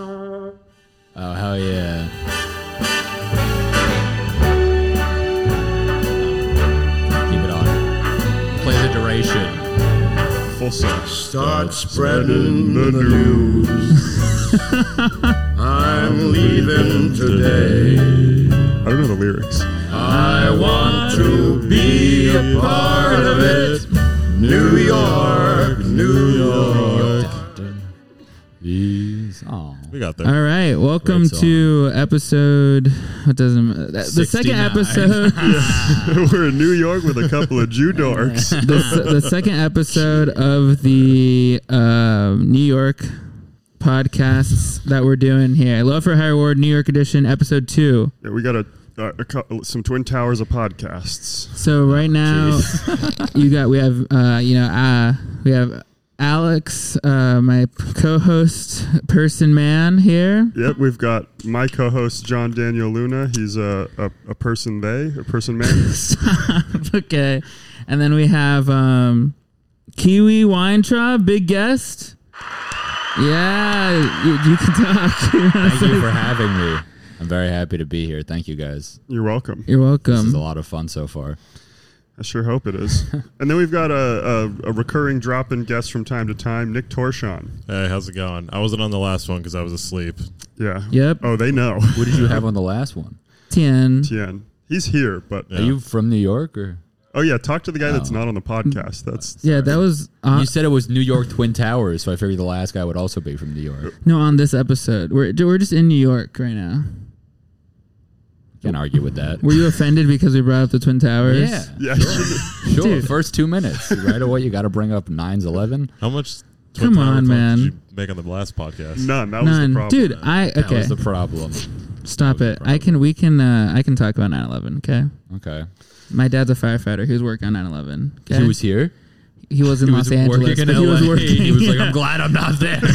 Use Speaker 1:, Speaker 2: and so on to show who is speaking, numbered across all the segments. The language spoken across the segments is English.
Speaker 1: Oh hell yeah! Keep it on. Play the duration. Full song.
Speaker 2: Start spreading the news. I'm leaving today.
Speaker 3: I don't know the lyrics.
Speaker 2: I want to be a part of it. New York, New York.
Speaker 1: These. Oh.
Speaker 3: We got there.
Speaker 4: All right, welcome
Speaker 1: Great song.
Speaker 4: to episode. What doesn't that- the second
Speaker 1: 69.
Speaker 4: episode?
Speaker 3: We're in New York with a couple of Jew dorks.
Speaker 4: the, s- the second episode of the um New York podcasts that we're doing here. Love for Higher Ward, New York edition, episode two.
Speaker 3: Yeah, we got a, a, a cou- some Twin Towers of podcasts.
Speaker 4: So right now, you got we have uh, you know uh, we have Alex, uh, my co-host, person man here.
Speaker 3: Yep, we've got my co-host John Daniel Luna. He's a, a, a person they, a person man.
Speaker 4: okay, and then we have um, Kiwi Weintraub, big guest. Yeah, you, you can talk.
Speaker 1: Thank you for having me. I'm very happy to be here. Thank you guys.
Speaker 3: You're welcome.
Speaker 4: You're
Speaker 1: This is a
Speaker 4: welcome.
Speaker 1: lot of fun so far.
Speaker 3: I sure hope it is. And then we've got a, a, a recurring drop-in guest from time to time, Nick Torshon.
Speaker 5: Hey, how's it going? I wasn't on the last one because I was asleep.
Speaker 3: Yeah.
Speaker 4: Yep.
Speaker 3: Oh, they know.
Speaker 1: What did you have on the last one?
Speaker 4: Tien.
Speaker 3: Tien. He's here, but
Speaker 1: Are you from New York or?
Speaker 3: oh yeah, talk to the guy that's not on the podcast. That's
Speaker 4: Yeah, that was uh, on,
Speaker 1: Uh, You said it was New York Twin Towers, so I figured the last guy would also be from New York.
Speaker 4: no on this episode. We're we're just in New York right now.
Speaker 1: Can't argue with that.
Speaker 4: Were you offended because we brought up the Twin Towers?
Speaker 1: Yeah,
Speaker 3: yeah.
Speaker 1: sure. First two minutes, right away, you got to bring up nines eleven.
Speaker 5: How much?
Speaker 4: Come
Speaker 5: Twitter
Speaker 4: on,
Speaker 5: talk
Speaker 4: man.
Speaker 5: Did you make on the last podcast?
Speaker 3: None. That was the
Speaker 4: None,
Speaker 3: problem.
Speaker 4: dude. I
Speaker 1: That
Speaker 4: okay.
Speaker 1: was the problem.
Speaker 4: Stop
Speaker 1: that was
Speaker 4: it.
Speaker 1: the
Speaker 4: I can. We can. Uh, I can talk about 9/11. Okay.
Speaker 1: Okay,
Speaker 4: My dad's a firefighter. He was working on 9/11. Okay.
Speaker 1: he was here.
Speaker 4: He was in Los Angeles. but He was working.
Speaker 1: He was like,
Speaker 4: yeah.
Speaker 1: "I'm glad I'm not there."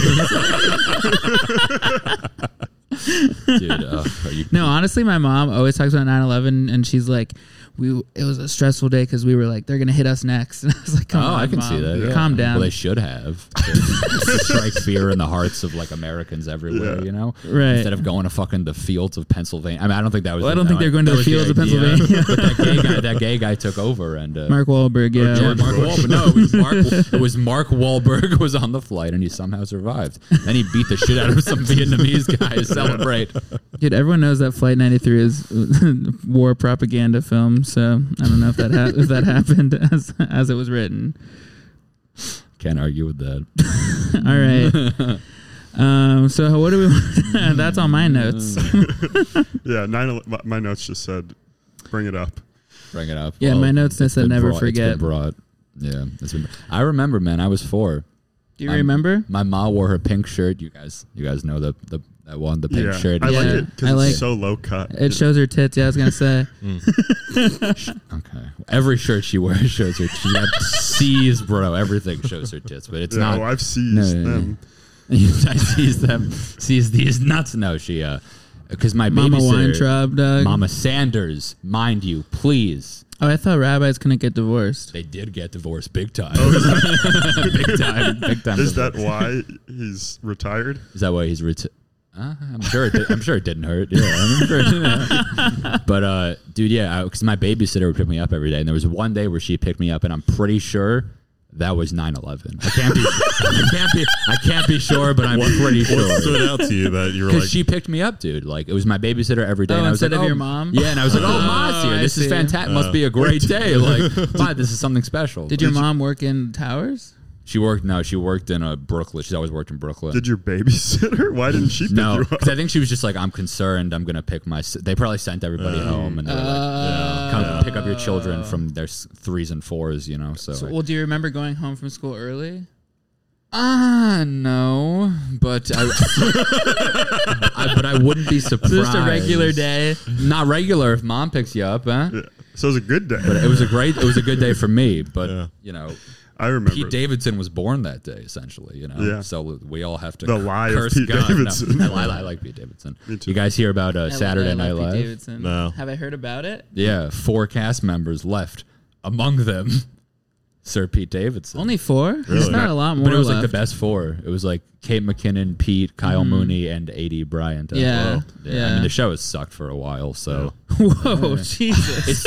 Speaker 1: Dude, uh, are you?
Speaker 4: No, honestly, my mom always talks about 9/11, and she's like, "We it was a stressful day because we were like they're gonna hit us next." And I was like, "Come
Speaker 1: Oh,
Speaker 4: on,
Speaker 1: I can
Speaker 4: Mom.
Speaker 1: see that. yeah.
Speaker 4: Calm down."
Speaker 1: Well, they should have to strike fear in the hearts of like Americans everywhere.
Speaker 3: Yeah.
Speaker 1: You know,
Speaker 4: Right.
Speaker 1: Instead of going to fucking the fields of Pennsylvania. I mean, I don't think that was.
Speaker 4: Well, I
Speaker 1: the-
Speaker 4: don't think they're going to
Speaker 1: that
Speaker 4: the
Speaker 1: was
Speaker 4: fields of
Speaker 1: idea.
Speaker 4: Pennsylvania.
Speaker 1: but that gay guy, that gay guy took over and. Uh,
Speaker 4: Mark Wahlberg.
Speaker 1: yeah,
Speaker 4: Yeah.
Speaker 1: Mark Wahlberg. No, it was Mark, it was Mark Wahlberg was on the flight and he somehow survived. Then he beat the shit out of some Vietnamese guy to celebrate.
Speaker 4: Dude, everyone knows that Flight 93 is war propaganda film, so I don't know if that ha- if that happened as as it was written.
Speaker 1: Can't argue with that.
Speaker 4: All right. Um, so what do we? that's on my notes.
Speaker 1: Mm.
Speaker 3: Yeah, nine. ele- my- My notes just said, "Bring it up."
Speaker 1: Bring it up.
Speaker 4: Yeah, my notes
Speaker 1: it's
Speaker 4: said
Speaker 1: been
Speaker 4: never
Speaker 1: brought-
Speaker 4: forget.
Speaker 1: It's been brought. Yeah, it's been. I remember, man. I was four.
Speaker 4: Do you
Speaker 1: I'm-
Speaker 4: remember?
Speaker 1: My ma wore her pink shirt. You guys, you guys know the the that one, the pink
Speaker 3: Yeah,
Speaker 1: shirt.
Speaker 3: I like
Speaker 4: Yeah.
Speaker 3: it because
Speaker 4: I like-
Speaker 3: it's so low cut.
Speaker 4: It shows her tits. Yeah, I was gonna say.
Speaker 1: Okay. Every shirt she wears shows her. She got C's, bro. Everything shows her tits, but it's
Speaker 3: yeah,
Speaker 1: not.
Speaker 3: well, I've seized
Speaker 1: no, no, no.
Speaker 3: them.
Speaker 1: I sees them, sees these nuts. No, she, uh, because my
Speaker 4: Mama
Speaker 1: babysitter,
Speaker 4: Weintraub, dog.
Speaker 1: Mama Sanders, mind you, please.
Speaker 4: Oh, I thought rabbis couldn't get divorced.
Speaker 1: They did get divorced big time. big time, big time.
Speaker 3: Oh, Is that
Speaker 1: divorce.
Speaker 3: why he's retired?
Speaker 1: Is that why he's reti- uh, I'm sure. It did, I'm sure it didn't hurt. Yeah, I'm sure it didn't hurt. But uh, dude, yeah, because my babysitter would pick me up every day, and there was one day where she picked me up, and I'm pretty sure that was 9/11. I can't be, I can't be, I can't be sure, but I'm pretty
Speaker 5: What
Speaker 1: sure.
Speaker 5: stood out to you that you were
Speaker 1: Because
Speaker 5: like,
Speaker 1: she picked me up, dude. Like it was my babysitter every day.
Speaker 4: Oh,
Speaker 1: and I was
Speaker 4: instead
Speaker 1: like,
Speaker 4: of
Speaker 1: oh,
Speaker 4: your mom?
Speaker 1: Yeah, and I was like, oh, mom's
Speaker 4: Oh,
Speaker 1: here.
Speaker 4: I
Speaker 1: This
Speaker 4: see.
Speaker 1: is fantastic. Must be a great day. Like, wow, this is something special.
Speaker 4: Did your mom work in towers?
Speaker 1: She worked. No, she worked in a Brooklyn. She's always worked in Brooklyn.
Speaker 3: Did your babysitter? Why didn't she pick
Speaker 1: No,
Speaker 3: you
Speaker 1: 'cause
Speaker 3: up?
Speaker 1: I think she was just like, I'm concerned. I'm gonna pick my. si-" They probably sent
Speaker 3: Uh,
Speaker 1: everybody home, and they were like, come pick up your children from their s- threes and fours, you know. So,
Speaker 4: So,
Speaker 1: like,
Speaker 4: well, do you remember going home from school early?
Speaker 1: ah, no, but I, I- but I wouldn't be surprised.
Speaker 4: Just a regular day.
Speaker 1: not regular. If mom picks you up, huh?
Speaker 3: So it was a good day.
Speaker 1: But uh, it was a great. It was a good day for me, but
Speaker 5: Yeah.
Speaker 1: you know.
Speaker 3: I remember.
Speaker 1: Pete Davidson was born that day, essentially. You know,
Speaker 3: Yeah.
Speaker 1: so we all have to
Speaker 3: The
Speaker 1: cur-
Speaker 3: lie of
Speaker 1: curse
Speaker 3: Pete
Speaker 1: God. No,
Speaker 3: Davidson.
Speaker 1: I, I like Pete Davidson.
Speaker 3: too.
Speaker 1: You guys hear about uh,
Speaker 4: I love
Speaker 1: Saturday
Speaker 4: that. I
Speaker 1: Night
Speaker 4: love Pete
Speaker 1: Live?
Speaker 4: Davidson.
Speaker 5: No.
Speaker 4: Have I heard about it?
Speaker 1: Yeah, four cast members left. Among them, Sir Pete Davidson.
Speaker 4: Only four? There's
Speaker 5: Really?
Speaker 4: not a lot more
Speaker 1: but it was
Speaker 4: left. Mm-hmm.
Speaker 1: like the best four. It was like Kate McKinnon, Pete, Kyle Mooney, and AD Bryant. as
Speaker 4: Yeah.
Speaker 1: well. I
Speaker 4: Yeah.
Speaker 1: mean, the show has sucked for a while, so
Speaker 4: Whoa, Jesus.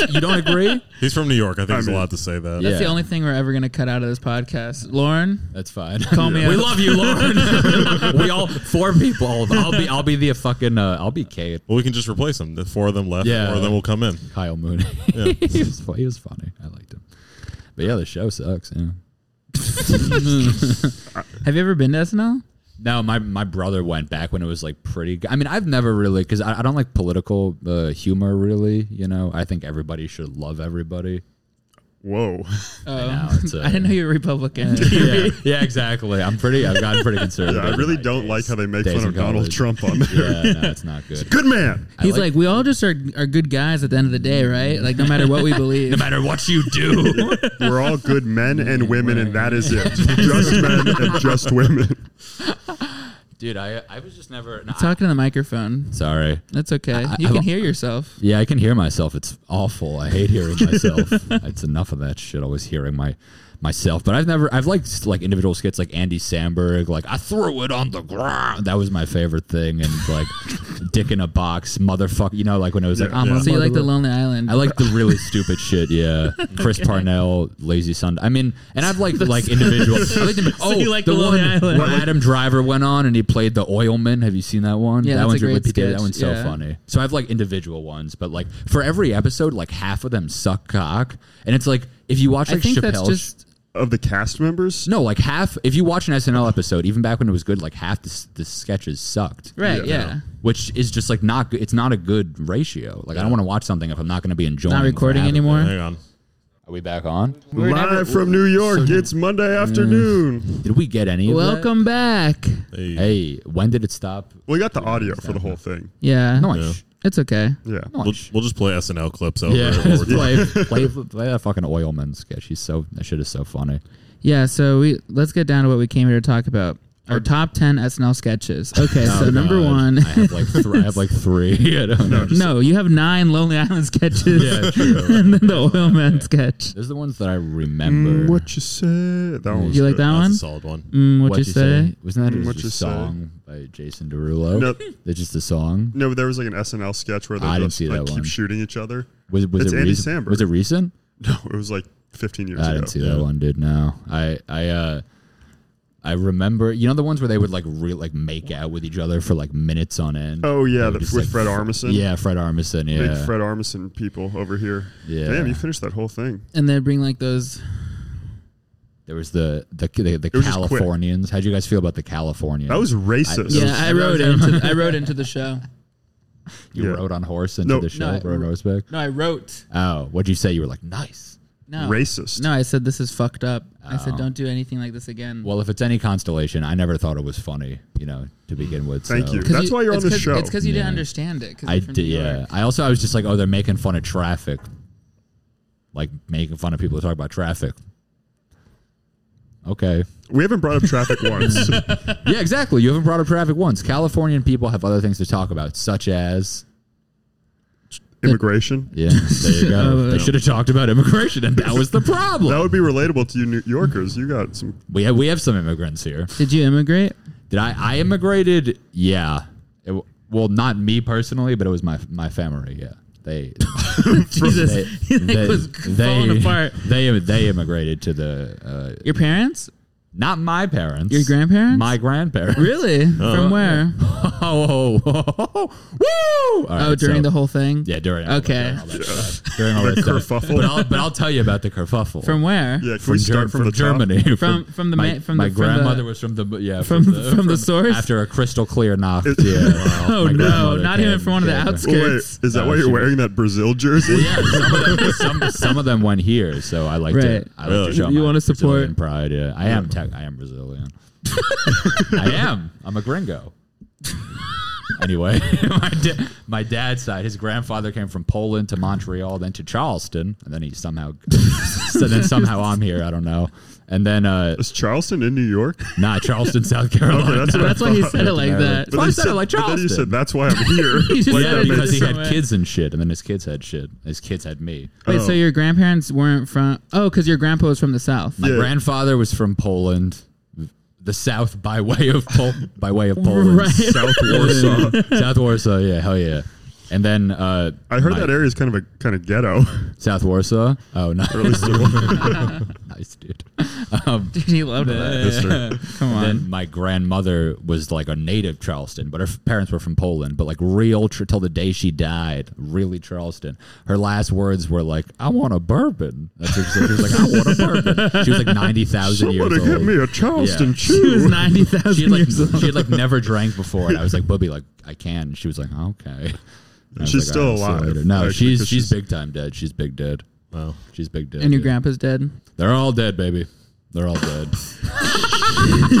Speaker 1: it's, you don't agree?
Speaker 5: He's from New York. I think
Speaker 3: I
Speaker 5: he's
Speaker 3: mean-
Speaker 5: allowed to say that.
Speaker 1: Yeah.
Speaker 4: That's the only thing we're ever going to cut out of this podcast. Lauren,
Speaker 1: That's fine.
Speaker 4: Call me
Speaker 1: we
Speaker 4: out.
Speaker 1: love you, Lauren. we all four people. all of- I'll be. I'll be the fucking. Uh, I'll be Kate.
Speaker 5: Well, we can just replace him. The four of them left.
Speaker 1: Yeah.
Speaker 5: Four of them will come in.
Speaker 1: Kyle Mooney. he, was, fu- he was funny. I liked him. But yeah, the show sucks. Yeah.
Speaker 4: have you ever been to SNL?
Speaker 1: No, my, my brother went back when it was like pretty. Good. I mean, I've never really because I, I don't like political uh, humor. Really, you know, I think everybody should love everybody.
Speaker 3: Whoa.
Speaker 4: Oh,
Speaker 1: know, it's a-
Speaker 4: I didn't know you were Republican.
Speaker 1: yeah, yeah, exactly. I'm pretty. I've gotten pretty
Speaker 3: Yeah,
Speaker 1: conservative.
Speaker 3: I
Speaker 1: in
Speaker 3: really
Speaker 1: my
Speaker 3: don't
Speaker 1: days-
Speaker 3: like how they make
Speaker 1: days
Speaker 3: fun
Speaker 1: in
Speaker 3: of Donald
Speaker 1: college.
Speaker 3: Trump on there.
Speaker 1: Yeah, no, it's not good.
Speaker 3: Good man.
Speaker 4: He's
Speaker 1: like-
Speaker 4: like, we all just are, are good guys at the end of the day, right? Like, no matter what we believe.
Speaker 1: No matter what you do.
Speaker 3: We're all good men and women, and that is it. Just men and just women.
Speaker 1: Dude, I I was just never. no, I-
Speaker 4: Talking to the microphone.
Speaker 1: sorry.
Speaker 4: That's okay.
Speaker 1: I-
Speaker 4: You
Speaker 1: I've-
Speaker 4: can hear yourself.
Speaker 1: Yeah, I can hear myself. It's awful. I hate hearing myself. it's enough of that shit. Always hearing my myself. But I've never. I've liked like individual skits like Andy Samberg. Like I threw it on the ground. That was my favorite thing. And like Dick in a box, motherfucker. You know, like when it was like I'm a
Speaker 4: So you like the
Speaker 1: mother-
Speaker 4: Lonely Island?
Speaker 1: I like the really stupid shit. Yeah, Chris Parnell, Lazy Sunday. I mean, and I've liked like individual. I liked him- oh,
Speaker 4: you like
Speaker 1: the
Speaker 4: The
Speaker 1: one
Speaker 4: Lonely Island.
Speaker 1: where Adam Driver went on and he played the oilman. Have you seen that one? that
Speaker 4: Yeah, that's a
Speaker 1: one's
Speaker 4: great
Speaker 1: with Pete Davidson.
Speaker 4: sketch,
Speaker 1: That one's so
Speaker 4: yeah.
Speaker 1: funny. So I've like individual ones, but like for every episode, like half of them suck cock, and it's like if you watch
Speaker 4: I
Speaker 1: like
Speaker 4: think that's
Speaker 1: Chappelle.
Speaker 4: just.
Speaker 3: Of the cast members?
Speaker 1: no, like half. If you watch an SNL episode, even back when it was good, like half the, s- the sketches sucked
Speaker 4: Right,
Speaker 3: Yeah.
Speaker 4: yeah.
Speaker 1: which is just like not good. It's not a good ratio. Like I don't want to watch something if I'm not going to be enjoying.
Speaker 4: Not recording
Speaker 1: half of it.
Speaker 4: anymore?
Speaker 5: Hang on.
Speaker 1: Are we back on?
Speaker 4: We're
Speaker 3: Live
Speaker 4: never-
Speaker 3: from New York, it's Monday afternoon.
Speaker 1: Did we get any? of that?
Speaker 4: Welcome back.
Speaker 5: Hey.
Speaker 1: Hey, when did it stop?
Speaker 3: We got the audio for the whole thing.
Speaker 4: Yeah.
Speaker 1: Noise.
Speaker 5: Yeah.
Speaker 4: It's okay.
Speaker 3: Yeah.
Speaker 5: We'll,
Speaker 1: Noise.
Speaker 5: we'll just play SNL clips over.
Speaker 1: Yeah,
Speaker 5: it while
Speaker 1: just
Speaker 5: we're talking.
Speaker 1: play, play, play that fucking oilman sketch. He's so that shit is so funny.
Speaker 4: Yeah, so we let's get down to what we came here to talk about. Our top ten SNL sketches. Okay, so
Speaker 1: Oh,
Speaker 4: number
Speaker 1: God.
Speaker 4: one.
Speaker 1: I have like thr- I have like three. I don't know.
Speaker 4: no, you have nine Lonely Island sketches,
Speaker 1: Yeah, true.
Speaker 4: and then the Oil Man sketch.
Speaker 1: Those are the ones that I
Speaker 3: Mm,
Speaker 1: remember.
Speaker 3: what you say? That one was
Speaker 4: You like
Speaker 3: good.
Speaker 4: that
Speaker 5: That's
Speaker 4: one?
Speaker 5: a solid one.
Speaker 4: Mm, what
Speaker 1: What'd
Speaker 4: you say?
Speaker 1: Wasn't that
Speaker 3: Mm,
Speaker 1: just
Speaker 3: what
Speaker 1: a
Speaker 3: you say?
Speaker 1: song by Jason Derulo?
Speaker 3: Nope.
Speaker 1: That's just a song.
Speaker 3: No, but there was like an SNL sketch where they
Speaker 1: I didn't
Speaker 3: just
Speaker 1: see
Speaker 3: like
Speaker 1: that
Speaker 3: keep
Speaker 1: one.
Speaker 3: shooting each other.
Speaker 1: Was was
Speaker 3: It's
Speaker 1: it
Speaker 3: Andy
Speaker 1: recent?
Speaker 3: Samberg.
Speaker 1: Was it recent?
Speaker 3: No, it was like 15 years
Speaker 1: I
Speaker 3: ago.
Speaker 1: didn't see
Speaker 5: Yeah.
Speaker 1: that one, dude. No, I, I, uh, I remember. You know the ones where they would like re- like make out with each other for like minutes on end.
Speaker 3: Oh
Speaker 1: They
Speaker 3: yeah, the,
Speaker 1: would
Speaker 3: with
Speaker 1: just, like,
Speaker 3: Fred
Speaker 1: fu-
Speaker 3: Armisen.
Speaker 1: Yeah, Fred Armisen.
Speaker 3: Big
Speaker 1: Yeah,
Speaker 3: Fred Armisen people over here.
Speaker 1: Yeah.
Speaker 3: Damn, you finished that whole thing.
Speaker 4: And they bring like those.
Speaker 1: there was the the the, the
Speaker 3: It was just quick.
Speaker 1: Californians. How'd you guys feel about the Californians?
Speaker 3: That was racist.
Speaker 4: Yeah, I rode into I rode into the show.
Speaker 1: you
Speaker 3: Yeah.
Speaker 1: rode on horse into
Speaker 3: No.
Speaker 1: the show,
Speaker 4: No, I-
Speaker 1: rode horseback.
Speaker 4: No, I wrote.
Speaker 1: Oh, what'd you say? You were like nice.
Speaker 4: No,
Speaker 3: Racist.
Speaker 4: No, I said this is fucked up. I said
Speaker 1: Oh.
Speaker 4: don't do anything like this again.
Speaker 1: Well, if it's any constellation, I never thought it was funny. You know, to begin with.
Speaker 3: Thank
Speaker 1: so-
Speaker 3: you.
Speaker 4: 'Cause
Speaker 3: That's why you're
Speaker 4: it's
Speaker 3: on this
Speaker 4: 'cause-
Speaker 3: show.
Speaker 4: It's because you
Speaker 1: Yeah.
Speaker 4: didn't understand it. 'cause
Speaker 1: I
Speaker 4: you're from
Speaker 1: did.
Speaker 4: New
Speaker 1: Yeah.
Speaker 4: York.
Speaker 1: I also I was just like, oh, they're making fun of traffic, like making fun of people who talk about traffic. Okay.
Speaker 3: We haven't brought up traffic once.
Speaker 1: yeah, exactly. You haven't brought up traffic once. Californian people have other things to talk about, such as
Speaker 3: Immigration.
Speaker 1: yeah. There you go.
Speaker 4: Oh,
Speaker 1: they should have talked about immigration, and that was the problem.
Speaker 3: That would be relatable to you New Yorkers. You got some.
Speaker 1: We have we have some immigrants here.
Speaker 4: Did you immigrate?
Speaker 1: Did I? I immigrated. Yeah. It w- well, not me personally, but it was my my family. Yeah. They
Speaker 4: Jesus,
Speaker 1: they
Speaker 4: he like, was falling apart.
Speaker 1: They they immigrated to the uh,
Speaker 4: Your parents?
Speaker 1: not my parents.
Speaker 4: Your grandparents?
Speaker 1: My grandparents.
Speaker 4: Really? From where?
Speaker 1: Oh, oh, oh, oh, woo! All
Speaker 4: Oh,
Speaker 1: right,
Speaker 4: during
Speaker 1: so-
Speaker 4: the whole thing?
Speaker 1: Yeah, during.
Speaker 4: Okay.
Speaker 1: All that stuff. during all that stuff.
Speaker 3: kerfuffle.
Speaker 1: But I'll but I'll tell you about the kerfuffle
Speaker 4: From where?
Speaker 3: Yeah, can
Speaker 1: From
Speaker 3: we start
Speaker 1: Ger-
Speaker 3: from, the top?
Speaker 1: Germany.
Speaker 4: From- from the
Speaker 1: my,
Speaker 4: ma- from
Speaker 1: my
Speaker 4: the- from
Speaker 1: grandmother
Speaker 4: the-
Speaker 1: was from the yeah
Speaker 4: from- from the source?
Speaker 1: after a crystal clear knock.
Speaker 3: It-
Speaker 1: yeah.
Speaker 4: Oh
Speaker 1: my
Speaker 4: no,
Speaker 1: grandmother
Speaker 4: not even
Speaker 1: came-
Speaker 4: from one of the
Speaker 1: yeah,
Speaker 3: Well, wait,
Speaker 4: outskirts.
Speaker 3: is that
Speaker 1: Oh,
Speaker 3: why you're
Speaker 1: shit.
Speaker 3: wearing that Brazil jersey?
Speaker 1: Yeah, some of them, some, some of them went here, so I like
Speaker 4: Right.
Speaker 1: to. I
Speaker 3: Oh.
Speaker 1: like to show
Speaker 4: You
Speaker 1: my
Speaker 4: wanna
Speaker 1: Brazilian
Speaker 4: support-
Speaker 1: pride. Yeah, I am. Tech, I am Brazilian. I am. I'm a gringo. anyway, my, da- my dad's side, his grandfather came from Poland to Montreal, then to Charleston, and then he somehow, so then somehow I'm here. I don't know. And then, uh,
Speaker 3: Is Charleston in New York?
Speaker 1: nah, Charleston, South Carolina.
Speaker 3: Okay, that's what I
Speaker 4: That's why he
Speaker 3: thought.
Speaker 4: said it like that.
Speaker 1: Why
Speaker 3: then you
Speaker 1: is that
Speaker 3: said-
Speaker 1: like
Speaker 3: but then you
Speaker 1: Charleston?
Speaker 3: said that's why I'm here.
Speaker 4: He just
Speaker 3: Like,
Speaker 4: said
Speaker 1: yeah,
Speaker 3: that
Speaker 4: it
Speaker 3: makes-
Speaker 1: because he had
Speaker 4: Somewhere.
Speaker 1: kids and shit, and then his kids had shit. His kids had me.
Speaker 4: Wait,
Speaker 3: Oh.
Speaker 4: so your grandparents weren't from? Oh, because your grandpa was from the south.
Speaker 1: My
Speaker 3: Yeah.
Speaker 1: grandfather was from Poland, the South by way of Pol- by way of Poland,
Speaker 4: Right.
Speaker 1: South Warsaw, South Warsaw. Yeah, hell yeah. And then uh,
Speaker 3: I heard
Speaker 1: my-
Speaker 3: that area is kind of a kind of ghetto.
Speaker 1: South Warsaw. Oh, nice,
Speaker 3: At least it was.
Speaker 1: nice dude. Um,
Speaker 4: Dude, he loved that.
Speaker 5: Mister.
Speaker 4: Come on.
Speaker 1: then my grandmother was like a native Charleston, but her f- parents were from Poland. But like real tr- till the day she died, really Charleston. Her last words were like, "I want a bourbon." That's what she, said. she was like, "I want a bourbon." She was like ninety thousand years
Speaker 3: Somebody
Speaker 1: old.
Speaker 3: get me a Charleston
Speaker 1: Yeah.
Speaker 4: he
Speaker 3: chew.
Speaker 4: was ninety
Speaker 1: she had
Speaker 4: thousand
Speaker 1: like
Speaker 4: years old.
Speaker 1: she had like never drank before, and I was like, "Bubby, like I can." And she was like, "Okay." And I was
Speaker 3: She's
Speaker 1: like,
Speaker 3: still
Speaker 1: "All right, I'll see you
Speaker 3: alive,
Speaker 1: later." No,
Speaker 3: actually,
Speaker 1: she's
Speaker 3: 'cause
Speaker 1: she's
Speaker 3: she's-
Speaker 1: big time dead. She's big dead.
Speaker 5: Wow.
Speaker 1: She's big dead.
Speaker 4: And your
Speaker 1: dude.
Speaker 4: grandpa's dead.
Speaker 1: They're all dead, baby. They're all dead.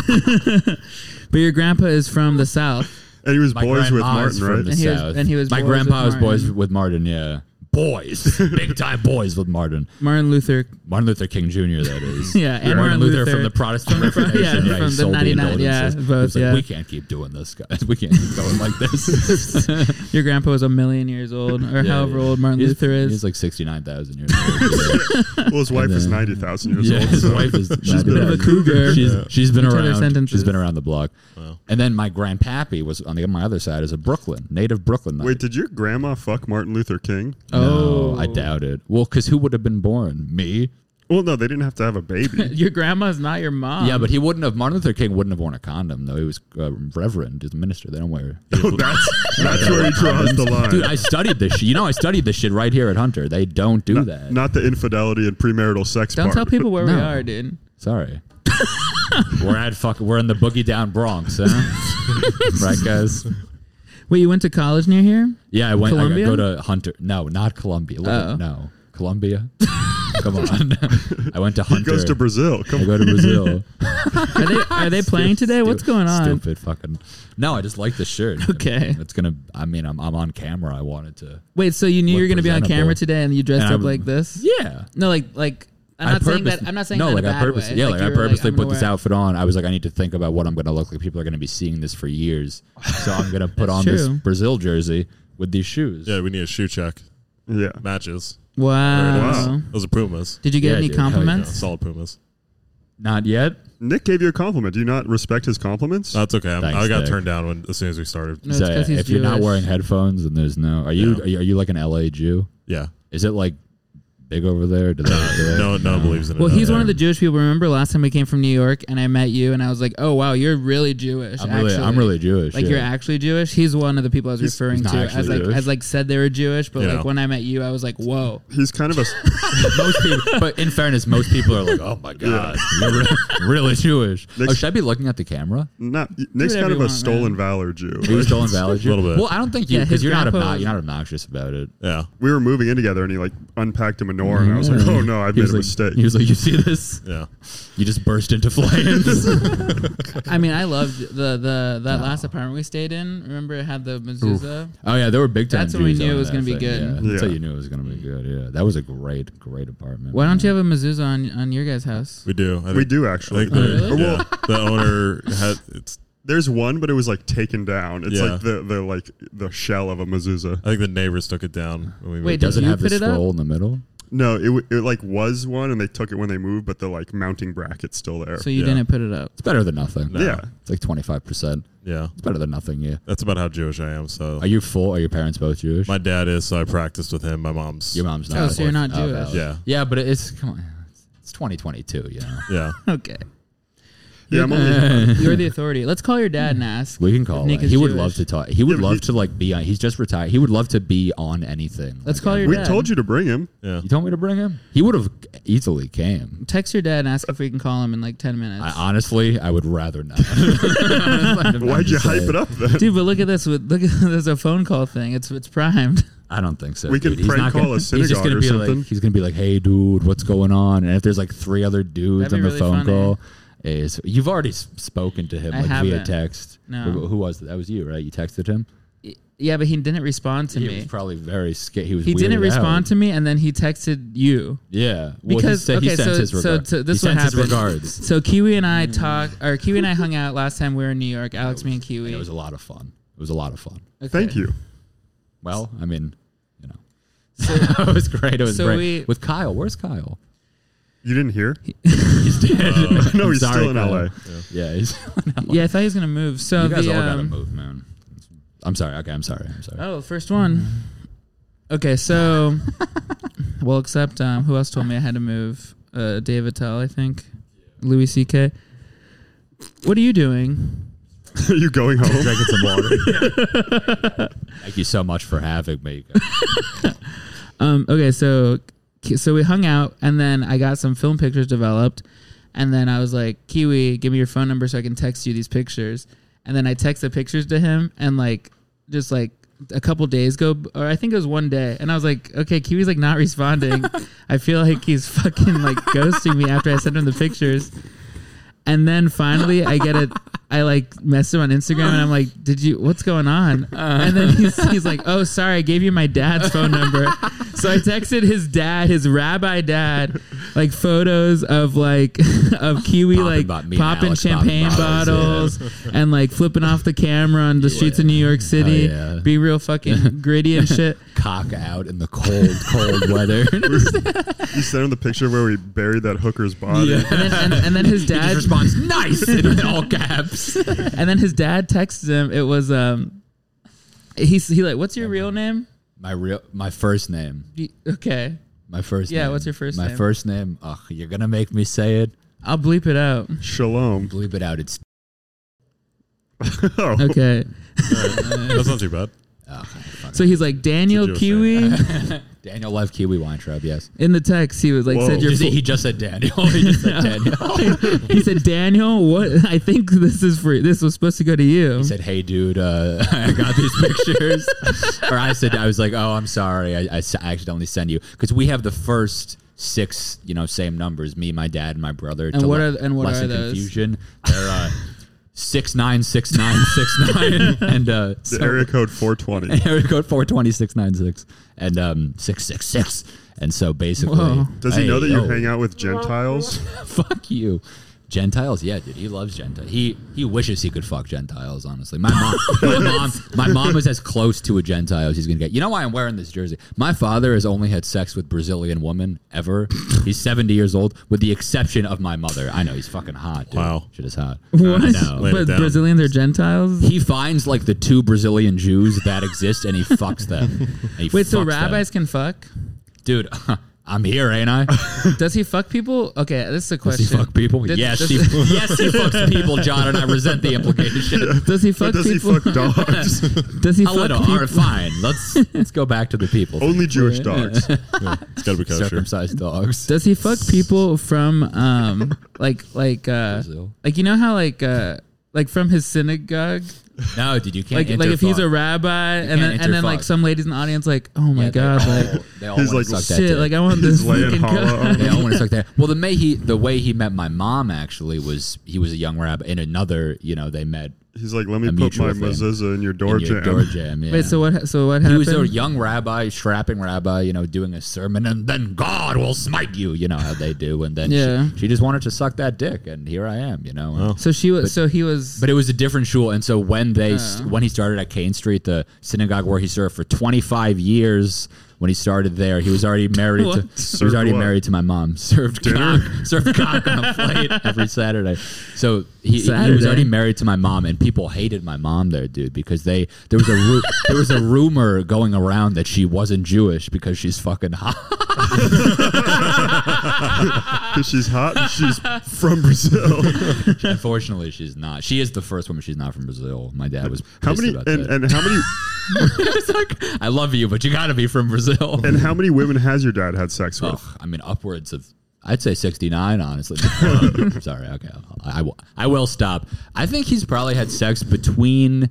Speaker 4: But your grandpa is from the south.
Speaker 3: And he was
Speaker 1: My
Speaker 3: boys with
Speaker 1: grandma's from
Speaker 3: Martin, right?
Speaker 1: the
Speaker 4: And he was-
Speaker 1: South.
Speaker 4: and he was
Speaker 1: My
Speaker 4: boys
Speaker 1: grandpa was
Speaker 4: with
Speaker 1: boys
Speaker 4: Martin.
Speaker 1: with Martin. Yeah, boys, big time boys with Martin.
Speaker 4: Martin Luther.
Speaker 1: Martin Luther King Jr. That is.
Speaker 4: Yeah, and Martin Luther.
Speaker 1: from the Protestant Reformation.
Speaker 4: yeah,
Speaker 1: he
Speaker 4: from the
Speaker 1: sold
Speaker 4: 99
Speaker 1: indulgences.
Speaker 4: yeah,
Speaker 1: He
Speaker 4: both,
Speaker 1: was like,
Speaker 4: yeah.
Speaker 1: We can't keep doing this, guys. We can't keep going like this.
Speaker 4: Your grandpa was a million years old, or
Speaker 1: Yeah,
Speaker 4: however
Speaker 1: yeah.
Speaker 4: old Martin
Speaker 1: He's-
Speaker 4: Luther
Speaker 1: He's
Speaker 4: is.
Speaker 1: like sixty nine thousand years old. Yeah.
Speaker 3: Well, his wife is
Speaker 1: then-
Speaker 3: 90,000 years
Speaker 1: Yeah,
Speaker 3: old.
Speaker 1: his
Speaker 3: so-
Speaker 1: wife is she's
Speaker 4: been a cougar.
Speaker 1: She's she's been
Speaker 4: Between her
Speaker 1: around.
Speaker 4: sentences.
Speaker 1: She's been around the block. And then my grandpappy was on the my other side is a Brooklyn native Brooklyn.
Speaker 3: Wait, did your grandma fuck Martin Luther King?
Speaker 1: no,
Speaker 4: oh,
Speaker 1: I doubt it. Well, because who would have been born? Me.
Speaker 3: Well, no, they didn't have to have a baby.
Speaker 4: Your grandma's not your mom.
Speaker 1: yeah, but he wouldn't have. Martin Luther King wouldn't have worn a condom though. He was uh, reverend, he's a minister. They don't wear.
Speaker 3: Oh, that's that's where he draws the line.
Speaker 1: Dude, I studied this. shit. You know, I studied this shit right here at Hunter. They don't do that.
Speaker 3: Not the infidelity and premarital sex
Speaker 4: don't
Speaker 3: part.
Speaker 4: tell people where we
Speaker 1: No.
Speaker 4: are, dude.
Speaker 1: Sorry. we're at fuck. We're in the boogie down Bronx, huh? right, guys.
Speaker 4: Wait, you went to college near here?
Speaker 1: Yeah, I went.
Speaker 4: Colombia?
Speaker 1: I go to Hunter. No, not Columbia. Look,
Speaker 4: Oh.
Speaker 1: No, Columbia. Come on. I went to
Speaker 3: He
Speaker 1: Hunter.
Speaker 3: goes to Brazil. Come
Speaker 1: I
Speaker 3: on.
Speaker 1: go to Brazil.
Speaker 4: Are they are they playing today? What's going on?
Speaker 1: Stupid fucking. No, I just like the shirt.
Speaker 4: Okay.
Speaker 1: It's gonna. I mean, I'm I'm on camera. I wanted to.
Speaker 4: Wait, so you knew you were
Speaker 1: Look
Speaker 4: going to be on
Speaker 1: presentable.
Speaker 4: camera today, and you dressed
Speaker 1: And
Speaker 4: up
Speaker 1: I'm-
Speaker 4: like this?
Speaker 1: Yeah.
Speaker 4: No, like like I'm
Speaker 1: I
Speaker 4: not saying
Speaker 1: purpose-
Speaker 4: that. I'm not saying
Speaker 1: no,
Speaker 4: that in
Speaker 1: like
Speaker 4: a
Speaker 1: I
Speaker 4: bad
Speaker 1: purposely,
Speaker 4: way.
Speaker 1: yeah, like,
Speaker 4: you
Speaker 1: I
Speaker 4: were
Speaker 1: purposely
Speaker 4: I'm
Speaker 1: put
Speaker 4: gonna
Speaker 1: this
Speaker 4: wear-
Speaker 1: outfit on. I was like, I need to think about what I'm gonna look like. People are gonna be seeing this for years, so I'm gonna put on this
Speaker 4: true.
Speaker 1: Brazil jersey with these shoes.
Speaker 5: Yeah, we need a shoe check.
Speaker 3: Yeah.
Speaker 5: Matches.
Speaker 4: Wow.
Speaker 3: Wow.
Speaker 5: Those are Pumas.
Speaker 4: Did you get
Speaker 1: Yeah,
Speaker 4: any
Speaker 1: dude, hell yeah.
Speaker 5: Yeah,
Speaker 4: compliments?
Speaker 5: solid Pumas.
Speaker 1: Not yet.
Speaker 3: Nick gave you a compliment. Do you not respect his compliments?
Speaker 1: Uh,
Speaker 5: That's okay. I'm, I
Speaker 1: Thanks,
Speaker 5: got
Speaker 1: Dick.
Speaker 5: turned down when as soon as we started.
Speaker 4: No, it's
Speaker 1: So,
Speaker 4: 'cause he's
Speaker 1: if you're not
Speaker 4: Jewish.
Speaker 1: wearing headphones, then there's no. Are you
Speaker 5: No.
Speaker 1: Are, you, are you like an LA Jew?
Speaker 5: Yeah.
Speaker 1: Is it like big over there? Do they, do they-
Speaker 5: No, no one believes in it.
Speaker 4: Well,
Speaker 5: out
Speaker 4: he's one
Speaker 5: there.
Speaker 4: of the Jewish people. Remember last time we came from New York and I met you and I was like, "Oh wow, you're really Jewish."
Speaker 1: I'm really,
Speaker 4: actually.
Speaker 1: I'm really Jewish.
Speaker 4: like
Speaker 1: yeah.
Speaker 4: you're actually Jewish. He's one of the people I was referring
Speaker 1: he's not
Speaker 4: to
Speaker 1: actually
Speaker 4: as like
Speaker 1: Jewish.
Speaker 4: as like said they were Jewish, but
Speaker 5: You
Speaker 4: like
Speaker 5: know.
Speaker 4: when I met you, I was like, "Whoa,
Speaker 3: He's kind of a.
Speaker 1: most people, but in fairness, most people are like, "Oh my god, you're really, really Jewish."
Speaker 3: Next-
Speaker 1: Oh, should I be looking at the camera?
Speaker 3: Not, Nick's
Speaker 4: whatever
Speaker 3: kind of
Speaker 4: you
Speaker 3: a
Speaker 4: want,
Speaker 3: stolen
Speaker 4: man.
Speaker 3: valor Jew.
Speaker 1: He was Dolan Valley Jew.
Speaker 5: Little bit.
Speaker 1: Well, I don't think you
Speaker 4: Yeah,
Speaker 1: because
Speaker 4: his
Speaker 1: you're not
Speaker 4: grandpa
Speaker 1: obno-
Speaker 4: was-
Speaker 1: you're not obnoxious about it.
Speaker 5: Yeah.
Speaker 3: We were moving in together and he like unpacked a menorah and I was like, oh no,
Speaker 1: Mm-hmm.
Speaker 3: I
Speaker 1: He
Speaker 3: made
Speaker 1: was
Speaker 3: a
Speaker 1: like,
Speaker 3: mistake.
Speaker 1: He was like, "You see this?
Speaker 5: Yeah.
Speaker 1: You just burst into flames."
Speaker 4: I mean, I loved the the that last apartment we stayed in. Remember, it had the mezuzah.
Speaker 1: oh yeah, there were big time.
Speaker 4: That's when we
Speaker 1: Jews
Speaker 4: knew it
Speaker 1: on
Speaker 4: was
Speaker 1: that
Speaker 4: gonna be
Speaker 1: thing,
Speaker 4: good.
Speaker 1: Yeah. That's how
Speaker 3: Yeah.
Speaker 1: you knew it was gonna be good. Yeah, that was a great, great apartment.
Speaker 4: Why don't you have a mezuzah on on your guys' house?
Speaker 5: We do. I think,
Speaker 3: we do
Speaker 5: I
Speaker 3: actually.
Speaker 5: think the,
Speaker 3: Or, well,
Speaker 5: yeah, the owner had it's
Speaker 3: there's one, but it was like taken down. It's
Speaker 5: Yeah.
Speaker 3: like the, the like the shell of a mezuzah.
Speaker 5: I think the neighbors took it down when we
Speaker 4: Wait,
Speaker 5: moved
Speaker 4: did
Speaker 5: in.
Speaker 1: Doesn't
Speaker 4: you
Speaker 1: have the
Speaker 4: put it up?
Speaker 1: scroll in the middle.
Speaker 3: No, it, w- it like was one and they took it when they moved, but the like mounting bracket's still there.
Speaker 4: So you
Speaker 5: Yeah.
Speaker 4: didn't put it up.
Speaker 1: It's better than nothing.
Speaker 5: No.
Speaker 3: yeah.
Speaker 1: It's like twenty five percent.
Speaker 5: Yeah.
Speaker 1: It's better than nothing. Yeah.
Speaker 5: That's about how Jewish I am. So
Speaker 1: Are you full? Are your parents both Jewish?
Speaker 5: my dad is, so I practiced with him. My mom's
Speaker 1: Your mom's not.
Speaker 4: Oh, so you're not Jewish.
Speaker 1: valid.
Speaker 5: Yeah.
Speaker 1: Yeah, but it's come on. It's 2022. You know,
Speaker 5: Yeah.
Speaker 4: Okay,
Speaker 3: Yeah, I'm only,
Speaker 4: you're the authority. Let's call your dad and ask.
Speaker 1: we can call.
Speaker 4: Nick
Speaker 1: him.
Speaker 4: is
Speaker 1: He would
Speaker 4: Jewish.
Speaker 1: love to talk. He would
Speaker 3: Yeah, but
Speaker 1: love
Speaker 3: he-
Speaker 1: to like be on. He's just retired. He would love to be on anything.
Speaker 4: Let's
Speaker 1: Like,
Speaker 4: call your
Speaker 3: we
Speaker 4: dad.
Speaker 3: told you to bring him.
Speaker 5: Yeah.
Speaker 1: You told me to bring him. He would have easily came.
Speaker 4: Text your dad and ask if we can call him in like ten minutes.
Speaker 1: I honestly, I would rather not.
Speaker 3: Why'd you hype it up then?
Speaker 4: Dude, but look at this. With Look, at there's a phone call thing. It's it's primed.
Speaker 1: I don't think so.
Speaker 3: We can
Speaker 1: dude. He's
Speaker 3: prank
Speaker 1: not
Speaker 3: call
Speaker 1: gonna-
Speaker 3: a
Speaker 1: he's just
Speaker 3: synagogue
Speaker 1: gonna
Speaker 3: or
Speaker 1: be
Speaker 3: something.
Speaker 1: Like, he's gonna be like, "Hey, dude, what's going on?" And if there's like three other dudes
Speaker 4: That'd
Speaker 1: on the
Speaker 4: be really
Speaker 1: phone
Speaker 4: funny.
Speaker 1: call, is you've already s- spoken to him
Speaker 4: I
Speaker 1: like via
Speaker 4: haven't.
Speaker 1: text.
Speaker 4: No.
Speaker 1: Who, who was that? That was you, right? You texted him.
Speaker 4: yeah, but he didn't respond to
Speaker 1: He was
Speaker 4: me.
Speaker 1: probably very scared. He was.
Speaker 4: He didn't
Speaker 1: weirded
Speaker 4: respond
Speaker 1: out.
Speaker 4: to me, and then he texted you.
Speaker 1: Yeah, well,
Speaker 4: Because
Speaker 1: he said
Speaker 4: okay,
Speaker 1: he sent
Speaker 4: so
Speaker 1: his
Speaker 4: so,
Speaker 1: regards.
Speaker 4: so this
Speaker 1: he
Speaker 4: one
Speaker 1: sent his
Speaker 4: happened.
Speaker 1: regards.
Speaker 4: So Kiwi and I talked, or Kiwi and I hung out last time we were in New York. Alex, me, and Kiwi.
Speaker 1: It was a lot of fun. It was a lot of fun.
Speaker 3: Thank you.
Speaker 1: Well, I mean, you know,
Speaker 4: So,
Speaker 1: it was great. It was
Speaker 4: So
Speaker 1: great.
Speaker 4: we-
Speaker 1: with Kyle. Where's Kyle?
Speaker 3: You didn't hear?
Speaker 1: He's dead.
Speaker 3: no,
Speaker 1: I'm
Speaker 3: he's
Speaker 1: sorry,
Speaker 3: still in
Speaker 1: Kyle.
Speaker 3: LA.
Speaker 1: Yeah, he's.
Speaker 4: yeah, I thought he was gonna move. So
Speaker 1: you guys
Speaker 4: the,
Speaker 1: all gotta
Speaker 4: um,
Speaker 1: move, man. I'm sorry. Okay, I'm sorry. I'm sorry.
Speaker 4: Oh, first one. Okay, so well, except um, who else told me I had to move? Uh, Dave Attell, I think. Louis C.K. What are you doing?
Speaker 3: Are you going home?
Speaker 1: Drinking some water. Thank you so much for having me.
Speaker 4: Um, okay, so so we hung out, and then I got some film pictures developed, and then I was like, Kiwi, give me your phone number so I can text you these pictures. And then I text the pictures to him, and like just like a couple days go, or I think it was one day, and I was like, okay, Kiwi's like not responding. I feel like he's fucking like ghosting me after I sent him the pictures. And then finally, I get it. I like messaged him on Instagram, and I'm like, "Did you? What's going on?"
Speaker 1: Uh-huh.
Speaker 4: and then he's, he's like, "Oh, sorry, I gave you my dad's phone number." so I texted his dad, his rabbi dad, like photos of like of Kiwi
Speaker 1: Popping bo- me
Speaker 4: like
Speaker 1: and
Speaker 4: popping
Speaker 1: Alex
Speaker 4: champagne
Speaker 1: popping bottles,
Speaker 4: bottles, and like flipping off the camera on the streets of New York City.
Speaker 1: yeah.
Speaker 4: Be real fucking gritty and shit.
Speaker 1: Cock out in the cold, cold weather. His
Speaker 3: you sent him the picture where we buried that hooker's body.
Speaker 4: And then, and, and then his dad
Speaker 1: response: Nice in all caps.
Speaker 4: and then his dad texted him. It was um, he's he like, what's your real name?
Speaker 1: My real, my first name.
Speaker 4: Do you- Okay,
Speaker 1: My first.
Speaker 4: Yeah,
Speaker 1: name.
Speaker 4: what's your first
Speaker 1: my
Speaker 4: name?
Speaker 1: first name. Ugh, you're gonna make me say it.
Speaker 4: I'll bleep it out.
Speaker 3: Shalom.
Speaker 1: Bleep it out. It's
Speaker 3: Oh,
Speaker 4: Okay,
Speaker 5: That's not too bad.
Speaker 1: ugh, fuck.
Speaker 4: so he's like Daniel
Speaker 5: Jewish
Speaker 4: Kiwi
Speaker 1: Daniel Love Kiwi Weintraub. Yes,
Speaker 4: in the text. He was like,
Speaker 3: Whoa.
Speaker 4: said your
Speaker 1: You see,
Speaker 4: fu-
Speaker 1: he just said Daniel. He just said Daniel.
Speaker 4: he said Daniel. What? I think this is for this was supposed to go to you.
Speaker 1: He said, "Hey, dude, uh, I got these pictures." or I said, "I was like, oh, I'm sorry, I, I s- I accidentally sent you because we have the first six, you know, same numbers: me, my dad, and my brother."
Speaker 4: And what are- and what
Speaker 1: lessen
Speaker 4: are those?
Speaker 1: Confusion. They're uh, six nine six nine six nine and uh,
Speaker 3: the
Speaker 1: so-
Speaker 3: area code 420.
Speaker 1: area code four twenty six nine six and um six six six. And so basically,
Speaker 4: Whoa.
Speaker 3: Does he
Speaker 1: hey,
Speaker 3: know that you
Speaker 1: yo,
Speaker 3: hang out with Gentiles?
Speaker 1: Fuck you. Gentiles, yeah, dude, he loves Gentiles. He he wishes he could fuck Gentiles. Honestly, my mom, my mom, my mom is as close to a Gentile as he's gonna get. You know why I'm wearing this jersey? My father has only had sex with Brazilian women ever. He's 70 years old, with the exception of my mother. I know he's fucking hot. Dude.
Speaker 5: Wow.
Speaker 1: shit is hot.
Speaker 4: What?
Speaker 1: I know.
Speaker 5: Lay it
Speaker 4: But
Speaker 5: down.
Speaker 4: Brazilians are Gentiles.
Speaker 1: He finds like the two Brazilian Jews that exist, and he fucks them. And he
Speaker 4: Wait, so
Speaker 1: fucks them.
Speaker 4: rabbis can fuck?
Speaker 1: dude. I'm here, ain't I?
Speaker 4: Does he fuck people? Okay, this is a
Speaker 1: Does he
Speaker 4: question.
Speaker 1: fuck people?
Speaker 4: Does-
Speaker 1: yes,
Speaker 4: does-
Speaker 1: he, yes, he fucks people, John, and I resent the implication.
Speaker 4: Does he
Speaker 3: But
Speaker 4: fuck
Speaker 3: does he
Speaker 4: people?
Speaker 3: fuck dogs?
Speaker 4: does he
Speaker 1: A
Speaker 4: fuck
Speaker 1: little,
Speaker 4: people?
Speaker 1: or fine. Let's let's go back to the people.
Speaker 3: Only Jewish dogs.
Speaker 5: It's got to be kosher.
Speaker 1: Circumcised dogs.
Speaker 4: Does he fuck people from um like like uh
Speaker 1: Brazil.
Speaker 4: like you know how like uh like from his synagogue
Speaker 1: No, dude, you can't.
Speaker 4: like like if he's a rabbi and then
Speaker 1: can't
Speaker 4: and then like
Speaker 1: interfuck.
Speaker 4: some ladies in the audience like oh my god like
Speaker 1: they all
Speaker 3: He's
Speaker 1: want
Speaker 3: like,
Speaker 1: to suck that
Speaker 4: shit
Speaker 1: dick.
Speaker 4: like I want this
Speaker 3: He's laying
Speaker 4: fucking
Speaker 3: hollow.
Speaker 4: guy.
Speaker 1: they all want to suck that. Well, the may he the way he met my mom actually was he was a young rabbi in another. You know, they met
Speaker 3: He's like, let me
Speaker 1: A
Speaker 3: put my
Speaker 1: mutual thing.
Speaker 3: mezuzah in your door
Speaker 1: in your
Speaker 3: jam.
Speaker 1: door jam. Yeah.
Speaker 4: Wait so what so what
Speaker 1: he
Speaker 4: happened?
Speaker 1: was a young rabbi, strapping rabbi, you know, doing a sermon, and then God will smite you. You know how they do. And then
Speaker 4: Yeah.
Speaker 1: she, she just wanted to suck that dick, and here I am. You know.
Speaker 5: Wow.
Speaker 4: so she was so he was
Speaker 1: But it was a different shul, and so when they
Speaker 3: Uh-huh.
Speaker 1: when he started at Kane Street, the synagogue where he served for 25 years, when he started there, he was already married. to,
Speaker 4: What?
Speaker 1: he was
Speaker 3: Served
Speaker 1: already
Speaker 3: what?
Speaker 1: married to my mom. Served
Speaker 3: Dinner?
Speaker 1: cock, served cock on a plate every Saturday. So he, he was
Speaker 4: Saturday?
Speaker 1: already married to my mom, and people hated my mom there, dude, because they there was a ru- there was a rumor going around that she wasn't Jewish because she's fucking hot.
Speaker 3: 'Cause she's hot and she's from Brazil.
Speaker 1: Unfortunately, she's not. She is the first woman. She's not from Brazil. My dad was
Speaker 3: How
Speaker 1: pissed
Speaker 3: many
Speaker 1: about
Speaker 3: and,
Speaker 1: that.
Speaker 3: and how many
Speaker 1: It's like, I love you, but you got to be from Brazil.
Speaker 3: and how many women has your dad had sex with?
Speaker 1: Ugh, I mean, upwards of, I'd say 69, honestly. Um, Sorry. Okay. I, I will, I will stop. I think he's probably had sex between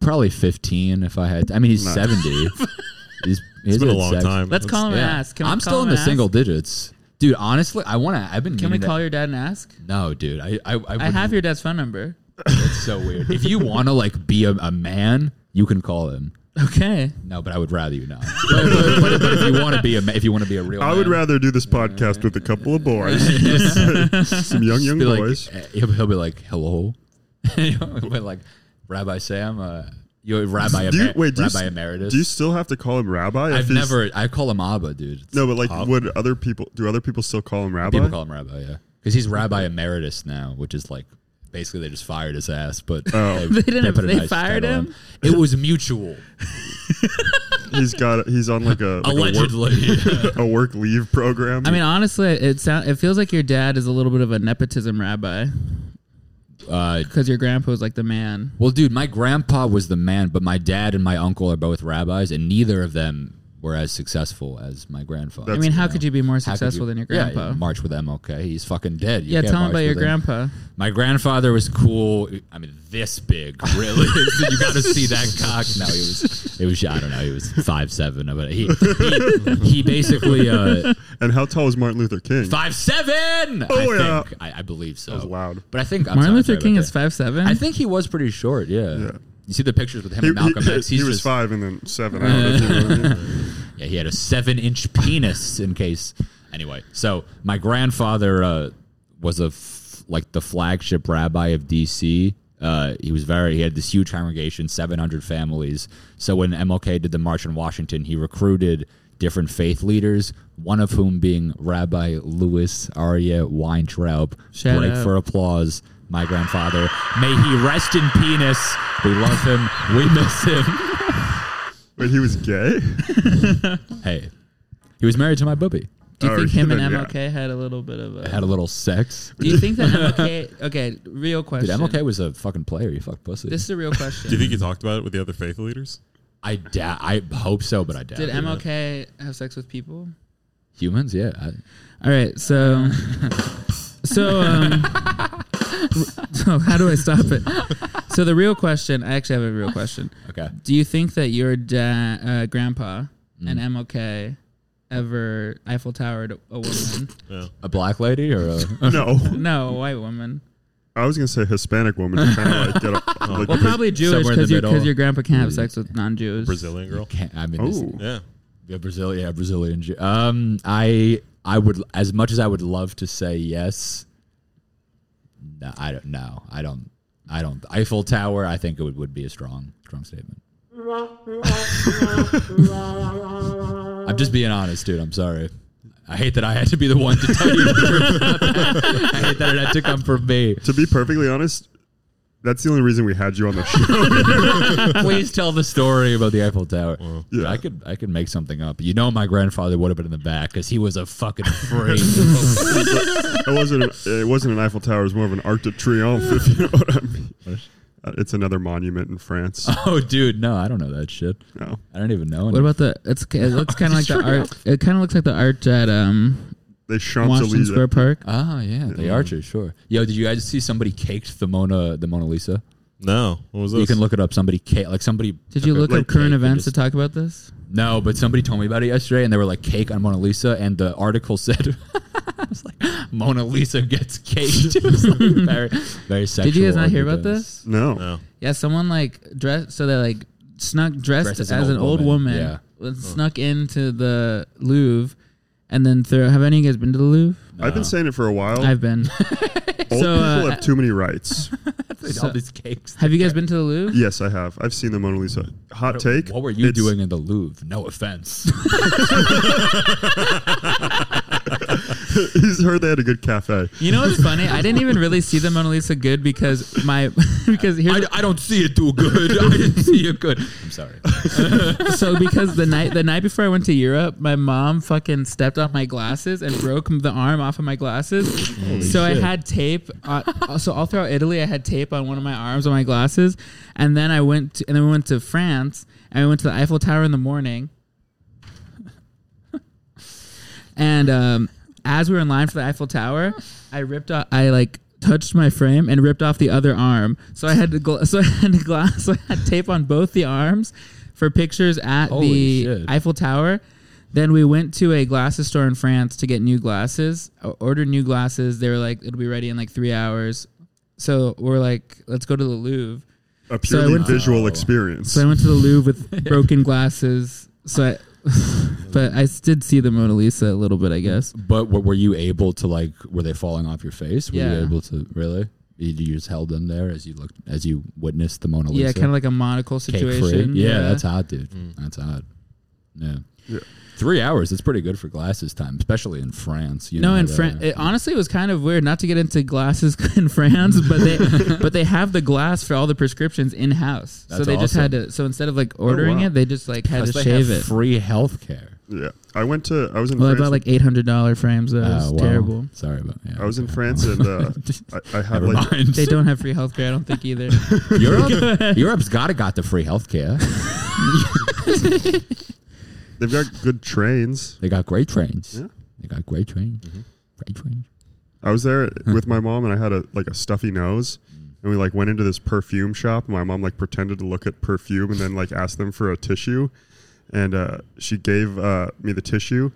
Speaker 1: probably 15, if I had, I mean, he's 70. he's, he's
Speaker 5: It's been a
Speaker 1: had
Speaker 5: long
Speaker 1: sex.
Speaker 5: time.
Speaker 4: let's call him
Speaker 1: Yeah.
Speaker 4: and ask. Can we
Speaker 1: I'm
Speaker 4: call
Speaker 1: still in
Speaker 4: him
Speaker 1: the
Speaker 4: and ask?
Speaker 1: single digits. Dude, honestly, I want to, I've been
Speaker 4: Can we
Speaker 1: meaning to-
Speaker 4: call your dad and ask?
Speaker 1: No, dude. I, I, I,
Speaker 4: I have your dad's phone number.
Speaker 1: That's so weird. If you want to like be a, a man, you can call him.
Speaker 4: Okay.
Speaker 1: No, but I would rather you not. But, but- but- but if you want to be a ma- if you want to be a real,
Speaker 3: I would
Speaker 1: Oh, man,
Speaker 3: rather do this podcast with a couple of boys, some young young
Speaker 1: be like,
Speaker 3: boys.
Speaker 1: eh, he'll, he'll be like, hello, but like Rabbi Sam, uh, you Rabbi,
Speaker 3: Do you-
Speaker 1: Emer-
Speaker 3: wait, do you
Speaker 1: Rabbi
Speaker 3: s-
Speaker 1: Emeritus.
Speaker 3: Do you still have to call him Rabbi? if
Speaker 1: I've
Speaker 3: he's-
Speaker 1: never. I call him Abba, dude.
Speaker 3: No, but like, would other people? Do other people still call him Rabbi?
Speaker 1: People call him Rabbi, yeah, because he's Rabbi Emeritus now, which is like basically they just fired his ass. But
Speaker 3: Oh.
Speaker 4: They didn't-
Speaker 1: put a
Speaker 4: they
Speaker 1: nice
Speaker 4: fired
Speaker 1: title on
Speaker 4: him?
Speaker 1: It was mutual,
Speaker 3: he's got. He's on like a like a, work,
Speaker 1: allegedly.
Speaker 3: a work leave program.
Speaker 4: I mean, honestly, it sound, it feels like your dad is a little bit of a nepotism rabbi
Speaker 1: uh,
Speaker 4: because your grandpa was like the man.
Speaker 1: well, dude, my grandpa was the man, but my dad and my uncle are both rabbis, and neither of them were as successful as my grandfather.
Speaker 4: I mean, how could you be more successful than your grandpa?
Speaker 1: Yeah, march with MLK. He's fucking dead. You
Speaker 4: Yeah,
Speaker 1: can't
Speaker 4: tell me
Speaker 1: march
Speaker 4: about your
Speaker 1: with him.
Speaker 4: grandpa.
Speaker 1: My grandfather was cool. I mean, this big, really. you got to see that cock. No, he was. It was. I don't know. He was five seven. But he he, he basically uh,
Speaker 3: and how tall is Martin Luther King?
Speaker 1: five seven. I
Speaker 3: Oh, yeah.
Speaker 1: think. I, I believe so.
Speaker 3: was loud.
Speaker 1: But I think I'm
Speaker 4: Martin
Speaker 1: sorry,
Speaker 4: Luther
Speaker 1: sorry
Speaker 4: King
Speaker 1: about
Speaker 4: is
Speaker 1: that.
Speaker 4: five seven.
Speaker 1: I think he was pretty short. Yeah.
Speaker 3: Yeah.
Speaker 1: You see the pictures with him
Speaker 3: He,
Speaker 1: and Malcolm
Speaker 3: he-
Speaker 1: X.
Speaker 3: he
Speaker 1: He's
Speaker 3: was
Speaker 1: just-
Speaker 3: five and then seven. I don't know if you know what I mean.
Speaker 1: Yeah, he had a seven inch penis in case. Anyway, so my grandfather uh, was a f- like the flagship rabbi of D.C. Uh, he was very. He had this huge congregation, seven hundred families. So when MLK did the march in Washington, he recruited different faith leaders, one of whom being Rabbi Louis Arya Weintraub.
Speaker 4: Shout
Speaker 1: Break
Speaker 4: out.
Speaker 1: for applause, my grandfather. May he rest in penis. We love him. We miss him.
Speaker 3: Wait, he was gay?
Speaker 1: Hey, he was married to my booby.
Speaker 4: Do you
Speaker 3: Or-
Speaker 4: think him and
Speaker 3: yeah.
Speaker 4: MLK had a little bit of a?
Speaker 1: Had a little sex.
Speaker 4: Do you think that MLK? Okay, real question.
Speaker 1: Dude, MLK was a fucking player. You fucked pussy.
Speaker 4: This is a real question.
Speaker 5: Do you think he talked about it with the other faith leaders?
Speaker 1: I doubt. I hope so, but I doubt.
Speaker 4: Did
Speaker 1: it.
Speaker 4: MLK have sex with people?
Speaker 1: humans? Yeah. I,
Speaker 4: All right, so so um, so how do I stop it? So the real question, I actually have a real question.
Speaker 1: okay.
Speaker 4: Do you think that your dad, uh, grandpa,
Speaker 1: Mm.
Speaker 4: and MLK ever Eiffel Towered a woman?
Speaker 1: A black lady or a,
Speaker 3: No.
Speaker 4: no, a white woman.
Speaker 3: I was going to say Hispanic woman to kind of like get a. like,
Speaker 4: Well, probably Jewish
Speaker 1: Somewhere in the
Speaker 4: because
Speaker 1: middle. Mm.
Speaker 4: your grandpa can't have sex with non-Jews.
Speaker 5: Brazilian girl?
Speaker 1: can't, I mean, this,
Speaker 3: Oh.
Speaker 5: Yeah.
Speaker 1: yeah, Brazil, yeah, Brazilian. Jew. Um, I, I would, as much as I would love to say yes. No, I don't. No, I don't. I don't. Eiffel Tower. I think it would, would be a strong, strong statement. I'm just being honest, dude. I'm sorry. I hate that I had to be the one to tell you. the truth. I hate that it had to come from me.
Speaker 3: To be perfectly honest, that's the only reason we had you on the show.
Speaker 1: Please tell the story about the Eiffel Tower.
Speaker 3: Yeah.
Speaker 1: I could I could make something up. You know, my grandfather would have been in the back because he was a fucking freak.
Speaker 3: it wasn't. An, it wasn't an Eiffel Tower. It was more of an Arc de Triomphe, if you know what I mean. Uh, It's another monument in France.
Speaker 4: Uh,
Speaker 1: oh, dude, no, I don't know that shit.
Speaker 3: No.
Speaker 1: I don't even know.
Speaker 4: What about the? It's it looks kind of like the art. It kind of looks like the art at um,
Speaker 3: They Champs
Speaker 4: Washington Square
Speaker 3: Elysees.
Speaker 4: Park.
Speaker 1: Oh yeah, the arches, sure. Yo, did you guys see somebody caked the Mona the Mona Lisa?
Speaker 5: No. What was this?
Speaker 1: You can look it up. Somebody cake like somebody.
Speaker 4: Did you
Speaker 1: took a
Speaker 4: look
Speaker 1: cake
Speaker 4: up current
Speaker 1: and
Speaker 4: events
Speaker 1: just-
Speaker 4: to talk about this?
Speaker 1: No, but somebody told me about it yesterday, and they were like cake on Mona Lisa, and the article said, I was like, Mona Lisa gets caked. It was like very, very sexual.
Speaker 4: Did you guys not hear about
Speaker 1: undertones.
Speaker 4: this?
Speaker 3: No.
Speaker 5: no.
Speaker 4: Yeah, someone like dressed so they like snuck dressed
Speaker 1: Dressed
Speaker 4: as, an old woman,
Speaker 1: yeah.
Speaker 4: and snuck into the Louvre, and then throw. Have any of you guys been to the Louvre?
Speaker 3: I've been saying it for a
Speaker 1: Oh.
Speaker 3: while.
Speaker 4: I've been.
Speaker 3: Old
Speaker 4: so, uh,
Speaker 3: people have too many rights.
Speaker 1: All these cakes.
Speaker 4: have you guys been to the Louvre?
Speaker 3: yes, I have. I've seen the Mona Lisa. Hot take.
Speaker 1: What were you
Speaker 3: it's-
Speaker 1: doing in the Louvre? No offense.
Speaker 3: He's heard they had a good cafe.
Speaker 4: You know what's funny? I didn't even really see the Mona Lisa good because my because here's
Speaker 1: I, I don't see it too good. I didn't see it good. I'm sorry.
Speaker 4: so because the night the night before I went to Europe, my mom fucking stepped on my glasses and broke the arm off of my glasses. so I
Speaker 1: shit.
Speaker 4: had tape. Uh, so all throughout Italy, I had tape on one of my arms on my glasses, and then I went to, and then we went to France and we went to the Eiffel Tower in the morning. And um, as we were in line for the Eiffel Tower, I ripped off. I like touched my frame and ripped off the other arm. So I had to gl- so I had to glass. So I had tape on both the arms for pictures at
Speaker 1: Holy
Speaker 4: the
Speaker 1: shit.
Speaker 4: Eiffel Tower. Then we went to a glasses store in France to get new glasses. o- Ordered new glasses. They were like, "It'll be ready in like three hours." so we're like, let's go to the Louvre.
Speaker 3: A
Speaker 4: So I
Speaker 3: purely
Speaker 4: went to-
Speaker 3: visual
Speaker 1: Oh.
Speaker 3: experience.
Speaker 4: So I went to the Louvre with broken glasses. So I, but I did see the Mona Lisa a little bit, I guess.
Speaker 1: But w- were you able to like? Were they falling off your face? Were
Speaker 4: Yeah.
Speaker 1: you able to really? You, you just held them there as you looked, as you witnessed the Mona Lisa.
Speaker 4: Yeah, kind of like a monocle situation.
Speaker 1: Yeah, that's hot, dude. That's hot. Yeah.
Speaker 3: Mm. Yeah.
Speaker 1: Three hours. That's pretty good for glasses time, especially in France. You
Speaker 4: no,
Speaker 1: know
Speaker 4: in
Speaker 1: that.
Speaker 4: France, it honestly was kind of weird not to get into glasses in France, but they but they have the glass for all the prescriptions in house. So
Speaker 1: That's
Speaker 4: they just had
Speaker 1: awesome.
Speaker 4: to. So instead of like ordering
Speaker 3: wow.
Speaker 4: it, they just like had
Speaker 1: Plus
Speaker 4: to
Speaker 1: they
Speaker 4: shave
Speaker 1: have
Speaker 4: it.
Speaker 1: Free health care.
Speaker 3: yeah, I went to. I was in.
Speaker 4: Well, I
Speaker 3: France
Speaker 4: bought like eight hundred dollar frames.
Speaker 1: Oh,
Speaker 4: Though. It was terrible.
Speaker 1: Uh, Sorry about yeah,
Speaker 3: I was in
Speaker 1: okay.
Speaker 3: France and uh, I, I had
Speaker 1: Never
Speaker 3: like
Speaker 1: mind.
Speaker 4: They don't have free healthcare. I don't think either.
Speaker 1: Europe, Europe's got to got the free health care.
Speaker 3: they've got good trains.
Speaker 1: They got great trains.
Speaker 3: Yeah. Mm-hmm.
Speaker 1: They got great trains. Great trains.
Speaker 3: I was there with my mom and I had a like a stuffy nose. And we like went into this perfume shop. My mom like pretended to look at perfume and then like asked them for a tissue. And uh, she gave uh, me the tissue.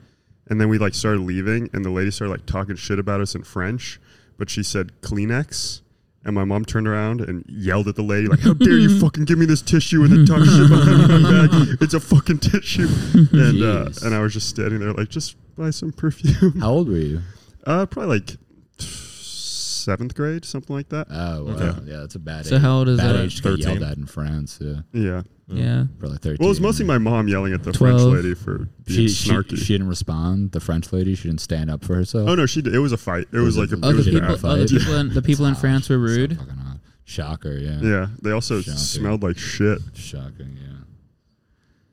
Speaker 3: And then we like started leaving and the lady started like talking shit about us in French. But she said Kleenex. And my mom turned around and yelled at the lady, like, How dare you fucking give me this tissue and then talk shit behind my back? It's a fucking tissue. And, uh,
Speaker 1: Jeez.
Speaker 3: and I was just standing there, like, Just buy some perfume.
Speaker 1: How old were you?
Speaker 3: Uh, probably like seventh grade, something like that.
Speaker 1: Oh, wow.
Speaker 5: Okay.
Speaker 1: yeah, that's a bad
Speaker 4: So
Speaker 1: age.
Speaker 4: how old is
Speaker 1: bad
Speaker 4: that?
Speaker 1: age to get yelled
Speaker 5: 13?
Speaker 1: at in France. Yeah,
Speaker 3: Yeah.
Speaker 4: yeah.
Speaker 1: probably thirteen.
Speaker 3: Well, it was mostly my mom yelling at the French
Speaker 4: Twelve.
Speaker 3: lady for being
Speaker 1: She, she,
Speaker 3: snarky.
Speaker 1: she didn't respond. The French lady, she didn't stand up for herself.
Speaker 3: oh no, she did. It was a fight. It was
Speaker 1: Was
Speaker 3: like
Speaker 1: it-
Speaker 3: a.
Speaker 1: Oh,
Speaker 3: it
Speaker 4: Other
Speaker 3: was
Speaker 1: the
Speaker 3: an
Speaker 1: people-
Speaker 3: ass
Speaker 4: people,
Speaker 1: fight.
Speaker 4: other
Speaker 3: fight.
Speaker 4: people, in, the people in France were rude.
Speaker 1: So fucking hot. Shocker, yeah.
Speaker 3: Yeah, they also
Speaker 1: Shocking.
Speaker 3: smelled like shit.
Speaker 1: Shocking, yeah.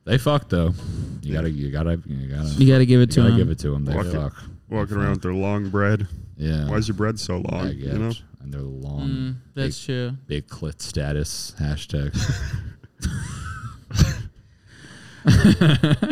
Speaker 1: They fuck though. You gotta, you gotta, you gotta,
Speaker 4: You got to give it
Speaker 1: you
Speaker 4: to
Speaker 1: gotta
Speaker 4: them.
Speaker 1: give it to them. They
Speaker 3: Walk it-
Speaker 1: fuck.
Speaker 3: Walking around with their long bread.
Speaker 1: Yeah.
Speaker 3: Why is your bread so long?
Speaker 1: I
Speaker 3: You
Speaker 1: get.
Speaker 3: know,
Speaker 1: And they're long,
Speaker 4: Mm, that's true.
Speaker 1: big clit status hashtag.
Speaker 4: All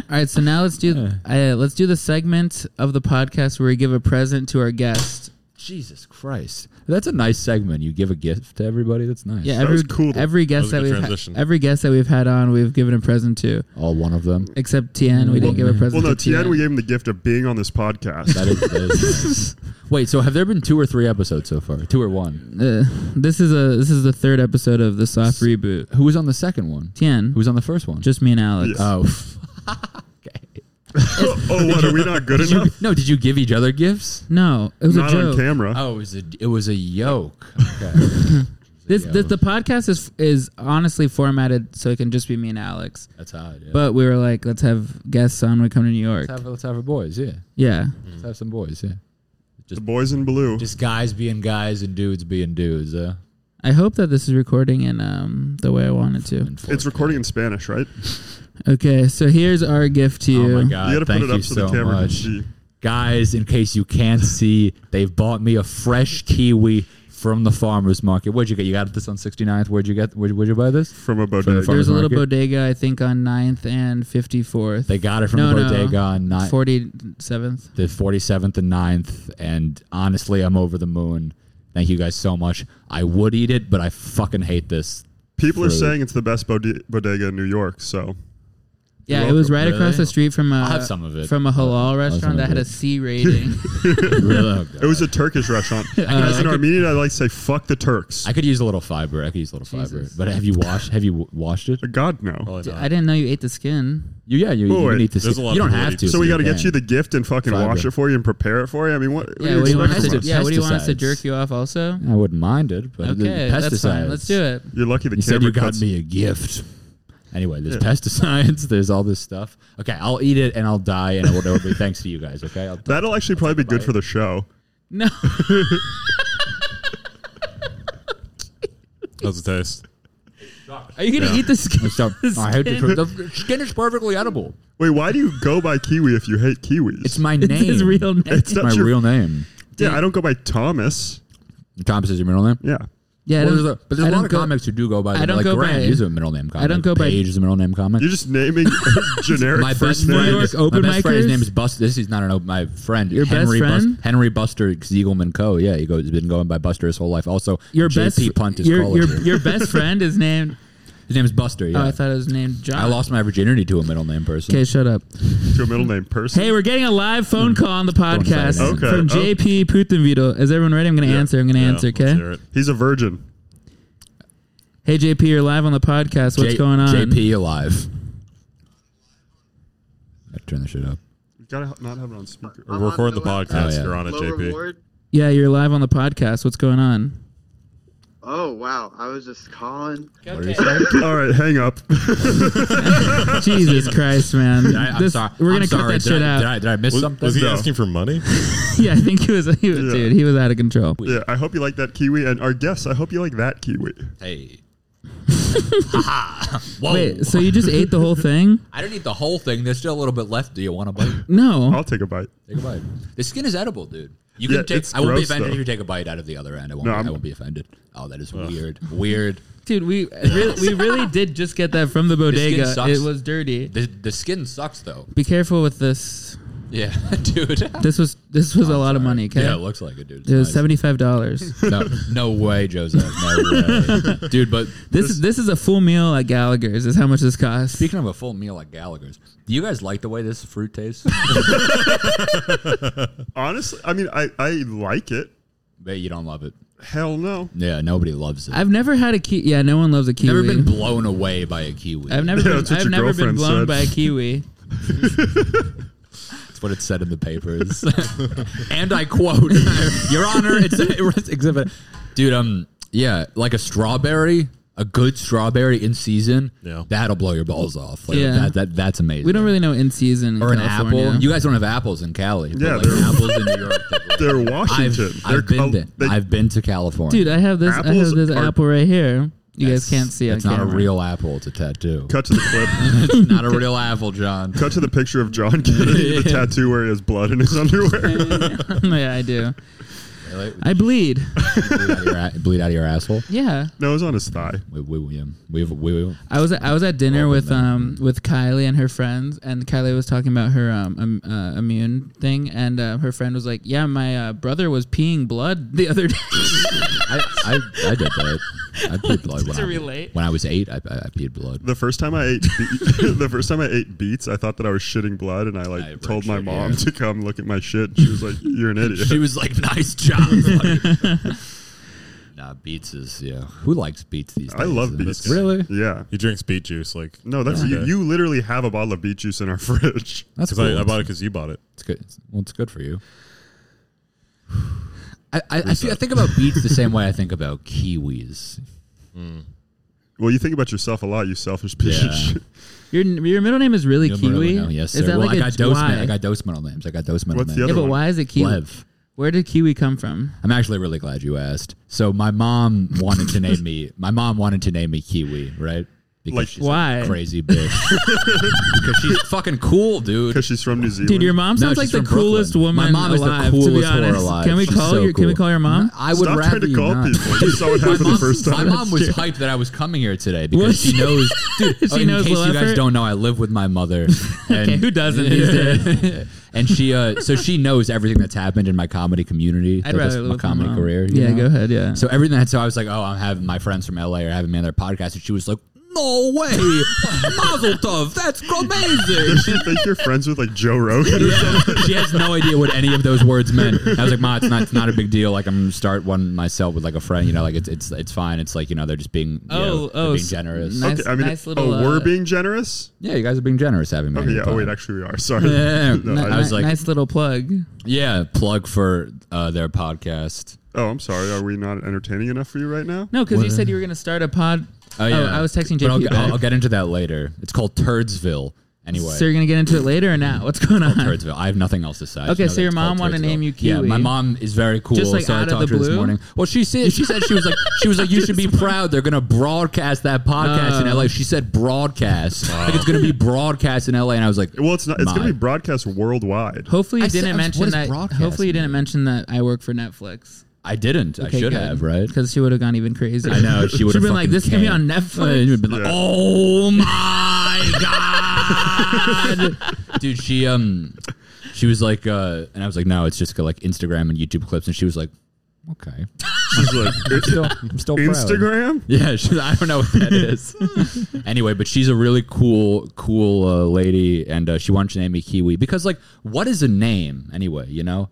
Speaker 4: right, so now let's do uh, let's do the segment of the podcast where we give a present to our guest.
Speaker 1: Jesus Christ, that's a nice segment. You give a gift to everybody. That's nice.
Speaker 4: Yeah,
Speaker 3: That
Speaker 4: every
Speaker 3: was cool.
Speaker 4: every guest
Speaker 5: That
Speaker 4: that,
Speaker 5: was a good
Speaker 4: we've
Speaker 5: transition.
Speaker 4: had, every guest that we've had on, we've given a present to.
Speaker 1: All one of them.
Speaker 4: Except Tien, we didn't give a
Speaker 3: Well,
Speaker 4: present.
Speaker 3: no,
Speaker 4: to Tien,
Speaker 3: Tien, we gave him the gift of being on this podcast.
Speaker 1: That is. That is nice. Wait, so have there been two or three episodes so far? Two or one?
Speaker 4: Uh, this is a this is the third episode of the soft reboot.
Speaker 1: Who was on the second one?
Speaker 4: Tien,
Speaker 1: Who was on the first one?
Speaker 4: just me and Alex. Uh,
Speaker 3: Yeah.
Speaker 1: oh.
Speaker 3: oh, what are we not good enough?
Speaker 1: No, did you give each other gifts?
Speaker 4: No, it was
Speaker 3: Not
Speaker 4: a joke.
Speaker 3: on camera.
Speaker 1: Oh, it was a it was a yoke.
Speaker 4: This, this the podcast is is honestly formatted so it can just be me and Alex.
Speaker 1: That's hot. Yeah.
Speaker 4: But we were like, let's have guests on when we come to New York.
Speaker 1: let's have let's have our boys. Yeah,
Speaker 4: Yeah.
Speaker 1: let's have some boys. Yeah,
Speaker 3: The boys in blue.
Speaker 1: just guys being guys and dudes being dudes. Uh,
Speaker 4: I hope that this is recording in um, the way I want it to.
Speaker 1: and
Speaker 3: It's recording in Spanish, right?
Speaker 1: Uh,
Speaker 4: Okay, so here's our gift to
Speaker 1: Oh
Speaker 4: you.
Speaker 1: my god!
Speaker 3: you got to put
Speaker 1: Thank
Speaker 3: it up
Speaker 1: you
Speaker 3: so,
Speaker 1: so
Speaker 3: the camera
Speaker 1: much.
Speaker 3: can see.
Speaker 1: guys, in case you can't see, they've bought me a fresh kiwi from the farmers market. Where'd you get? You got this on 69th. Where'd you get? Where'd, where'd you buy this?
Speaker 3: From a
Speaker 1: From the
Speaker 3: bodega.
Speaker 1: farm-
Speaker 4: There's a little
Speaker 1: Market.
Speaker 4: bodega, I think, on 9th and 54th.
Speaker 1: They got it from
Speaker 4: No,
Speaker 1: the
Speaker 4: no.
Speaker 1: bodega on ni-
Speaker 4: 47th.
Speaker 1: the 47th and 9th. And honestly, I'm over the moon. Thank you guys so much. I would eat it, but I fucking hate this.
Speaker 3: People are
Speaker 1: fruit.
Speaker 3: saying it's the best bode- bodega in New York. So
Speaker 4: Yeah, it
Speaker 3: welcome.
Speaker 4: was right across the
Speaker 1: Really?
Speaker 4: street from a
Speaker 1: I'll have some of it.
Speaker 4: from a halal restaurant
Speaker 1: of
Speaker 4: that had
Speaker 1: it.
Speaker 4: a C rating.
Speaker 1: Really?
Speaker 3: It was a Turkish restaurant. As an Armenian, I like to say "fuck the Turks."
Speaker 1: I could use a little fiber. I could use a little
Speaker 4: Jesus.
Speaker 1: fiber. But have you washed? Have you w- washed it?
Speaker 3: God
Speaker 1: Oh,
Speaker 3: no.
Speaker 5: Probably
Speaker 4: I
Speaker 5: not.
Speaker 4: didn't know you ate the skin.
Speaker 1: You yeah. You,
Speaker 3: Oh,
Speaker 1: you
Speaker 3: wait.
Speaker 1: need to.
Speaker 5: There's
Speaker 1: see-
Speaker 5: a lot
Speaker 1: you
Speaker 5: of
Speaker 1: don't
Speaker 5: people
Speaker 1: have
Speaker 5: that
Speaker 1: to.
Speaker 5: eat
Speaker 3: So we got to
Speaker 1: can.
Speaker 3: get you the gift and fucking
Speaker 1: Fiber.
Speaker 3: wash it for you and prepare it for you. I mean, what?
Speaker 4: Yeah, what do you want us
Speaker 1: expect
Speaker 4: to?
Speaker 1: from
Speaker 4: Yeah, what do you want us to
Speaker 1: pesticides?
Speaker 4: jerk you off? Also,
Speaker 1: I wouldn't mind it, but the
Speaker 4: okay,
Speaker 1: pesticides.
Speaker 4: that's fine. Let's do it.
Speaker 3: You're lucky the
Speaker 1: You said
Speaker 3: camera
Speaker 1: you got
Speaker 3: cuts.
Speaker 1: me a gift. Anyway, there's pesticides. There's all this stuff. Okay, I'll eat it and I'll die, and it will never be thanks to you guys. Okay, I'll,
Speaker 3: That'll actually probably be good for the show.
Speaker 4: No,
Speaker 5: How's the taste?
Speaker 4: are you gonna eat the skin?
Speaker 1: So- I hate the, truth. the skin is perfectly edible.
Speaker 3: Wait, why do you go by kiwi if you hate kiwis?
Speaker 1: It's my
Speaker 4: It's
Speaker 1: name.
Speaker 4: his real name.
Speaker 3: It's not
Speaker 1: my
Speaker 3: your-
Speaker 1: real name.
Speaker 3: yeah, I don't go by Thomas.
Speaker 1: Thomas is your middle name.
Speaker 3: Yeah,
Speaker 4: yeah,
Speaker 1: Well,
Speaker 4: I don't-
Speaker 1: there's a- but there's
Speaker 4: I
Speaker 1: a lot
Speaker 4: don't
Speaker 1: of
Speaker 4: go-
Speaker 1: comics who do go by.
Speaker 4: I
Speaker 1: them,
Speaker 4: don't
Speaker 1: like
Speaker 4: go
Speaker 1: Grant
Speaker 4: by-
Speaker 1: is a middle name comic.
Speaker 4: don't go by-
Speaker 1: Page is a middle name comic.
Speaker 3: you're just naming generic
Speaker 1: my best
Speaker 3: first
Speaker 1: friend,
Speaker 3: name.
Speaker 4: York open
Speaker 1: my best friend,
Speaker 4: micers?
Speaker 1: his name is Buster. This is not an open. My friend,
Speaker 4: Your best
Speaker 1: Henry
Speaker 4: friend?
Speaker 1: Bus- Henry Buster Ziegelman Co. Yeah, he goes. He's been going by Buster his whole life. Also,
Speaker 4: Your
Speaker 1: JP
Speaker 4: best
Speaker 1: Punt is
Speaker 4: your,
Speaker 1: college.
Speaker 4: your, your best friend is named.
Speaker 1: His name is Buster. Yeah.
Speaker 4: Oh,
Speaker 1: I,
Speaker 4: I thought it was named John.
Speaker 1: lost my virginity to a middle name person.
Speaker 4: Okay, shut up.
Speaker 3: to a middle name person.
Speaker 4: Hey, we're getting a live phone call on the podcast
Speaker 1: Hmm. Don't
Speaker 3: say that.
Speaker 4: from
Speaker 3: Okay,
Speaker 4: JP Putinvito. Is everyone ready? I'm going to answer. I'm going to
Speaker 5: Yeah,
Speaker 4: answer,
Speaker 5: let's
Speaker 4: okay?
Speaker 5: hear it.
Speaker 3: He's a virgin.
Speaker 4: Hey, JP, you're live on the podcast. What's
Speaker 1: J-
Speaker 4: going on?
Speaker 1: JP alive. I turn the shit up.
Speaker 3: You gotta ha- not have it on speaker.
Speaker 5: We're
Speaker 3: Or-
Speaker 2: on
Speaker 5: recording the
Speaker 2: the left.
Speaker 5: podcast.
Speaker 1: Oh, yeah.
Speaker 5: You're on it,
Speaker 2: Low
Speaker 5: JP.
Speaker 2: reward.
Speaker 4: Yeah, you're live on the podcast. What's going on?
Speaker 2: Oh wow! I was just calling.
Speaker 1: What do you say?
Speaker 3: All right, hang up.
Speaker 4: Jesus Christ, man.
Speaker 1: I, am
Speaker 4: This-
Speaker 1: sorry.
Speaker 4: We're
Speaker 1: I'm
Speaker 4: gonna cut
Speaker 1: sorry.
Speaker 4: that
Speaker 1: did
Speaker 4: shit
Speaker 1: I,
Speaker 4: out.
Speaker 1: Did I, did I miss
Speaker 5: Was,
Speaker 1: something?
Speaker 5: was he
Speaker 3: No.
Speaker 5: asking for money?
Speaker 4: yeah, I think he was, he was
Speaker 3: Yeah.
Speaker 4: dude, he was out of control.
Speaker 3: yeah, I hope you like that kiwi, and our guests. I hope you like that kiwi.
Speaker 1: Hey. Whoa.
Speaker 4: Wait, so you just ate the whole thing?
Speaker 1: I didn't eat the whole thing. There's still a little bit left. Do you want a bite?
Speaker 4: No.
Speaker 5: Oh.
Speaker 3: I'll take a bite.
Speaker 1: Take a bite. The skin is edible, dude. You
Speaker 3: Yeah,
Speaker 1: can take.
Speaker 3: it's
Speaker 1: I won't be
Speaker 3: gross,
Speaker 1: offended
Speaker 3: though.
Speaker 1: if you take a bite out of the other end. I won't.
Speaker 3: No,
Speaker 1: be, I
Speaker 3: I'm-
Speaker 1: won't be offended. Oh, that is weird. Weird.
Speaker 4: Dude, we really, we really did just get that from the
Speaker 1: skin
Speaker 4: bodega.
Speaker 1: sucks.
Speaker 4: It was dirty.
Speaker 1: The the skin sucks though.
Speaker 4: Be careful with this.
Speaker 1: Yeah, dude.
Speaker 4: This was this was a lot of money, okay?
Speaker 1: Yeah, it looks like it, dude. It's
Speaker 4: it was
Speaker 1: nice.
Speaker 4: $75.
Speaker 1: No, no way, Joseph. No way, dude. But
Speaker 4: this this is a full meal at Gallagher's. Is how much this costs.
Speaker 1: speaking of a full meal at Gallagher's, do you guys like the way this fruit tastes?
Speaker 3: Honestly, I mean, I, I like it.
Speaker 1: Bet you don't love it.
Speaker 3: Hell no.
Speaker 1: Yeah, nobody loves it.
Speaker 4: I've never had a kiwi. Yeah, no one loves a kiwi.
Speaker 1: never been blown away by a kiwi.
Speaker 4: I've never
Speaker 3: Yeah,
Speaker 4: been,
Speaker 3: that's what
Speaker 4: I've
Speaker 3: your
Speaker 4: never been
Speaker 3: girlfriend
Speaker 4: blown
Speaker 3: said.
Speaker 4: by a kiwi.
Speaker 1: That's what it said in the papers. and I quote, Your Honor, it's it's exhibit. Dude, um, yeah, like a strawberry, a good strawberry in season,
Speaker 5: Yeah.
Speaker 1: that'll blow your balls off. Like,
Speaker 4: Yeah.
Speaker 1: that, that, that's amazing.
Speaker 4: We don't really know in season. in
Speaker 1: Or an
Speaker 4: California.
Speaker 1: apple. You guys don't have apples in Cali. but,
Speaker 3: Yeah,
Speaker 1: like,
Speaker 3: they're-
Speaker 1: apples in New York.
Speaker 3: They're Washington.
Speaker 1: I've,
Speaker 3: They're
Speaker 1: I've been
Speaker 3: col-
Speaker 1: to,
Speaker 3: they-
Speaker 1: I've been to California.
Speaker 4: Dude, I have this. I have
Speaker 3: Apples
Speaker 4: this
Speaker 3: are-
Speaker 4: apple right here. You guys
Speaker 1: That's-
Speaker 4: can't see.
Speaker 1: It's
Speaker 4: on
Speaker 1: not
Speaker 4: camera.
Speaker 1: a real apple. It's a tattoo.
Speaker 3: Cut to the clip.
Speaker 1: It's not a real apple, John.
Speaker 3: Cut to the picture of John Kennedy, the tattoo where he has blood in his underwear.
Speaker 4: yeah, I do.
Speaker 1: Really?
Speaker 4: I bleed.
Speaker 1: bleed, out of your, a- bleed out of your asshole.
Speaker 4: Yeah,
Speaker 3: no, it's on his thigh.
Speaker 1: We we we um, we, we, we
Speaker 4: I was I was at dinner
Speaker 1: Well,
Speaker 4: with
Speaker 1: then.
Speaker 4: um with Kylie and her friends, and Kylie was talking about her um, um uh, immune thing, and uh, her friend was like, "Yeah, my uh, brother was peeing blood the other day."
Speaker 1: I, I, I did that. I peed blood when,
Speaker 4: To
Speaker 1: I,
Speaker 4: relate.
Speaker 1: when I was eight. I, I, I peed blood.
Speaker 3: The first time I ate, be- the first time I ate beets, I thought that I was shitting blood, and I like
Speaker 1: I
Speaker 3: told my
Speaker 1: shit,
Speaker 3: mom
Speaker 1: yeah.
Speaker 3: to come look at my shit. She was like, "You're an idiot."
Speaker 1: She was like, "Nice job." buddy." nah, beets is yeah. Who likes beets these days?
Speaker 3: I love beets.
Speaker 1: Really?
Speaker 3: Yeah.
Speaker 5: He drinks beet juice. Like,
Speaker 3: No, that's you,
Speaker 5: Okay.
Speaker 3: you. Literally have a bottle of beet juice in our fridge.
Speaker 1: That's
Speaker 5: Because
Speaker 1: cool.
Speaker 5: I, I bought it because you bought it.
Speaker 1: It's good. It's- well, it's good for you. I I, I, see, I think about beets the same way I think about kiwis.
Speaker 3: Well, you think about yourself a lot, you selfish piece
Speaker 1: Yeah.
Speaker 3: of shit.
Speaker 4: your your middle name is really kiwi.
Speaker 1: No, yes, sir.
Speaker 4: Is that
Speaker 1: well,
Speaker 4: like
Speaker 1: I got
Speaker 4: a
Speaker 1: dose.
Speaker 4: why?
Speaker 1: men- I got dose middle names. I got dose middle
Speaker 3: What's
Speaker 1: names.
Speaker 3: the
Speaker 4: yeah,
Speaker 3: other
Speaker 4: but
Speaker 3: one.
Speaker 4: why is it kiwi?
Speaker 1: Lev.
Speaker 4: Where did kiwi come from?
Speaker 1: I'm actually really glad you asked. So my mom wanted to name me. My mom wanted to name me Kiwi, right? Because
Speaker 3: Like-
Speaker 1: she's
Speaker 4: Why?
Speaker 1: a crazy bitch. because she's fucking cool, dude.
Speaker 3: Because she's from New Zealand.
Speaker 4: Dude, your mom
Speaker 1: No,
Speaker 4: sounds
Speaker 1: she's
Speaker 4: like the
Speaker 1: from Brooklyn.
Speaker 4: coolest woman
Speaker 1: My mom is the
Speaker 4: alive. to be
Speaker 1: coolest whore
Speaker 4: honest,
Speaker 1: alive.
Speaker 4: can we
Speaker 1: She's
Speaker 4: call
Speaker 1: so
Speaker 4: your Can we
Speaker 1: cool.
Speaker 4: call your mom?
Speaker 1: I would
Speaker 3: Stop
Speaker 1: rather
Speaker 3: trying to
Speaker 1: you
Speaker 3: call
Speaker 1: not.
Speaker 3: people. You saw what
Speaker 1: My
Speaker 3: happened
Speaker 1: mom,
Speaker 3: the first
Speaker 1: my
Speaker 3: time.
Speaker 1: mom was hyped that I was coming here today because
Speaker 4: Was
Speaker 1: she
Speaker 4: she?
Speaker 1: knows. Dude,
Speaker 4: She
Speaker 1: oh, in
Speaker 4: knows
Speaker 1: case
Speaker 4: Lil
Speaker 1: you guys
Speaker 4: Effort?
Speaker 1: don't know, I live with my mother. And
Speaker 4: Okay, who doesn't these
Speaker 1: days? and she, uh, so she knows everything that's happened in my comedy community.
Speaker 4: I'd
Speaker 1: like,
Speaker 4: rather
Speaker 1: this-
Speaker 4: live
Speaker 1: my
Speaker 4: with my
Speaker 1: comedy
Speaker 4: mom.
Speaker 1: career. you
Speaker 4: Yeah,
Speaker 1: know?
Speaker 4: go ahead, yeah.
Speaker 1: So everything that, so I was like, oh, I'm having my friends from LA are having me on their podcast, and she was like, no way, Mazel Tov, that's amazing.
Speaker 3: Does she think you're friends with like Joe Rogan?
Speaker 1: she has no idea what any of those words meant. I was like, Ma, it's not, it's not a big deal. Like, I'm gonna start one myself with like a friend. You know, like it's it's it's fine. It's like you know, they're just being you know,
Speaker 4: Oh,
Speaker 1: they're
Speaker 4: oh,
Speaker 1: being
Speaker 4: s-
Speaker 1: generous.
Speaker 4: nice.
Speaker 3: okay, I mean,
Speaker 4: nice little,
Speaker 3: oh, we're
Speaker 4: uh,
Speaker 3: being generous.
Speaker 1: Yeah, you guys are being generous having me. on
Speaker 3: Okay, yeah.
Speaker 1: your
Speaker 3: Oh wait,
Speaker 1: pod.
Speaker 3: actually, we are. Sorry.
Speaker 1: Yeah,
Speaker 3: No,
Speaker 1: I
Speaker 3: I-
Speaker 1: was like,
Speaker 4: nice little plug.
Speaker 1: yeah, plug for uh, their podcast.
Speaker 3: oh, I'm sorry. Are we not entertaining enough for you right now?
Speaker 4: No, because you
Speaker 1: What?
Speaker 4: said you were going to start a pod.
Speaker 1: Oh yeah,
Speaker 4: I was texting
Speaker 1: But I'll,
Speaker 4: JP.
Speaker 1: get- I'll-
Speaker 4: back.
Speaker 1: I'll get into that later. It's called Turdsville. Anyway,
Speaker 4: So you're going to get into it later or now? What's going on?
Speaker 1: Turdsville. I have nothing else to say. I just
Speaker 4: Hmm. Okay,
Speaker 1: know
Speaker 4: so
Speaker 1: that
Speaker 4: your
Speaker 1: it's called
Speaker 4: mom wanna
Speaker 1: Turdsville.
Speaker 4: name you
Speaker 1: Yeah,
Speaker 4: Kiwi.
Speaker 1: my mom is very cool.
Speaker 4: Just, like,
Speaker 1: so I
Speaker 4: out of
Speaker 1: talked
Speaker 4: the
Speaker 1: to her this
Speaker 4: blue?
Speaker 1: morning. Well, she said she said she was like she was like you should be proud. They're gonna broadcast that podcast in
Speaker 4: Oh.
Speaker 1: L.A. She said broadcast. Like it's gonna be broadcast in L.A. And I was like,
Speaker 3: Well, it's not. It's
Speaker 1: My.
Speaker 3: gonna be broadcast worldwide.
Speaker 4: Hopefully
Speaker 1: I
Speaker 4: you
Speaker 1: said-
Speaker 4: didn't
Speaker 1: I was- what
Speaker 4: mention
Speaker 1: does
Speaker 4: that.
Speaker 1: broadcast
Speaker 4: Hopefully you
Speaker 1: mean?
Speaker 4: didn't mention that I work for Netflix.
Speaker 1: I didn't. I should have right.
Speaker 4: Because she would have gone even crazier.
Speaker 1: I know she would have
Speaker 4: been like, "This
Speaker 1: came.
Speaker 4: can be on Netflix."
Speaker 1: Been like,
Speaker 3: Yeah.
Speaker 1: oh my god, dude. She um, she was like, uh, and I was like, no, it's just like Instagram and YouTube clips, and she was like, okay.
Speaker 3: She's like,
Speaker 2: I'm still, I'm still proud.
Speaker 3: Instagram?
Speaker 1: Yeah, she, I don't know what that is. anyway, but she's a really cool, cool uh, lady, and uh, she wanted to name me Kiwi because, like, what is a name anyway? You know,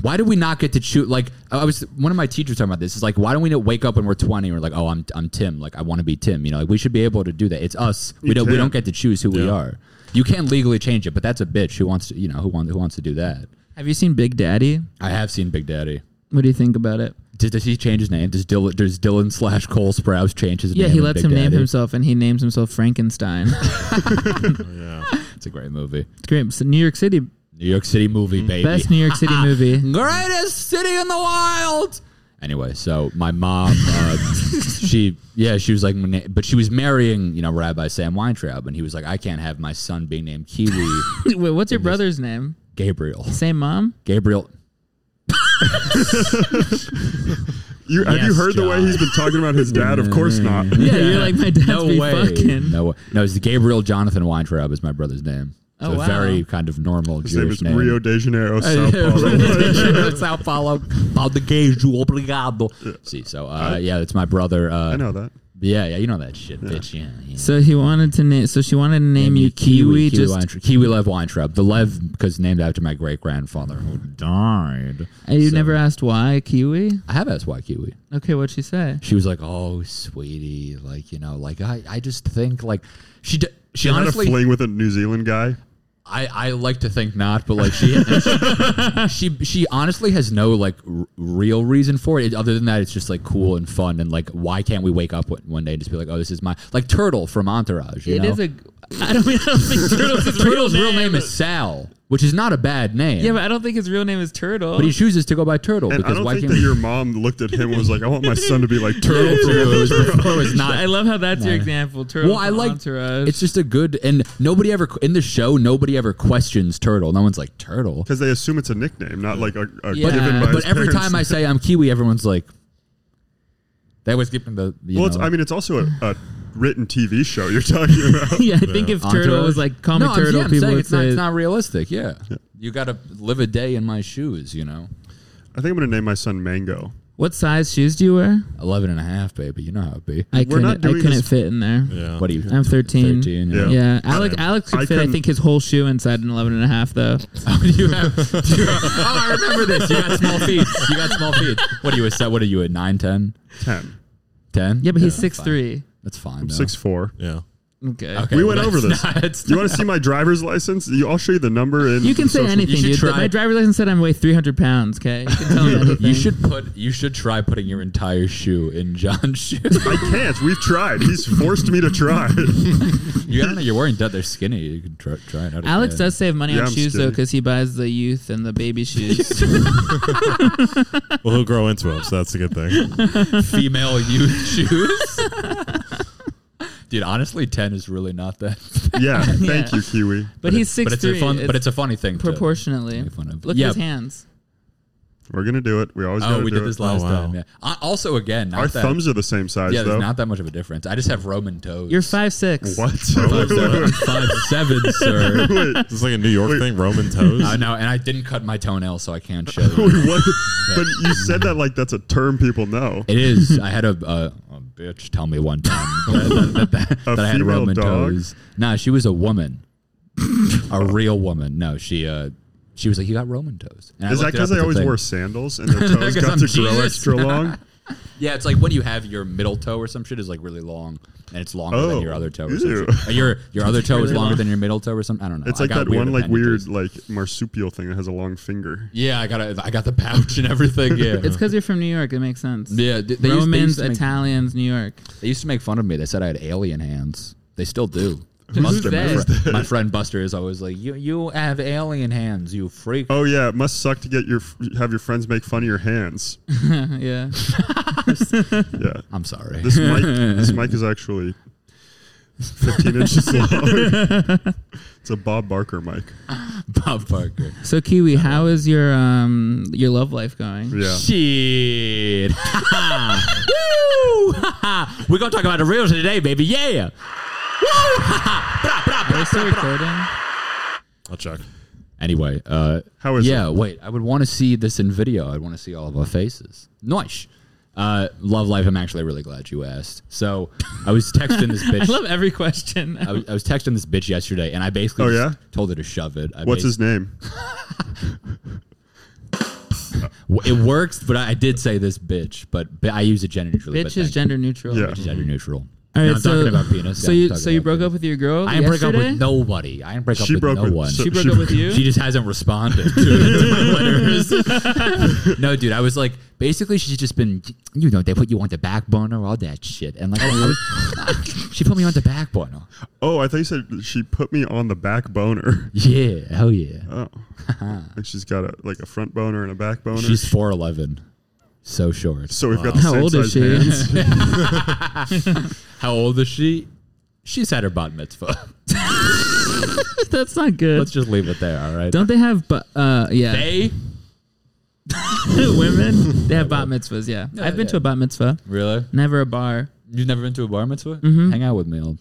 Speaker 1: why do we not get to choose? Like, I was one of my teachers talking about this. Is like, why don't we not wake up when we're twenty? And we're like, oh, I'm I'm Tim. Like, I want to be Tim. You know, like we should be able to do that. It's us. We
Speaker 3: You
Speaker 1: don't we
Speaker 3: can.
Speaker 1: don't get to choose who we
Speaker 5: Yeah.
Speaker 1: are. You can legally change it, but that's a bitch who wants to. You know, who wants who wants to do that?
Speaker 4: Have you seen Big Daddy?
Speaker 1: I have seen Big Daddy.
Speaker 4: What do you think about it?
Speaker 1: Does, does he change his name? Does Dylan, does Dylan slash Cole Sprouse change his
Speaker 4: Yeah,
Speaker 1: name?
Speaker 4: he
Speaker 1: in
Speaker 4: lets
Speaker 1: Big
Speaker 4: him name
Speaker 1: Daddy?
Speaker 4: himself, and he names himself Frankenstein. it's
Speaker 5: Yeah.
Speaker 1: It's a great movie.
Speaker 4: great. It's a New York City,
Speaker 1: New York City movie, baby.
Speaker 4: Mm. best New York City movie.
Speaker 1: Greatest city in the wild. Anyway, so my mom, uh, she, yeah, she was like, my na- but she was marrying, you know, Rabbi Sam Weintraub, and he was like, I can't have my son being named Kiwi
Speaker 4: Wait, what's your brother's name?
Speaker 1: Gabriel.
Speaker 4: Same mom?
Speaker 1: Gabriel.
Speaker 3: You, have you
Speaker 1: Yes,
Speaker 3: heard the way
Speaker 1: John.
Speaker 3: he's been talking about his dad? Of course not.
Speaker 4: Yeah, you're like my dad's
Speaker 1: No
Speaker 4: be
Speaker 1: way.
Speaker 4: fucking.
Speaker 1: No way. No, it's Gabriel Jonathan Weintraub is my brother's name. It's
Speaker 4: Oh,
Speaker 1: a
Speaker 4: wow.
Speaker 1: very kind of normal
Speaker 3: His name
Speaker 1: Jewish
Speaker 3: is Rio de Janeiro, Sao Paulo.
Speaker 1: Sao Paulo. Pau de queijo, obrigado. See, so uh, yeah, that's my brother. Uh,
Speaker 3: I know that.
Speaker 1: Yeah, yeah, you know that shit, bitch. Yeah, yeah.
Speaker 4: So he wanted to name. So she wanted to name you Kiwi.
Speaker 1: Kiwi,
Speaker 4: just
Speaker 1: Weintraub, Kiwi Lev Weintraub. The Lev, because named after my great grandfather who died.
Speaker 4: and you
Speaker 1: So-
Speaker 4: never asked why Kiwi.
Speaker 1: I have asked why Kiwi.
Speaker 4: Okay, what'd she say?
Speaker 1: She was like, "Oh, sweetie, like you know, like I, I just think like she, d- she
Speaker 3: She had a
Speaker 1: honestly,
Speaker 3: fling with a New Zealand guy.
Speaker 1: I, I like to think not, but like she, she, she honestly has no like r- real reason for it. Other than that, it's just like cool and fun, and like why can't we wake up one- one day and just be like, oh, this is my like Turtle from Entourage. You
Speaker 4: It
Speaker 1: know?
Speaker 4: is a. I don't, I don't think Turtle's his real
Speaker 1: Turtle's
Speaker 4: name.
Speaker 1: real name is Sal, which is not a bad name.
Speaker 4: Yeah, but I don't think his real name is Turtle.
Speaker 1: But he chooses to go by Turtle
Speaker 3: And I
Speaker 1: because
Speaker 3: don't
Speaker 1: why
Speaker 3: think
Speaker 1: can't
Speaker 3: that
Speaker 1: we-
Speaker 3: your mom looked at him and was like, I want my son to be like Turtle.
Speaker 1: Turtle
Speaker 3: from-
Speaker 1: it was before it was not.
Speaker 4: I love how that's your
Speaker 1: Nah.
Speaker 4: example. Turtle.
Speaker 1: well, I
Speaker 4: from
Speaker 1: like
Speaker 4: Entourage.
Speaker 1: it's just a good and nobody ever in the show nobody ever questions Turtle. No one's like Turtle.
Speaker 3: Because they assume it's a nickname, not like a, a
Speaker 4: Yeah.
Speaker 3: given by
Speaker 4: But
Speaker 1: But
Speaker 3: his
Speaker 1: every
Speaker 3: parents.
Speaker 1: time I say I'm Kiwi, everyone's like, they always give me the. You
Speaker 3: Well,
Speaker 1: know,
Speaker 3: it's, I mean, it's also a, a written TV show you're talking about.
Speaker 4: yeah, I think if
Speaker 1: Entourage.
Speaker 4: Turtle was like call me
Speaker 1: No, I'm-
Speaker 4: Turtle,
Speaker 1: yeah, I'm
Speaker 4: people
Speaker 1: saying
Speaker 4: would
Speaker 1: it's not,
Speaker 4: say
Speaker 1: it's not realistic. Yeah, you got to live a day in my shoes. You know,
Speaker 3: I think I'm going to name my son Mango.
Speaker 4: what size shoes do you wear?
Speaker 1: 11 and a half, baby. You know how it be.
Speaker 4: I
Speaker 3: We're not
Speaker 4: couldn't. I
Speaker 3: doing
Speaker 4: couldn't
Speaker 3: this-
Speaker 4: fit in there.
Speaker 5: Yeah.
Speaker 1: What do you?
Speaker 4: I'm 13.
Speaker 1: 13.
Speaker 3: Yeah.
Speaker 1: Yeah.
Speaker 4: Yeah, Alex.
Speaker 3: I-
Speaker 4: Alex could
Speaker 3: I
Speaker 4: fit. I
Speaker 3: couldn't-
Speaker 4: think his whole shoe inside an 11 and a half, though.
Speaker 1: you have, do you have- oh, I remember this. You got small feet. You got small feet. What are you a set? What are you at 9, 10,
Speaker 3: 10.
Speaker 1: 10?
Speaker 4: Yeah, but he's
Speaker 1: that's
Speaker 4: six
Speaker 1: fine.
Speaker 4: three.
Speaker 1: That's fine. though.
Speaker 3: 6'4.
Speaker 5: Yeah.
Speaker 4: Okay.
Speaker 1: Okay,
Speaker 3: We went
Speaker 1: well,
Speaker 3: over
Speaker 1: that's
Speaker 3: this.
Speaker 1: not- it's
Speaker 3: You want to see my driver's license? You, I'll show you the number. And
Speaker 4: You can say
Speaker 3: social-
Speaker 4: anything,
Speaker 1: should
Speaker 4: dude.
Speaker 1: try-
Speaker 4: My driver's license said I weigh 300 pounds. Okay, you can tell him anything.
Speaker 1: You should put. You should try putting your entire shoe in John's shoe.
Speaker 3: I can't. We've tried. He's forced me to try.
Speaker 1: you I don't know. You're wearing that. They're skinny. You can try, try it out.
Speaker 4: Alex
Speaker 1: again.
Speaker 4: does save money
Speaker 3: Yeah,
Speaker 4: on
Speaker 3: I'm
Speaker 4: shoes though,
Speaker 3: skinny.
Speaker 4: because he buys the youth and the baby shoes.
Speaker 5: Well, he'll grow into him, so that's a good thing.
Speaker 1: female youth shoes. Dude, honestly, ten is really not that.
Speaker 3: yeah. Thank
Speaker 4: Yeah.
Speaker 3: you, Kiwi.
Speaker 4: but he's six
Speaker 1: but it's
Speaker 4: three.
Speaker 1: a fun. but it's a funny thing. to-
Speaker 4: proportionally.
Speaker 1: make fun of.
Speaker 4: Look
Speaker 1: Yeah.
Speaker 4: at his hands.
Speaker 3: We're going to do it. We always got
Speaker 1: oh,
Speaker 3: to
Speaker 1: we
Speaker 3: do
Speaker 1: did
Speaker 3: it.
Speaker 1: this last
Speaker 5: Oh, wow.
Speaker 1: time. Yeah. Uh, Also, again, not
Speaker 3: Our
Speaker 1: that,
Speaker 3: thumbs are the same size,
Speaker 1: Yeah,
Speaker 3: though.
Speaker 1: there's not that much of a difference. I just have Roman toes.
Speaker 4: You're five six.
Speaker 3: what?
Speaker 1: five seven, five seven, sir.
Speaker 5: This is like a New York thing, Roman toes.
Speaker 1: I know, and I didn't cut my toenail, so I can't show.
Speaker 3: Wait,
Speaker 1: you.
Speaker 3: what? but you said that like that's a term people know.
Speaker 1: It is. I had a, a, a bitch tell me one time that, that, that-
Speaker 3: A
Speaker 1: that I had
Speaker 3: female
Speaker 1: Roman
Speaker 3: dog?
Speaker 1: toes. Nah, she was a woman, a real woman. No, she uh, she was like, "You got Roman toes." And I
Speaker 3: Is that
Speaker 1: looked it up
Speaker 3: because
Speaker 1: at
Speaker 3: they
Speaker 1: the
Speaker 3: always
Speaker 1: thing.
Speaker 3: wore sandals and their toes
Speaker 1: 'Cause
Speaker 3: got
Speaker 1: I'm
Speaker 3: to grow
Speaker 1: Jesus.
Speaker 3: extra long?
Speaker 1: Yeah, it's like when you have your middle toe or some shit is like really long, and it's longer than
Speaker 3: Oh,
Speaker 1: your other toe. Or some
Speaker 3: ew.
Speaker 1: shit. Or your your other toe is
Speaker 4: Really
Speaker 1: longer
Speaker 4: long.
Speaker 1: than your middle toe or something. I don't know.
Speaker 3: It's
Speaker 1: I
Speaker 3: like
Speaker 1: got
Speaker 3: that one like weird
Speaker 1: appendages.
Speaker 3: like marsupial thing that has a long finger.
Speaker 1: Yeah, I got a, I got the pouch and everything. Yeah,
Speaker 4: It's because you're from New York. It makes sense.
Speaker 1: yeah. They, they used- they
Speaker 4: Romans,
Speaker 1: used to make-
Speaker 4: Italians, New York.
Speaker 1: They used to make fun of me. They said I had alien hands. They still do.
Speaker 4: Who's they?
Speaker 1: My friend Buster is always like, "You you have alien hands, you freak."
Speaker 3: Oh yeah, it must suck to get your have your friends make fun of your hands.
Speaker 4: yeah.
Speaker 3: Yeah,
Speaker 1: I'm sorry.
Speaker 3: this mic this mic is actually fifteen inches long. it's a Bob Barker mic.
Speaker 1: Bob Parker.
Speaker 4: So Kiwi, how is your um your love life going?
Speaker 3: Yeah,
Speaker 1: Shit. Woo! We're gonna talk about the real today, baby. Yeah. Woo!
Speaker 4: Are we still recording?
Speaker 5: I'll check.
Speaker 1: Anyway, uh,
Speaker 3: How is
Speaker 1: yeah, wait. I would want to see this in video. I'd want to see all of our faces. Nice. Uh, love life. I'm actually really glad you asked. So I was texting this
Speaker 4: I
Speaker 1: bitch.
Speaker 4: love every question.
Speaker 1: I was, I was texting this bitch yesterday, and I basically
Speaker 3: Oh,
Speaker 1: just
Speaker 3: yeah?
Speaker 1: told her to shove it. I
Speaker 3: What's
Speaker 1: basi-
Speaker 3: his name?
Speaker 1: W- It works, but I, I did say this bitch, but, but I use it gender neutrally.
Speaker 4: Bitch is gender neutral.
Speaker 3: Yeah.
Speaker 1: gender neutral.
Speaker 4: All right,
Speaker 1: No, I'm
Speaker 4: so,
Speaker 1: talking about penis. Yeah,
Speaker 4: So
Speaker 1: I'm
Speaker 4: you
Speaker 1: talking
Speaker 4: so you
Speaker 1: about
Speaker 4: broke
Speaker 1: penis.
Speaker 4: up with your girl?
Speaker 1: I didn't break up
Speaker 4: yesterday?
Speaker 1: with nobody. I didn't break up
Speaker 3: She
Speaker 1: with
Speaker 3: broke
Speaker 1: no
Speaker 3: with-
Speaker 1: one.
Speaker 3: so-
Speaker 4: She broke
Speaker 3: She
Speaker 4: up with
Speaker 3: broke-
Speaker 4: you.
Speaker 1: She just hasn't responded to, to my letters. no, dude, I was like, basically, she's just been, you know, they put you on the back burner, all that shit, and like, I was- she put me on the back burner.
Speaker 3: Oh, I thought you said she put me on the back boner.
Speaker 1: Yeah, hell yeah.
Speaker 3: Oh, like she's got a like a front boner and a back boner.
Speaker 1: She's four eleven, so short.
Speaker 3: so we've got the
Speaker 4: How
Speaker 3: same
Speaker 4: old is
Speaker 3: size
Speaker 4: she?
Speaker 3: hands.
Speaker 1: How old is she? She's had her bat mitzvah.
Speaker 4: That's not good.
Speaker 1: Let's just leave it there. All right.
Speaker 4: Don't they have bu- uh yeah
Speaker 1: they
Speaker 4: women? They have bat mitzvahs. Oh, Yeah,
Speaker 1: Yeah,
Speaker 4: I've been
Speaker 1: yeah.
Speaker 4: to a bat mitzvah.
Speaker 1: really?
Speaker 4: Never a bar.
Speaker 1: You've never been to a bar mitzvah? Hang out with me. I'll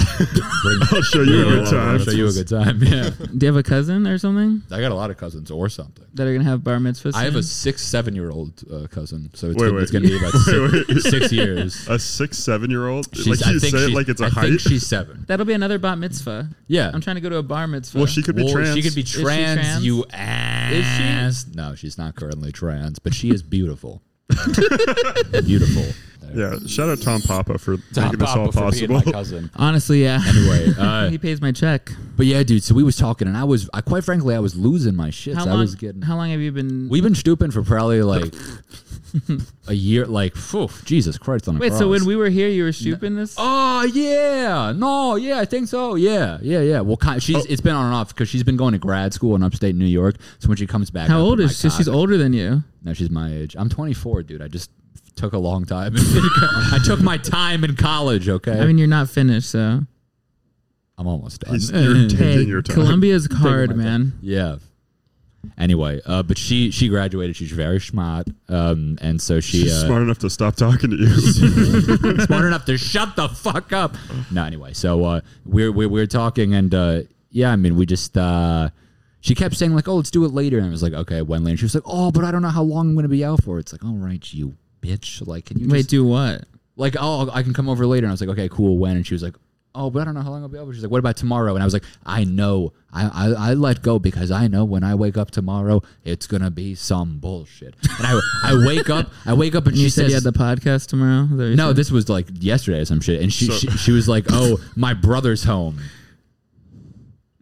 Speaker 3: I'll show you a good time.
Speaker 1: I'll show you a good time. Yeah.
Speaker 4: Do you have a cousin or something
Speaker 1: I got a lot of cousins or something.
Speaker 4: that are gonna have bar mitzvahs?
Speaker 1: I have a
Speaker 4: soon?
Speaker 1: six, seven year old uh, cousin, so it's,
Speaker 3: Wait,
Speaker 1: gonna, it's
Speaker 3: wait.
Speaker 1: gonna be about six, six years.
Speaker 3: A six, seven year old.
Speaker 1: She's,
Speaker 3: Like you
Speaker 1: I think
Speaker 3: say it
Speaker 1: she's-
Speaker 3: like it's a
Speaker 1: I
Speaker 3: height.
Speaker 1: think she's seven.
Speaker 4: That'll be another bat mitzvah.
Speaker 1: Yeah.
Speaker 4: I'm trying to go to a bar mitzvah.
Speaker 3: well, she could be
Speaker 1: uh, Well,
Speaker 3: trans.
Speaker 1: She could be
Speaker 4: she
Speaker 1: trans,
Speaker 4: trans?
Speaker 1: you ass. No, she's not currently trans, but she is beautiful. beautiful.
Speaker 3: Yeah. Shout out Tom Papa for
Speaker 1: Tom
Speaker 3: making this
Speaker 1: Papa
Speaker 3: all
Speaker 1: for being my
Speaker 3: possible.
Speaker 1: cousin.
Speaker 4: Honestly, yeah.
Speaker 1: Anyway, uh,
Speaker 4: he pays my check.
Speaker 1: but yeah, dude. So we was talking, and I was, I quite frankly, I was losing my shit.
Speaker 4: How
Speaker 1: I
Speaker 4: long?
Speaker 1: was getting.
Speaker 4: How long have you been?
Speaker 1: We've been stooping for probably like a year. Like, phew, Jesus Christ on a
Speaker 4: Wait,
Speaker 1: cross.
Speaker 4: so when we were here, you were stooping this?
Speaker 1: Oh yeah, no, yeah, I think so. Yeah, yeah, yeah. Well, kind
Speaker 4: Oh.
Speaker 1: she's it's been on and off because she's been going to grad school in upstate New York. So when she comes back,
Speaker 4: How
Speaker 1: up
Speaker 4: old
Speaker 1: in
Speaker 4: is
Speaker 1: my
Speaker 4: she? She's
Speaker 1: cock-
Speaker 4: older than you.
Speaker 1: No, she's my age. I'm 24, dude. I just took a long time. I took my time in college. Okay,
Speaker 4: I mean, you're not finished, so.
Speaker 1: I'm almost done.
Speaker 3: He's- you're taking your time.
Speaker 4: Columbia's
Speaker 1: my
Speaker 4: hard,
Speaker 1: time.
Speaker 4: man.
Speaker 1: yeah. Anyway, uh, but she she graduated. She's very smart, um, and so she
Speaker 3: She's
Speaker 1: uh,
Speaker 3: smart enough to stop talking to you.
Speaker 1: smart enough to shut the fuck up. No, anyway, so uh, we're, we're we're talking, and uh, yeah, I mean, we just uh, she kept saying like, "Oh, let's do it later," and I was like, "Okay, when later?" She was like, "Oh, but I don't know how long I'm gonna be out for." It's like, "All right, you bitch, like, can you
Speaker 4: Wait,
Speaker 1: just,
Speaker 4: do what?
Speaker 1: like, oh, I can come over later?" And I was like, "Okay, cool, when?" And she was like. Oh, but I don't know how long I'll be out. for." She's like, "What about tomorrow?" And I was like, "I know, I, I, I let go because I know when I wake up tomorrow, it's gonna be some bullshit." And I, I wake up, I wake up, and
Speaker 4: You
Speaker 1: she
Speaker 4: said
Speaker 1: says,
Speaker 4: you had the podcast tomorrow. Is that what you
Speaker 1: no,
Speaker 4: said?
Speaker 1: this was like yesterday or some shit, and she,
Speaker 3: So-
Speaker 1: she she was like, "Oh, my brother's home."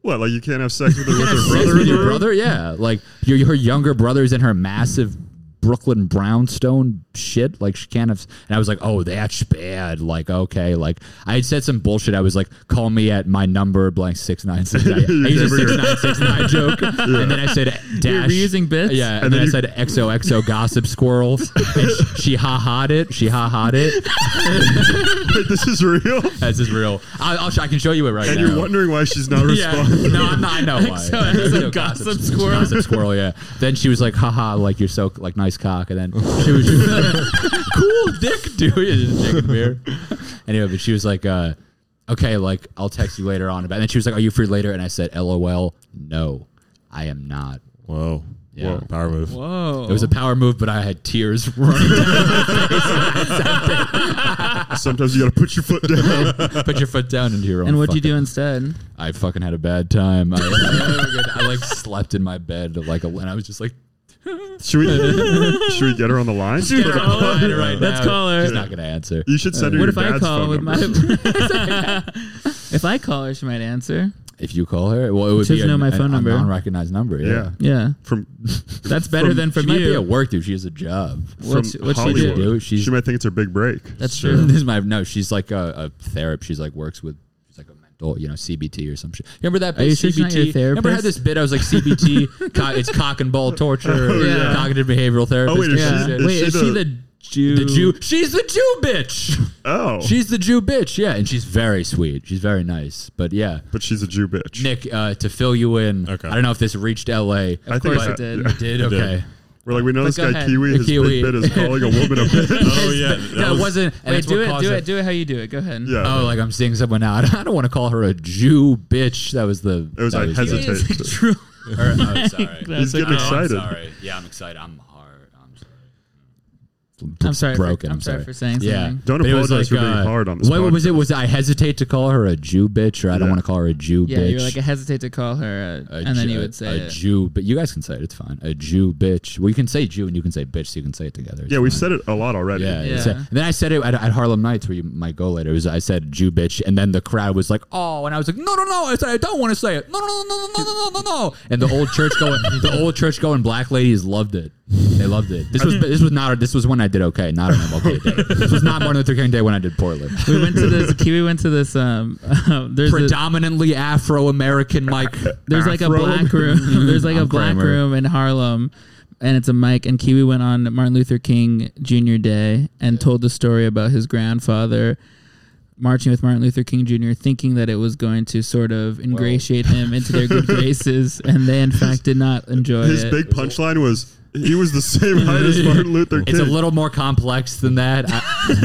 Speaker 3: what? Like you can't have sex with her with her
Speaker 1: Sex
Speaker 3: brother
Speaker 1: with
Speaker 3: in the
Speaker 1: your
Speaker 3: room?
Speaker 1: brother, yeah. Like your her younger brother's in her massive Brooklyn brownstone shit. Like she can't have. And I was like, "Oh, that's bad." Like okay, like I had said some bullshit. I was like, "Call me at my number blank six nine six nine. I
Speaker 3: You
Speaker 1: used a
Speaker 3: gave her your-
Speaker 1: six nine six nine joke, and then I said dash.
Speaker 4: reusing bits?
Speaker 1: Yeah, and,
Speaker 3: And
Speaker 1: then,
Speaker 3: then you-
Speaker 1: I said XOXO gossip squirrel. And she, she ha ha'd it. She ha ha'd it.
Speaker 3: Wait, this is real.
Speaker 1: This is real. I, I'll, sh- I can show you it right
Speaker 3: And
Speaker 1: now.
Speaker 3: you're wondering why she's not responding.
Speaker 1: No, I'm not, I know why.
Speaker 4: XO, XO, gossip squirrel.
Speaker 1: Gossip squirrel, yeah. Then she was like, haha, like you're so, like, nice cock. And then she was, she was cool dick, dude. You're just drinking beer. Anyway, but she was like, uh, okay, like, I'll text you later on. about And then she was like, are you free later? And I said, lol, no, I am not.
Speaker 5: Whoa.
Speaker 1: Yeah.
Speaker 5: Whoa. Power move.
Speaker 4: Whoa.
Speaker 1: It was a power move, but I had tears running down.
Speaker 3: Sometimes you got to put your foot down.
Speaker 1: Put your foot down into your own
Speaker 4: and what'd you
Speaker 1: fucking-
Speaker 4: do instead?
Speaker 1: I fucking had a bad time. I, I, like slept in my bed like a, and I was just like
Speaker 3: Should we? Should we get her on the line?
Speaker 1: calling her right
Speaker 4: Let's
Speaker 1: now.
Speaker 4: call her.
Speaker 1: She's not gonna answer.
Speaker 3: You should send her your
Speaker 4: What if I
Speaker 3: dad's
Speaker 4: call
Speaker 3: phone
Speaker 4: with my?
Speaker 3: number.
Speaker 4: if I call her, she might answer.
Speaker 1: If you call her, well, it would
Speaker 4: She
Speaker 1: be
Speaker 4: doesn't know my phone number.
Speaker 1: non-recognized number. Yeah,
Speaker 3: Yeah.
Speaker 4: Yeah,
Speaker 3: From
Speaker 4: that's better than
Speaker 1: she
Speaker 4: from
Speaker 1: might be at
Speaker 4: you.
Speaker 1: work, dude. She has a job.
Speaker 3: from
Speaker 4: What's- what's she do?
Speaker 3: Hollywood.
Speaker 1: Dude, she's-
Speaker 3: she might think it's her big break.
Speaker 4: That's
Speaker 1: Sure.
Speaker 4: true.
Speaker 1: This is my no. She's like a, a therapist. She's like works with. She's like a mental, you know, CBT or some shit. Remember that?
Speaker 4: Are you
Speaker 1: bit,
Speaker 4: sure she's not your
Speaker 1: CBT? Remember I had
Speaker 4: therapist?
Speaker 1: this bit. I was like CBT. co- it's cock and ball torture.
Speaker 4: yeah.
Speaker 1: Cognitive behavioral therapist.
Speaker 3: Oh, wait, is
Speaker 1: or some
Speaker 4: Yeah.
Speaker 1: shit.
Speaker 3: Is
Speaker 4: Wait,
Speaker 3: she
Speaker 4: is she
Speaker 3: the-
Speaker 4: the Jew?
Speaker 1: the Jew. She's the Jew bitch.
Speaker 3: Oh,
Speaker 1: She's the Jew bitch. Yeah, and she's very sweet. She's very nice. But yeah,
Speaker 3: but she's a Jew bitch.
Speaker 1: Nick, uh, to fill you in.
Speaker 5: Okay.
Speaker 1: I don't know if this reached L.A.
Speaker 3: I think
Speaker 4: course
Speaker 3: I-
Speaker 4: it did.
Speaker 3: yeah.
Speaker 1: It did okay.
Speaker 3: We're like, we know this
Speaker 4: go
Speaker 3: guy
Speaker 4: ahead.
Speaker 3: Kiwi. His
Speaker 1: Kiwi.
Speaker 3: big bit is calling a woman a bitch.
Speaker 5: Oh, yeah.
Speaker 1: Yeah, it wasn't. and
Speaker 4: Wait,
Speaker 1: that's
Speaker 4: do
Speaker 1: what
Speaker 4: it,
Speaker 1: caused
Speaker 4: do it, do it. How you do it? Go ahead.
Speaker 3: Yeah.
Speaker 1: Oh, like I'm seeing someone now. I don't want to call her a Jew bitch. That was the.
Speaker 3: it was.
Speaker 1: that
Speaker 3: I
Speaker 1: was
Speaker 3: hesitate.
Speaker 4: It's true.
Speaker 1: Or, oh, sorry.
Speaker 4: That's
Speaker 3: He's
Speaker 4: okay.
Speaker 3: getting
Speaker 1: Oh,
Speaker 3: excited.
Speaker 1: I'm sorry. Yeah, I'm excited. I'm hard. I'm sorry.
Speaker 4: I'm sorry.
Speaker 1: Broken.
Speaker 4: For,
Speaker 1: I'm sorry.
Speaker 4: for saying
Speaker 1: Yeah.
Speaker 4: something.
Speaker 3: Don't
Speaker 1: But it was
Speaker 3: apologize for being
Speaker 1: uh,
Speaker 3: hard on this
Speaker 1: What was it?
Speaker 3: podcast.
Speaker 1: Was I hesitate to call her a Jew bitch, or I don't
Speaker 3: Yeah.
Speaker 1: want to call her a Jew
Speaker 4: Yeah,
Speaker 1: bitch?
Speaker 4: you were like, I hesitate to call her, uh,
Speaker 1: A
Speaker 4: and then
Speaker 1: Ju-
Speaker 4: you
Speaker 1: a-
Speaker 4: would say
Speaker 1: a
Speaker 4: it.
Speaker 1: Jew, but you guys can say it. It's fine. A Jew bitch. Well, you can say Jew and you can say bitch, so you can say it together. It's
Speaker 3: Yeah, we've
Speaker 1: fine.
Speaker 3: said it a lot already.
Speaker 1: Yeah,
Speaker 4: Yeah.
Speaker 1: it's- uh, and then I said it at, at Harlem Nights, where you might go later. It was I said Jew bitch, and then the crowd was like, "Oh!" And I was like, "No, no, no!" I said, "I don't want to say it." No, no, no, no, no, no, no, no, no. And the old church going, the old church going black ladies loved it. They loved it. This was this was not this was when I did okay, not an MLK day. This was not Martin Luther King Day when I did poorly.
Speaker 4: We went to this. Kiwi went to this. Um, there's a,
Speaker 1: Predominantly Afro American, Mike.
Speaker 4: there's like a
Speaker 3: Afro.
Speaker 4: black room. there's like a
Speaker 1: I'm
Speaker 4: black
Speaker 1: Kramer.
Speaker 4: room in Harlem, and it's a mic. And Kiwi went on Martin Luther King Jr. Day and told the story about his grandfather marching with Martin Luther King Jr., thinking that it was going to sort of ingratiate him into their good graces, and they in fact did not enjoy
Speaker 3: His
Speaker 4: it.
Speaker 3: big punchline was he was the same height as Martin Luther King.
Speaker 1: It's a little more complex than that. I,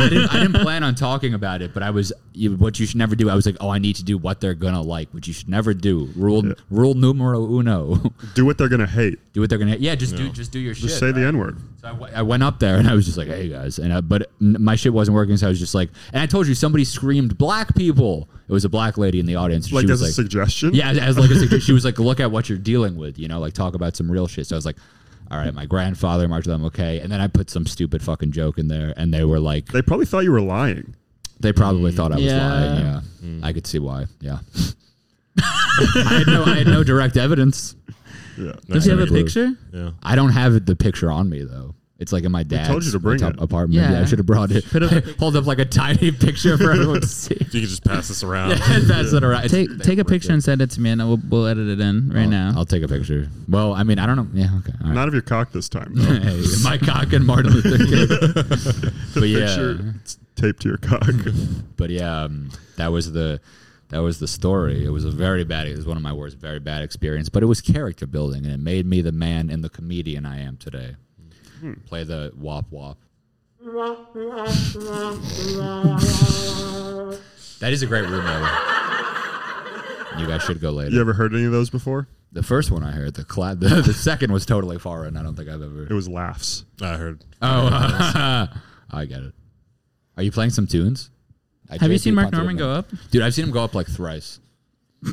Speaker 1: I, didn't, I didn't plan on talking about it, but I was you, what you should never do. I was like, oh, I need to do what they're gonna like, which you should never do. Rule rule numero uno:
Speaker 3: Do what they're gonna hate.
Speaker 1: do what they're gonna. Yeah, just do just do your shit.
Speaker 3: Just say the
Speaker 1: right?
Speaker 3: N word.
Speaker 1: So I, w- I went up there and I was just like, hey guys, and I, but n- my shit wasn't working, so I was just like, and I told you somebody screamed black people. It was a black lady in the audience. and
Speaker 3: Like
Speaker 1: she was
Speaker 3: as a
Speaker 1: like,
Speaker 3: suggestion.
Speaker 1: yeah, as- as like a suggestion, she was like, "Look at what you're dealing with," you know, like talk about some real shit. So I was like, "All right, my grandfather marched with them, okay." And then I put some stupid fucking joke in there, and they were like,
Speaker 3: They probably thought you were lying.
Speaker 1: they probably thought I was
Speaker 4: Yeah. Mm.
Speaker 1: lying. Yeah, I could see why. Yeah, I had no, I had no direct evidence.
Speaker 3: Yeah.
Speaker 4: Does he have a
Speaker 1: Blue.
Speaker 4: picture?
Speaker 5: Yeah.
Speaker 1: I don't have the picture on me though. It's like in my dad's
Speaker 3: told you to bring
Speaker 1: atop-
Speaker 3: it.
Speaker 1: apartment. Yeah,
Speaker 4: Yeah.
Speaker 1: I should have brought it. Hold up like a tiny picture for everyone to see.
Speaker 5: You can just pass this around.
Speaker 1: That's it. Right.
Speaker 4: Take take a picture and send it to me, and I will, we'll edit it in right
Speaker 1: I'll,
Speaker 4: now.
Speaker 1: I'll take a picture. Well, I mean, I don't know. Yeah. Okay. All right.
Speaker 3: Not of your cock this time. Though.
Speaker 1: Hey, my cock and Martin Luther King. but yeah,
Speaker 3: Picture it's taped to your cock.
Speaker 1: but yeah, um, that was the that was the story. It was a very bad. It was one of my worst, very bad experience. But it was character building, and it made me the man and the comedian I am today.
Speaker 3: Hmm.
Speaker 1: Play the wop wop. that is a great room. Over. You guys should go later.
Speaker 3: you ever heard any of those before?
Speaker 1: The first one I heard, the, cla- the the second was totally foreign. I don't think I've ever.
Speaker 3: It was laughs.
Speaker 5: I heard.
Speaker 1: Oh, I get it. Are you playing some tunes? I
Speaker 4: Have you
Speaker 1: JP
Speaker 4: seen Mark
Speaker 1: punted it
Speaker 4: Norman
Speaker 1: in.
Speaker 4: go up?
Speaker 1: Dude, I've seen him go up like thrice,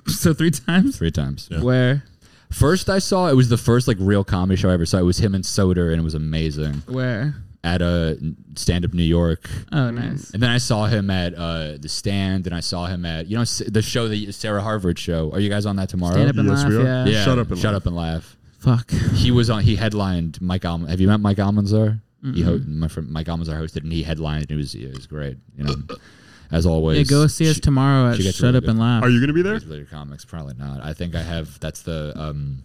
Speaker 4: so three times.
Speaker 1: three times.
Speaker 5: Yeah.
Speaker 4: Where
Speaker 1: First, I saw it was the first like real comedy show I ever saw. It was him and Soder, and it was amazing
Speaker 4: where?
Speaker 1: at a stand up New York.
Speaker 4: Oh, nice.
Speaker 1: And then I saw him at uh, the stand, and I saw him at you know S- the show, the Sarah Harvard show. Are you guys on that tomorrow?
Speaker 4: Stand up and
Speaker 3: Yes,
Speaker 4: laugh.
Speaker 3: we are.
Speaker 4: Yeah.
Speaker 1: yeah,
Speaker 3: Shut Up and
Speaker 1: shut
Speaker 3: Laugh.
Speaker 1: up and laugh.
Speaker 4: Fuck.
Speaker 1: he was on. He headlined Mike Alman. Have you met Mike Almanzar? He ho- my friend Mike Almanzar hosted, and he headlined, and it was it was great. You know, as always.
Speaker 4: Uh, Yeah, go see us
Speaker 1: sh-
Speaker 4: tomorrow at
Speaker 1: she gets
Speaker 4: Shut
Speaker 1: really
Speaker 4: Up
Speaker 1: good.
Speaker 4: and Laugh.
Speaker 3: Are you gonna be there?
Speaker 1: Is Related comics, probably not. I think I have. That's the. um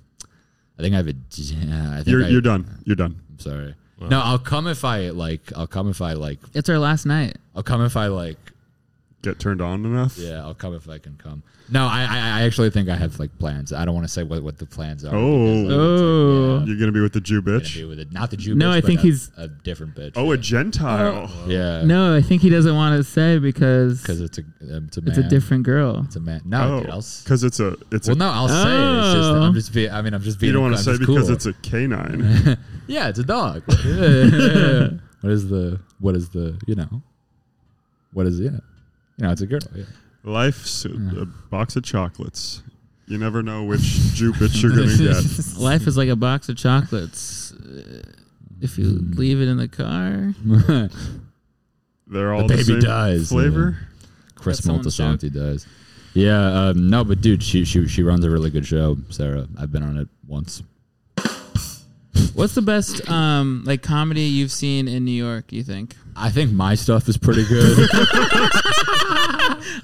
Speaker 1: I think I have a. Yeah, I think
Speaker 3: You're
Speaker 1: I,
Speaker 3: you're done. You're done.
Speaker 1: I'm sorry. No, I'll come if I like. I'll come if I like.
Speaker 4: it's our last night.
Speaker 1: I'll come if I like.
Speaker 3: Get turned on enough.
Speaker 1: Yeah, I'll come if I can come. No, I I, I actually think I have like plans. I don't want to say what, what the plans are.
Speaker 3: Oh.
Speaker 4: Oh.
Speaker 3: You're gonna be with the Jew
Speaker 1: Gonna
Speaker 3: bitch.
Speaker 1: do with it. Not the Jew.
Speaker 4: No,
Speaker 1: bitch,
Speaker 4: I
Speaker 1: but
Speaker 4: think
Speaker 1: a-
Speaker 4: he's-
Speaker 1: a different bitch.
Speaker 3: Oh, a Gentile.
Speaker 1: yeah.
Speaker 4: No, I think he doesn't want to say because
Speaker 1: because it's a it's a man.
Speaker 4: it's a different girl.
Speaker 1: it's a man. No, dude, I'll,
Speaker 3: Oh,
Speaker 1: s-
Speaker 3: because it's a it's
Speaker 1: well,
Speaker 3: a, Ah.
Speaker 1: no, I'll say it. It's just,
Speaker 4: Oh.
Speaker 1: I'm just being. I mean, I'm just being.
Speaker 3: you don't want
Speaker 1: I'm
Speaker 3: to say
Speaker 1: just
Speaker 3: because
Speaker 1: cool.
Speaker 3: it's a canine.
Speaker 1: yeah, it's a dog. what is the what is the you know what is yeah you know it's a girl. Yeah.
Speaker 3: Life's a,
Speaker 1: Hmm.
Speaker 3: a box of chocolates. You never know which Jew bitch you're gonna get.
Speaker 4: Life is like a box of chocolates. Uh, If you
Speaker 1: Mm.
Speaker 4: leave it in the car,
Speaker 3: They're all the,
Speaker 1: baby
Speaker 3: same
Speaker 1: dies,
Speaker 3: flavor.
Speaker 1: Chris
Speaker 4: That's someone's joke.
Speaker 1: Moltisanti does. Yeah, um, no, but dude, she she she runs a really good show, Sarah. I've been on it once.
Speaker 4: what's the best um like comedy you've seen in New York? You think?
Speaker 1: I think my stuff is pretty good.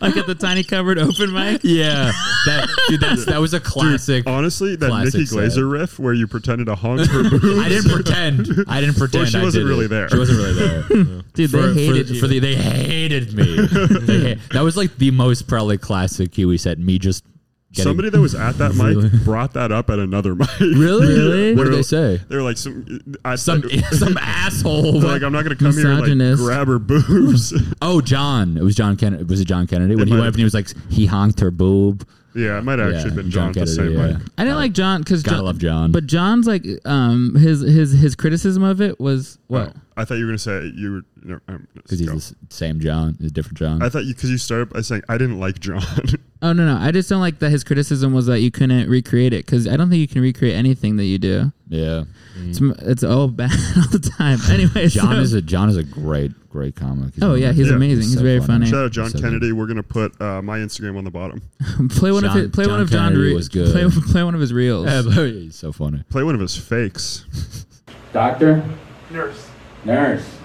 Speaker 4: Like at the tiny cupboard open mic?
Speaker 1: yeah, that dude, that's, that was a classic.
Speaker 3: Honestly, that
Speaker 1: Classic
Speaker 3: Nikki Glazer
Speaker 1: set.
Speaker 3: riff where you pretended to honk her boob.
Speaker 1: I didn't pretend. I didn't pretend.
Speaker 3: she
Speaker 1: I
Speaker 3: wasn't
Speaker 1: did it.
Speaker 3: really there.
Speaker 1: She wasn't really there.
Speaker 4: Dude,
Speaker 1: for,
Speaker 4: they hated
Speaker 1: for,
Speaker 4: you.
Speaker 1: for the they hated me. They ha- that was like the most probably classic Kiwi set. Me just getting,
Speaker 3: Somebody that was at that mic brought that up at another mic.
Speaker 1: really
Speaker 4: Really?
Speaker 1: What did
Speaker 3: They were-
Speaker 1: they say?
Speaker 3: They were like some. I,
Speaker 1: Some some asshole.
Speaker 3: they're like I'm not gonna come here and like
Speaker 4: Misogynist.
Speaker 3: grab her boobs.
Speaker 1: oh, John. It was John Kennedy. Was it John Kennedy? When he
Speaker 3: might
Speaker 1: went up
Speaker 3: have-
Speaker 1: and he was like, he honked her boob.
Speaker 3: Yeah, it might have actually
Speaker 1: Yeah,
Speaker 3: been
Speaker 1: John
Speaker 3: John the
Speaker 1: Kennedy,
Speaker 3: same
Speaker 1: yeah.
Speaker 3: way.
Speaker 4: I didn't like John because
Speaker 1: Gotta
Speaker 4: John,
Speaker 1: love John.
Speaker 4: but John's like um his his his criticism of it was what
Speaker 3: I thought you were gonna say you were no, um,
Speaker 1: because he's
Speaker 3: go.
Speaker 1: the s- same John, a different John.
Speaker 3: I thought you because you started by saying I didn't like John.
Speaker 4: oh no no I just don't like that his criticism was that you couldn't recreate it because I don't think you can recreate anything that you do
Speaker 1: yeah,
Speaker 4: it's, m- it's all bad all the time anyway
Speaker 1: Mm. John
Speaker 4: so-
Speaker 1: is a John is a great great comic.
Speaker 4: oh yeah he's
Speaker 3: Yeah.
Speaker 4: amazing he's,
Speaker 1: He's so
Speaker 4: very
Speaker 1: funny.
Speaker 4: funny,
Speaker 3: Shout out John
Speaker 1: So good.
Speaker 3: Kennedy. We're gonna put uh, my Instagram on the bottom.
Speaker 4: play one of
Speaker 1: John-
Speaker 4: his, play one
Speaker 1: John
Speaker 4: of John
Speaker 1: Kennedy
Speaker 4: Re-
Speaker 1: was good.
Speaker 4: play play one of his reels
Speaker 1: Yeah, but he's so funny.
Speaker 3: Play one of his fakes.
Speaker 6: Doctor? Nurse. Nurse.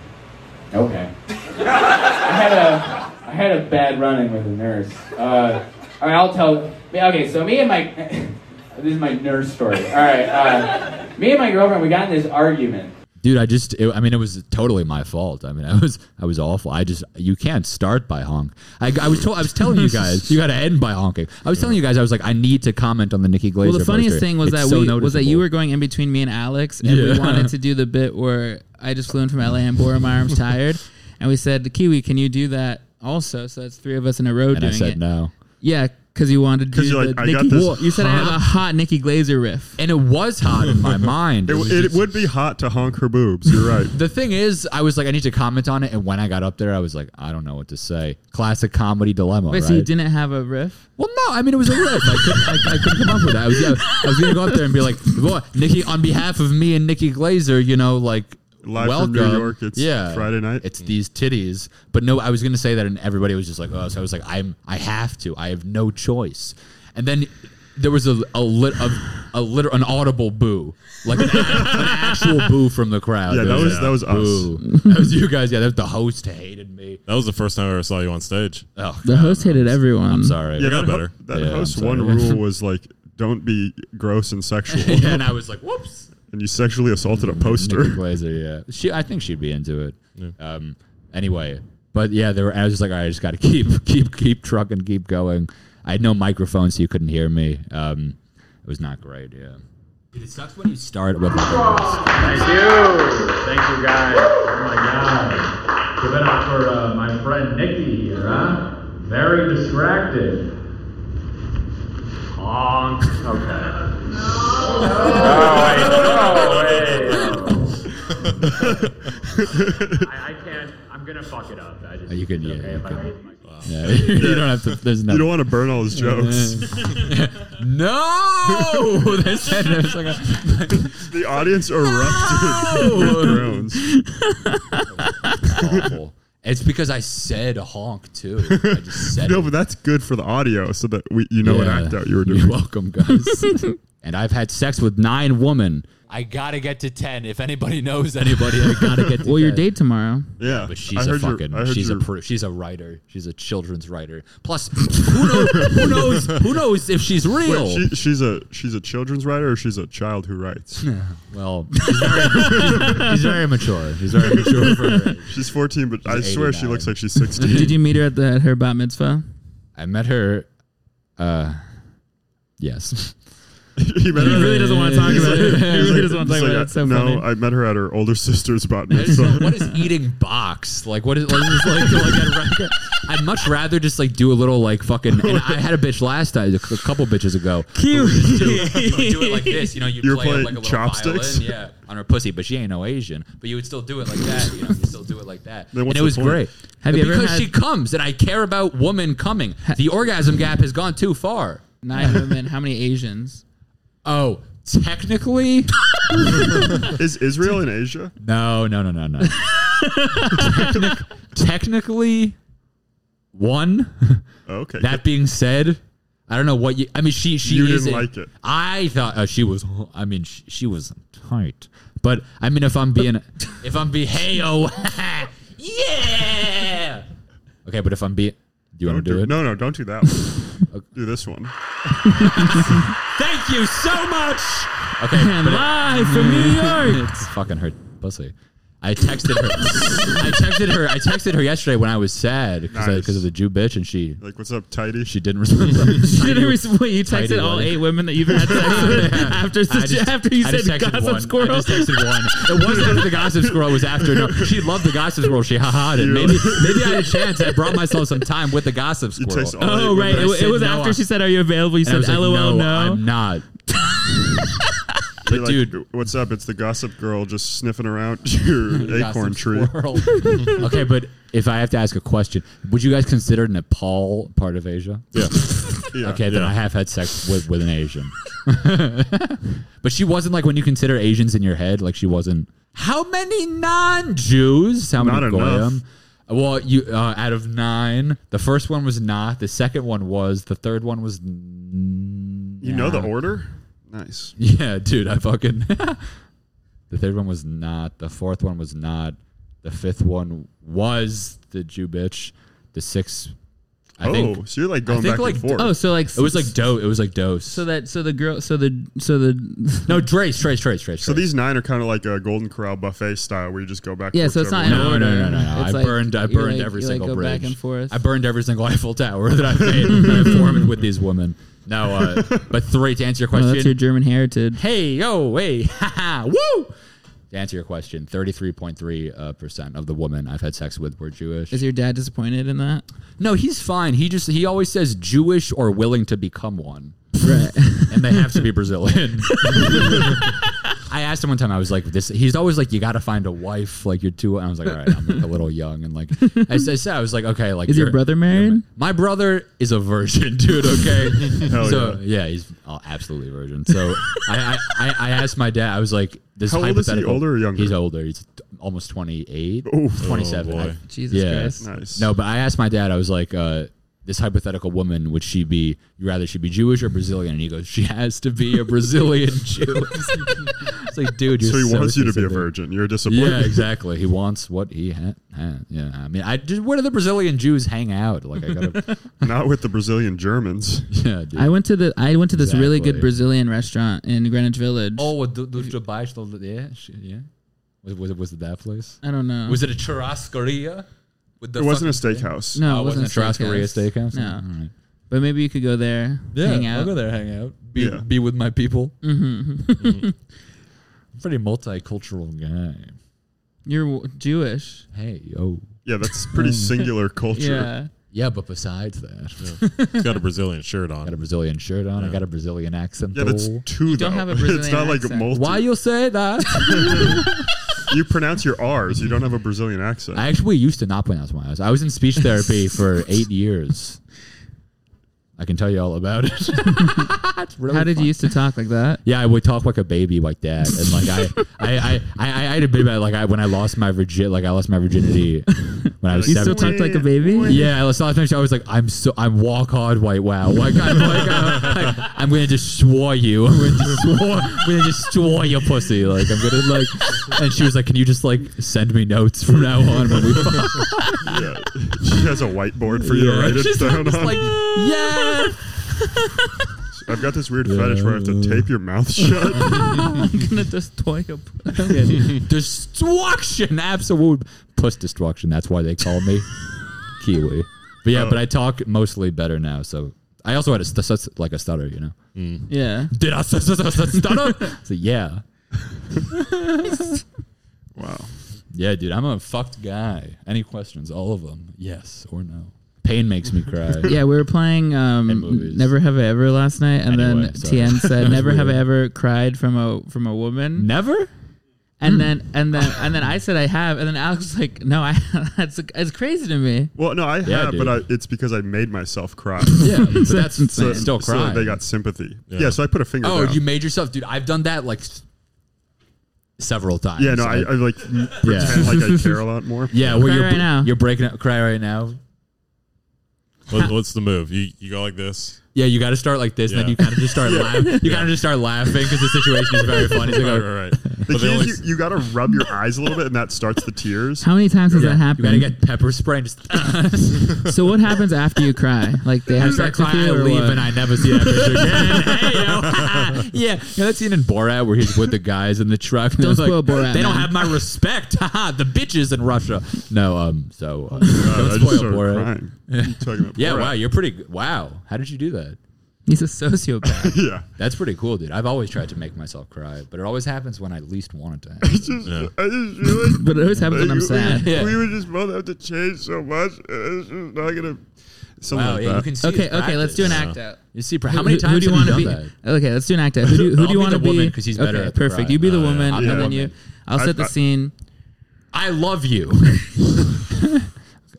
Speaker 6: Okay. I had a I had a bad run-in with a nurse. Uh, all right, I'll tell. Okay, so me and my this is my nurse story. All right, uh, me and my girlfriend we got in this argument.
Speaker 1: Dude, I just, it, I mean, it was totally my fault. I mean, I was, I was awful. I just, you can't start by honk. I, I was told, I was telling you guys, you got to end by honking. I was telling you guys, I was like, I need to comment on the Nikki Glaser.
Speaker 4: Well, the funniest
Speaker 1: poster.
Speaker 4: thing was
Speaker 1: It's
Speaker 4: that
Speaker 1: so
Speaker 4: we was that you
Speaker 1: noticeable.
Speaker 4: were going in between me and Alex, and we
Speaker 1: Yeah.
Speaker 4: wanted to do the bit where I just flew in from LA and bore my arms tired, and we said, "Kiwi, can you do that also?" So that's three of us in a row
Speaker 1: and I
Speaker 4: doing
Speaker 1: said
Speaker 4: it.
Speaker 1: no.
Speaker 4: Yeah, because you wanted to
Speaker 3: 'Cause
Speaker 4: do
Speaker 3: you're
Speaker 4: the
Speaker 3: like, I got
Speaker 4: Nikki.
Speaker 3: this
Speaker 4: you said I have a hot Nikki Glazer riff.
Speaker 1: And it was hot in my mind.
Speaker 3: It,
Speaker 1: was
Speaker 3: it
Speaker 1: just-
Speaker 3: would be hot to honk her boobs. You're right.
Speaker 1: The thing is, I was like, I need to comment on it. And when I got up there, I was like, I don't know what to say. Classic comedy dilemma.
Speaker 4: Wait,
Speaker 1: right?
Speaker 4: so you didn't have a riff?
Speaker 1: Well, no, I mean it was a riff. I couldn't, I, I couldn't come up with that. I was, I was gonna go up there and be like, "Boy, Nikki, on behalf of me and Nikki Glazer, you know, like."
Speaker 3: Live
Speaker 1: welcome.
Speaker 3: from New York, it's
Speaker 1: yeah.
Speaker 3: Friday night.
Speaker 1: It's these titties, but no, I was gonna say that, and everybody was just like, "Oh," so I was like, "I'm, I have to. I have no choice." And then there was a a lit of a lit an audible boo, like an, a- an actual boo from the crowd.
Speaker 3: Yeah,
Speaker 1: It
Speaker 3: that was- that was us.
Speaker 1: boo. That was you guys. Yeah, that, the host hated me.
Speaker 5: That was the first time I ever saw you on stage.
Speaker 1: Oh,
Speaker 4: The host hated everyone.
Speaker 1: I'm sorry.
Speaker 3: yeah, that,
Speaker 5: got
Speaker 3: ho-
Speaker 5: better.
Speaker 3: that
Speaker 1: Yeah,
Speaker 3: host
Speaker 1: I'm sorry.
Speaker 3: one rule was like, don't be gross and sexual.
Speaker 1: and I was like, "Whoops."
Speaker 3: and you sexually assaulted a
Speaker 1: Nikki
Speaker 3: poster.
Speaker 1: Glaser, yeah. She, I think she'd be into it. Um, anyway, but yeah, there. Were, I was just like, all right, I just got to keep, keep, keep trucking, keep going. I had no microphone, so you couldn't hear me. Um, it was not great. Yeah, it sucks when you start with.
Speaker 7: Thank you. Thank you, guys. Oh, my God. Give it up for uh, my friend Nikki here, huh? Very distracted. Honk. Okay. No. No, wait. No, wait. I, I can't. I'm going to fuck it up. I just,
Speaker 1: You can- yeah,
Speaker 7: okay,
Speaker 1: you
Speaker 7: if I
Speaker 1: can.
Speaker 7: raise my-
Speaker 1: Yeah, you don't have to. There's
Speaker 3: You don't
Speaker 1: no.
Speaker 3: want to burn all his jokes.
Speaker 1: No, they said it was like a,
Speaker 3: the audience erupted with groans.
Speaker 1: awful. It's because I said honk too. I just said
Speaker 3: No,
Speaker 1: it.
Speaker 3: but that's good for the audio, so that we you know what
Speaker 1: Yeah.
Speaker 3: act out you were
Speaker 1: You're
Speaker 3: doing.
Speaker 1: welcome, guys. and I've had sex with nine women. I gotta get to ten. If anybody knows anybody, I gotta get. to
Speaker 4: Well, your
Speaker 1: 10.
Speaker 4: date tomorrow.
Speaker 3: yeah,
Speaker 1: But
Speaker 3: I
Speaker 1: she's a
Speaker 3: heard your-
Speaker 1: fucking.
Speaker 3: I heard
Speaker 1: she's a
Speaker 3: your-
Speaker 1: pro, she's a writer. She's a children's writer. Plus, who knows? Who knows? Who knows if she's real?
Speaker 3: Wait, she, she's a she's a children's writer, or she's a child who writes.
Speaker 1: well, she's very, she's, she's very mature. She's very mature for her. age.
Speaker 3: She's 14, but I swear she
Speaker 1: 89.
Speaker 3: looks like she's 16.
Speaker 4: Did you meet her at, the, at her bat mitzvah?
Speaker 1: I met her. Uh, yes.
Speaker 3: he met
Speaker 4: He
Speaker 3: her.
Speaker 4: really doesn't want to talk about it. He
Speaker 3: He's like-
Speaker 4: really doesn't want to
Speaker 3: he's
Speaker 4: talk about
Speaker 3: like,
Speaker 4: it. It's so
Speaker 3: no,
Speaker 4: funny.
Speaker 3: I met her at her older sister's bat
Speaker 1: I just
Speaker 3: mitzvah.
Speaker 1: don't- what is eating box? Like what is, what is like, like I'd, rather, I'd much rather just like do a little like fucking. And I had a bitch last time, a c- a couple bitches ago.
Speaker 4: Cute.
Speaker 1: do, you would do it like this, you know. You
Speaker 3: You were
Speaker 1: play it
Speaker 3: playing
Speaker 1: like a little
Speaker 3: chopsticks?
Speaker 1: violin, yeah, on her pussy, but she ain't no Asian. But you would still do it like that. You know, you still do it like that.
Speaker 3: Then
Speaker 1: and
Speaker 3: what's
Speaker 1: it
Speaker 3: the
Speaker 1: was
Speaker 3: point?
Speaker 1: great.
Speaker 4: Have you ever
Speaker 1: because
Speaker 4: had-
Speaker 1: she comes, and I care about woman coming. The orgasm gap has gone too far.
Speaker 4: Nine women. How many Asians?
Speaker 1: Oh, technically,
Speaker 3: Is Israel in Asia?
Speaker 1: no, no, no, no, no. Technic- technically, one.
Speaker 3: Okay.
Speaker 1: That being said, I don't know what you. I mean, she she
Speaker 3: You
Speaker 1: is
Speaker 3: didn't
Speaker 1: a-
Speaker 3: like it.
Speaker 1: I thought uh, she was. I mean, she, she was tight. But I mean, if I'm being, if I'm being, hey oh, yeah. Okay, but if I'm being, do you
Speaker 3: don't
Speaker 1: want to do, it?
Speaker 3: No, no, don't do that one. do this one.
Speaker 1: Thank you so much. Okay, but it
Speaker 4: Live from New York.
Speaker 1: fucking hurt pussy. I texted her. I texted her. I texted her yesterday when I was sad because
Speaker 3: Nice.
Speaker 1: of the Jew bitch, and she
Speaker 3: Like, what's up, tidy?
Speaker 1: she didn't respond.
Speaker 4: Did it res- Wait, you texted
Speaker 1: Tidy
Speaker 4: all
Speaker 1: one.
Speaker 4: eight women that you've had sex with after,
Speaker 1: I just-
Speaker 4: after you
Speaker 1: I just
Speaker 4: said
Speaker 1: texted
Speaker 4: gossip
Speaker 1: one. I
Speaker 4: squirrel?
Speaker 1: just texted one. It wasn't the gossip squirrel. It was after. No, she loved the gossip squirrel. She ha it. Maybe maybe I had a chance. I brought myself some time with the gossip
Speaker 3: you
Speaker 1: squirrel.
Speaker 3: text all eight
Speaker 4: Oh,
Speaker 3: women.
Speaker 4: right. It,
Speaker 1: I
Speaker 4: wa- it
Speaker 1: said
Speaker 4: was
Speaker 1: no,
Speaker 4: after
Speaker 1: I-
Speaker 4: she said, Are you available? You
Speaker 1: And I
Speaker 4: said,
Speaker 1: was like,
Speaker 4: LOL, no.
Speaker 1: I'm not.
Speaker 3: You're
Speaker 1: but
Speaker 3: like,
Speaker 1: dude-
Speaker 3: what's up? It's the gossip girl just sniffing around your acorn
Speaker 1: Gossip
Speaker 3: tree.
Speaker 1: squirrel. okay, but if I have to ask a question, would you guys consider Nepal part of Asia?
Speaker 5: Yeah.
Speaker 3: Yeah.
Speaker 1: Okay, then
Speaker 5: Yeah.
Speaker 1: I have had sex with, with an Asian. but she wasn't like when you consider Asians in your head, like she wasn't. How many non Jews? How many
Speaker 3: Not enough.
Speaker 1: goyim? Well, you uh, out of nine, the first one was not. The second one was. The third one was. n-
Speaker 3: You know the
Speaker 1: nah.
Speaker 3: order? Nice.
Speaker 1: Yeah, dude, I fucking. the third one was not. The fourth one was not. The fifth one was the Jew bitch. The sixth, I
Speaker 3: oh,
Speaker 1: think.
Speaker 3: so you're like going
Speaker 1: think,
Speaker 3: back
Speaker 1: like,
Speaker 3: and forth.
Speaker 4: Oh, so like
Speaker 1: It was like dose. It was like dose.
Speaker 4: so that so the girl so the so the
Speaker 1: no, Trace, Trace, Trace, Trace.
Speaker 3: so these nine are kind of like a Golden Corral buffet style where you just go back.
Speaker 4: yeah
Speaker 3: to
Speaker 4: so it's not
Speaker 3: whichever
Speaker 4: in
Speaker 1: No,
Speaker 4: order.
Speaker 1: no, no, no, no.
Speaker 4: It's
Speaker 1: I
Speaker 4: like
Speaker 1: burned- I
Speaker 4: you,
Speaker 1: burned
Speaker 4: like-
Speaker 1: every
Speaker 4: you,
Speaker 1: single
Speaker 4: like go back
Speaker 1: bridge.
Speaker 4: and forth.
Speaker 1: I burned every single Eiffel Tower that I've made. when I formed with these women. No, uh, but three to answer your
Speaker 4: Oh,
Speaker 1: question.
Speaker 4: that's your German heritage.
Speaker 1: hey, yo, hey, ha, ha, woo. To answer your question, thirty-three point three uh, percent of the women I've had sex with were Jewish.
Speaker 4: Is your dad disappointed in that?
Speaker 1: No, he's fine. He just he always says Jewish or willing to become one,
Speaker 4: Right.
Speaker 1: and they have to be Brazilian. I asked him one time. I was like, "This." He's always like, "You got to find a wife. Like you're too." And I was like, "All right, I'm like a little young." And like I said, I said- I was like, "Okay, like
Speaker 4: Is your
Speaker 1: you're-
Speaker 4: brother married?
Speaker 1: My brother is a virgin, dude. Okay,
Speaker 3: Hell
Speaker 1: so yeah, he's oh, absolutely virgin. So I, I, I I asked my dad. I was like, "This
Speaker 3: How old is he,
Speaker 1: hypothetical-
Speaker 3: older or younger?
Speaker 1: He's older. He's t- almost 28,
Speaker 3: Oh.
Speaker 1: 27.
Speaker 5: Oh, boy.
Speaker 1: I-
Speaker 4: Jesus
Speaker 1: Yeah.
Speaker 4: Christ.
Speaker 3: Nice.
Speaker 1: no, but I asked my dad. I was like, uh, "This hypothetical woman, would she be? You rather she be Jewish or Brazilian?" And he goes, "She has to be a Brazilian Jew." it's like, dude, you're
Speaker 3: so he wants you to be a
Speaker 1: specific.
Speaker 3: virgin. You're
Speaker 1: Yeah,
Speaker 3: disappointed.
Speaker 1: exactly. He wants what he ha- ha- Yeah, I mean, I just where do the Brazilian Jews hang out? Like, I gotta,
Speaker 3: not with the Brazilian Germans.
Speaker 1: yeah, dude.
Speaker 4: I went to the I went to this really good
Speaker 1: Exactly.
Speaker 4: Brazilian restaurant in Greenwich Village.
Speaker 1: oh, do, do, do buy still- yeah, sh- yeah. Was, was it was it that place?
Speaker 4: I don't know.
Speaker 1: Was it a churrascaria? With the
Speaker 3: It wasn't a
Speaker 1: fucking-
Speaker 3: steakhouse.
Speaker 4: no,
Speaker 1: Oh,
Speaker 4: it wasn't, a
Speaker 1: churrascaria steakhouse.
Speaker 4: No,
Speaker 1: All right.
Speaker 4: but maybe you could go there,
Speaker 1: Yeah,
Speaker 4: hang out.
Speaker 1: I'll go there, hang out, be,
Speaker 3: Yeah.
Speaker 1: be with my people. Mm-hmm. Pretty multicultural guy.
Speaker 4: You're w- Jewish.
Speaker 1: Hey, yo.
Speaker 3: Yeah, that's pretty singular culture.
Speaker 4: Yeah.
Speaker 1: Yeah, but besides that,
Speaker 5: He's got a Brazilian shirt
Speaker 1: I got a
Speaker 5: on.
Speaker 1: Brazilian shirt on. I got a Brazilian accent.
Speaker 3: Yeah, that's
Speaker 1: though.
Speaker 3: two though.
Speaker 4: don't have a
Speaker 3: it's
Speaker 4: Brazilian
Speaker 3: not like
Speaker 4: accent.
Speaker 3: multi.
Speaker 1: why you say that.
Speaker 3: You pronounce your R's. You don't have a Brazilian accent.
Speaker 1: I actually used to not pronounce my eyes. I was in speech therapy for eight years. I can tell you all about it. It's really
Speaker 4: How did you used to talk like that?
Speaker 1: Yeah, I would talk like a baby like that, and like I, I, I, I, I had a bit about like I when I lost my virgin, like I lost my virginity when I was
Speaker 4: You still
Speaker 1: seventeen.
Speaker 4: talked like a baby.
Speaker 1: yeah, I lost last time. I was like, I'm so, I'm walk hard, white wow. Like I'm, like, uh, I, I'm gonna destroy you. I'm gonna destroy, I'm gonna destroy your pussy. Like I'm gonna like. And she was like, Can you just like send me notes from now on when we fuck?
Speaker 3: Yeah. She has a whiteboard for you to
Speaker 1: Yeah.
Speaker 3: write it
Speaker 1: She's
Speaker 3: down
Speaker 1: just
Speaker 3: on.
Speaker 1: like, yeah.
Speaker 3: I've got this weird fetish where I have to tape your mouth shut.
Speaker 4: I'm gonna destroy your.
Speaker 1: destruction, absolute puss destruction. That's why they call me Kiwi. But
Speaker 3: Oh.
Speaker 1: yeah, but I talk mostly better now. So I also had a st- st- like a stutter, you know.
Speaker 4: Yeah.
Speaker 1: Did I st- st- st- stutter? so yeah,
Speaker 3: wow.
Speaker 1: yeah, dude, I'm a fucked guy. Any questions? All of them? Yes or no? Pain makes me cry.
Speaker 4: Yeah, we were playing
Speaker 1: And
Speaker 4: um,
Speaker 1: movies.
Speaker 4: Never Have I Ever last night, and
Speaker 1: Anyway,
Speaker 4: then
Speaker 1: sorry.
Speaker 4: Tien said,
Speaker 1: That was
Speaker 4: "Never have I
Speaker 1: weird.
Speaker 4: ever cried from a from a woman."
Speaker 1: Never.
Speaker 4: And then and then and then I said I have, and then Alex was like, "No, I that's it's crazy to me."
Speaker 3: Well, no, I
Speaker 1: Yeah,
Speaker 3: have,
Speaker 1: dude.
Speaker 3: but I, it's because I made myself cry.
Speaker 1: Yeah, but that's
Speaker 3: So,
Speaker 1: it's still
Speaker 3: so that
Speaker 1: crying.
Speaker 3: they got sympathy. Yeah.
Speaker 5: Yeah.
Speaker 3: so I put a finger.
Speaker 1: oh,
Speaker 3: down.
Speaker 1: you made yourself, dude. I've done that like s- several times.
Speaker 3: Yeah, no, I, I like m- pretend like I care a lot more.
Speaker 1: yeah. Well,
Speaker 4: Cry
Speaker 1: you're
Speaker 4: right now.
Speaker 1: you're breaking up. Cry right now.
Speaker 5: What, what's the move? You you go like this.
Speaker 1: Yeah, you got to start like this, and then
Speaker 5: Yeah.
Speaker 1: you kind of just start laughing. You kind of just start laughing because the situation is very funny. It's like,
Speaker 5: Right,
Speaker 1: oh,
Speaker 5: right, right.
Speaker 3: The
Speaker 5: But
Speaker 3: key
Speaker 5: they only,
Speaker 3: is you, you got to rub your eyes a little bit, and that starts the tears.
Speaker 4: How many times has that
Speaker 1: You gotta
Speaker 4: happened?
Speaker 1: get pepper spray. And just
Speaker 4: so what happens after you cry? Like they have
Speaker 1: after I
Speaker 4: sex with
Speaker 1: cry, I
Speaker 4: you or
Speaker 1: leave
Speaker 4: what?
Speaker 1: and I never see that picture again. hey, yo. yeah, you know that scene in Borat where he's with the guys in the truck. and
Speaker 4: Don't
Speaker 1: they're like,
Speaker 4: spoil Borat,
Speaker 1: They don't
Speaker 4: man."
Speaker 1: have my respect. Haha, the bitches in Russia. No, um, so uh,
Speaker 3: Uh, I
Speaker 1: don't
Speaker 3: just
Speaker 1: spoil
Speaker 3: started
Speaker 1: Borat.
Speaker 3: crying. You talking about
Speaker 1: Yeah,
Speaker 3: Borat.
Speaker 1: wow, you're pretty. g- Wow, how did you do that?
Speaker 4: He's a sociopath.
Speaker 3: yeah.
Speaker 1: That's pretty cool, dude. I've always tried to make myself cry, but it always happens when I least want it to. Happen.
Speaker 3: It's just, I just feel like
Speaker 4: But it always happens when I'm
Speaker 3: we-
Speaker 4: sad.
Speaker 3: We,
Speaker 1: Yeah.
Speaker 3: would just both have to change so much. and It's just not gonna. Something
Speaker 1: Wow,
Speaker 3: like
Speaker 1: Oh, yeah, you
Speaker 3: that.
Speaker 1: can see.
Speaker 4: Okay,
Speaker 1: his
Speaker 4: okay, let's do an
Speaker 1: practice.
Speaker 4: act out.
Speaker 1: You see, how many
Speaker 4: Who- who
Speaker 1: times
Speaker 4: do you
Speaker 1: have
Speaker 4: wanna
Speaker 1: you
Speaker 4: be?
Speaker 1: done that?
Speaker 4: Okay, let's do an act out. Who do, who
Speaker 1: I'll
Speaker 4: do you
Speaker 1: be
Speaker 4: want to
Speaker 1: the
Speaker 4: be?
Speaker 1: woman 'cause he's better
Speaker 4: okay,
Speaker 1: at the
Speaker 4: perfect.
Speaker 1: cry.
Speaker 4: You be the
Speaker 1: Uh,
Speaker 4: woman,
Speaker 1: I'm
Speaker 4: and
Speaker 1: the
Speaker 4: then
Speaker 1: woman.
Speaker 4: you. I'll
Speaker 3: I-
Speaker 4: set the
Speaker 3: I-
Speaker 4: scene.
Speaker 1: I love you.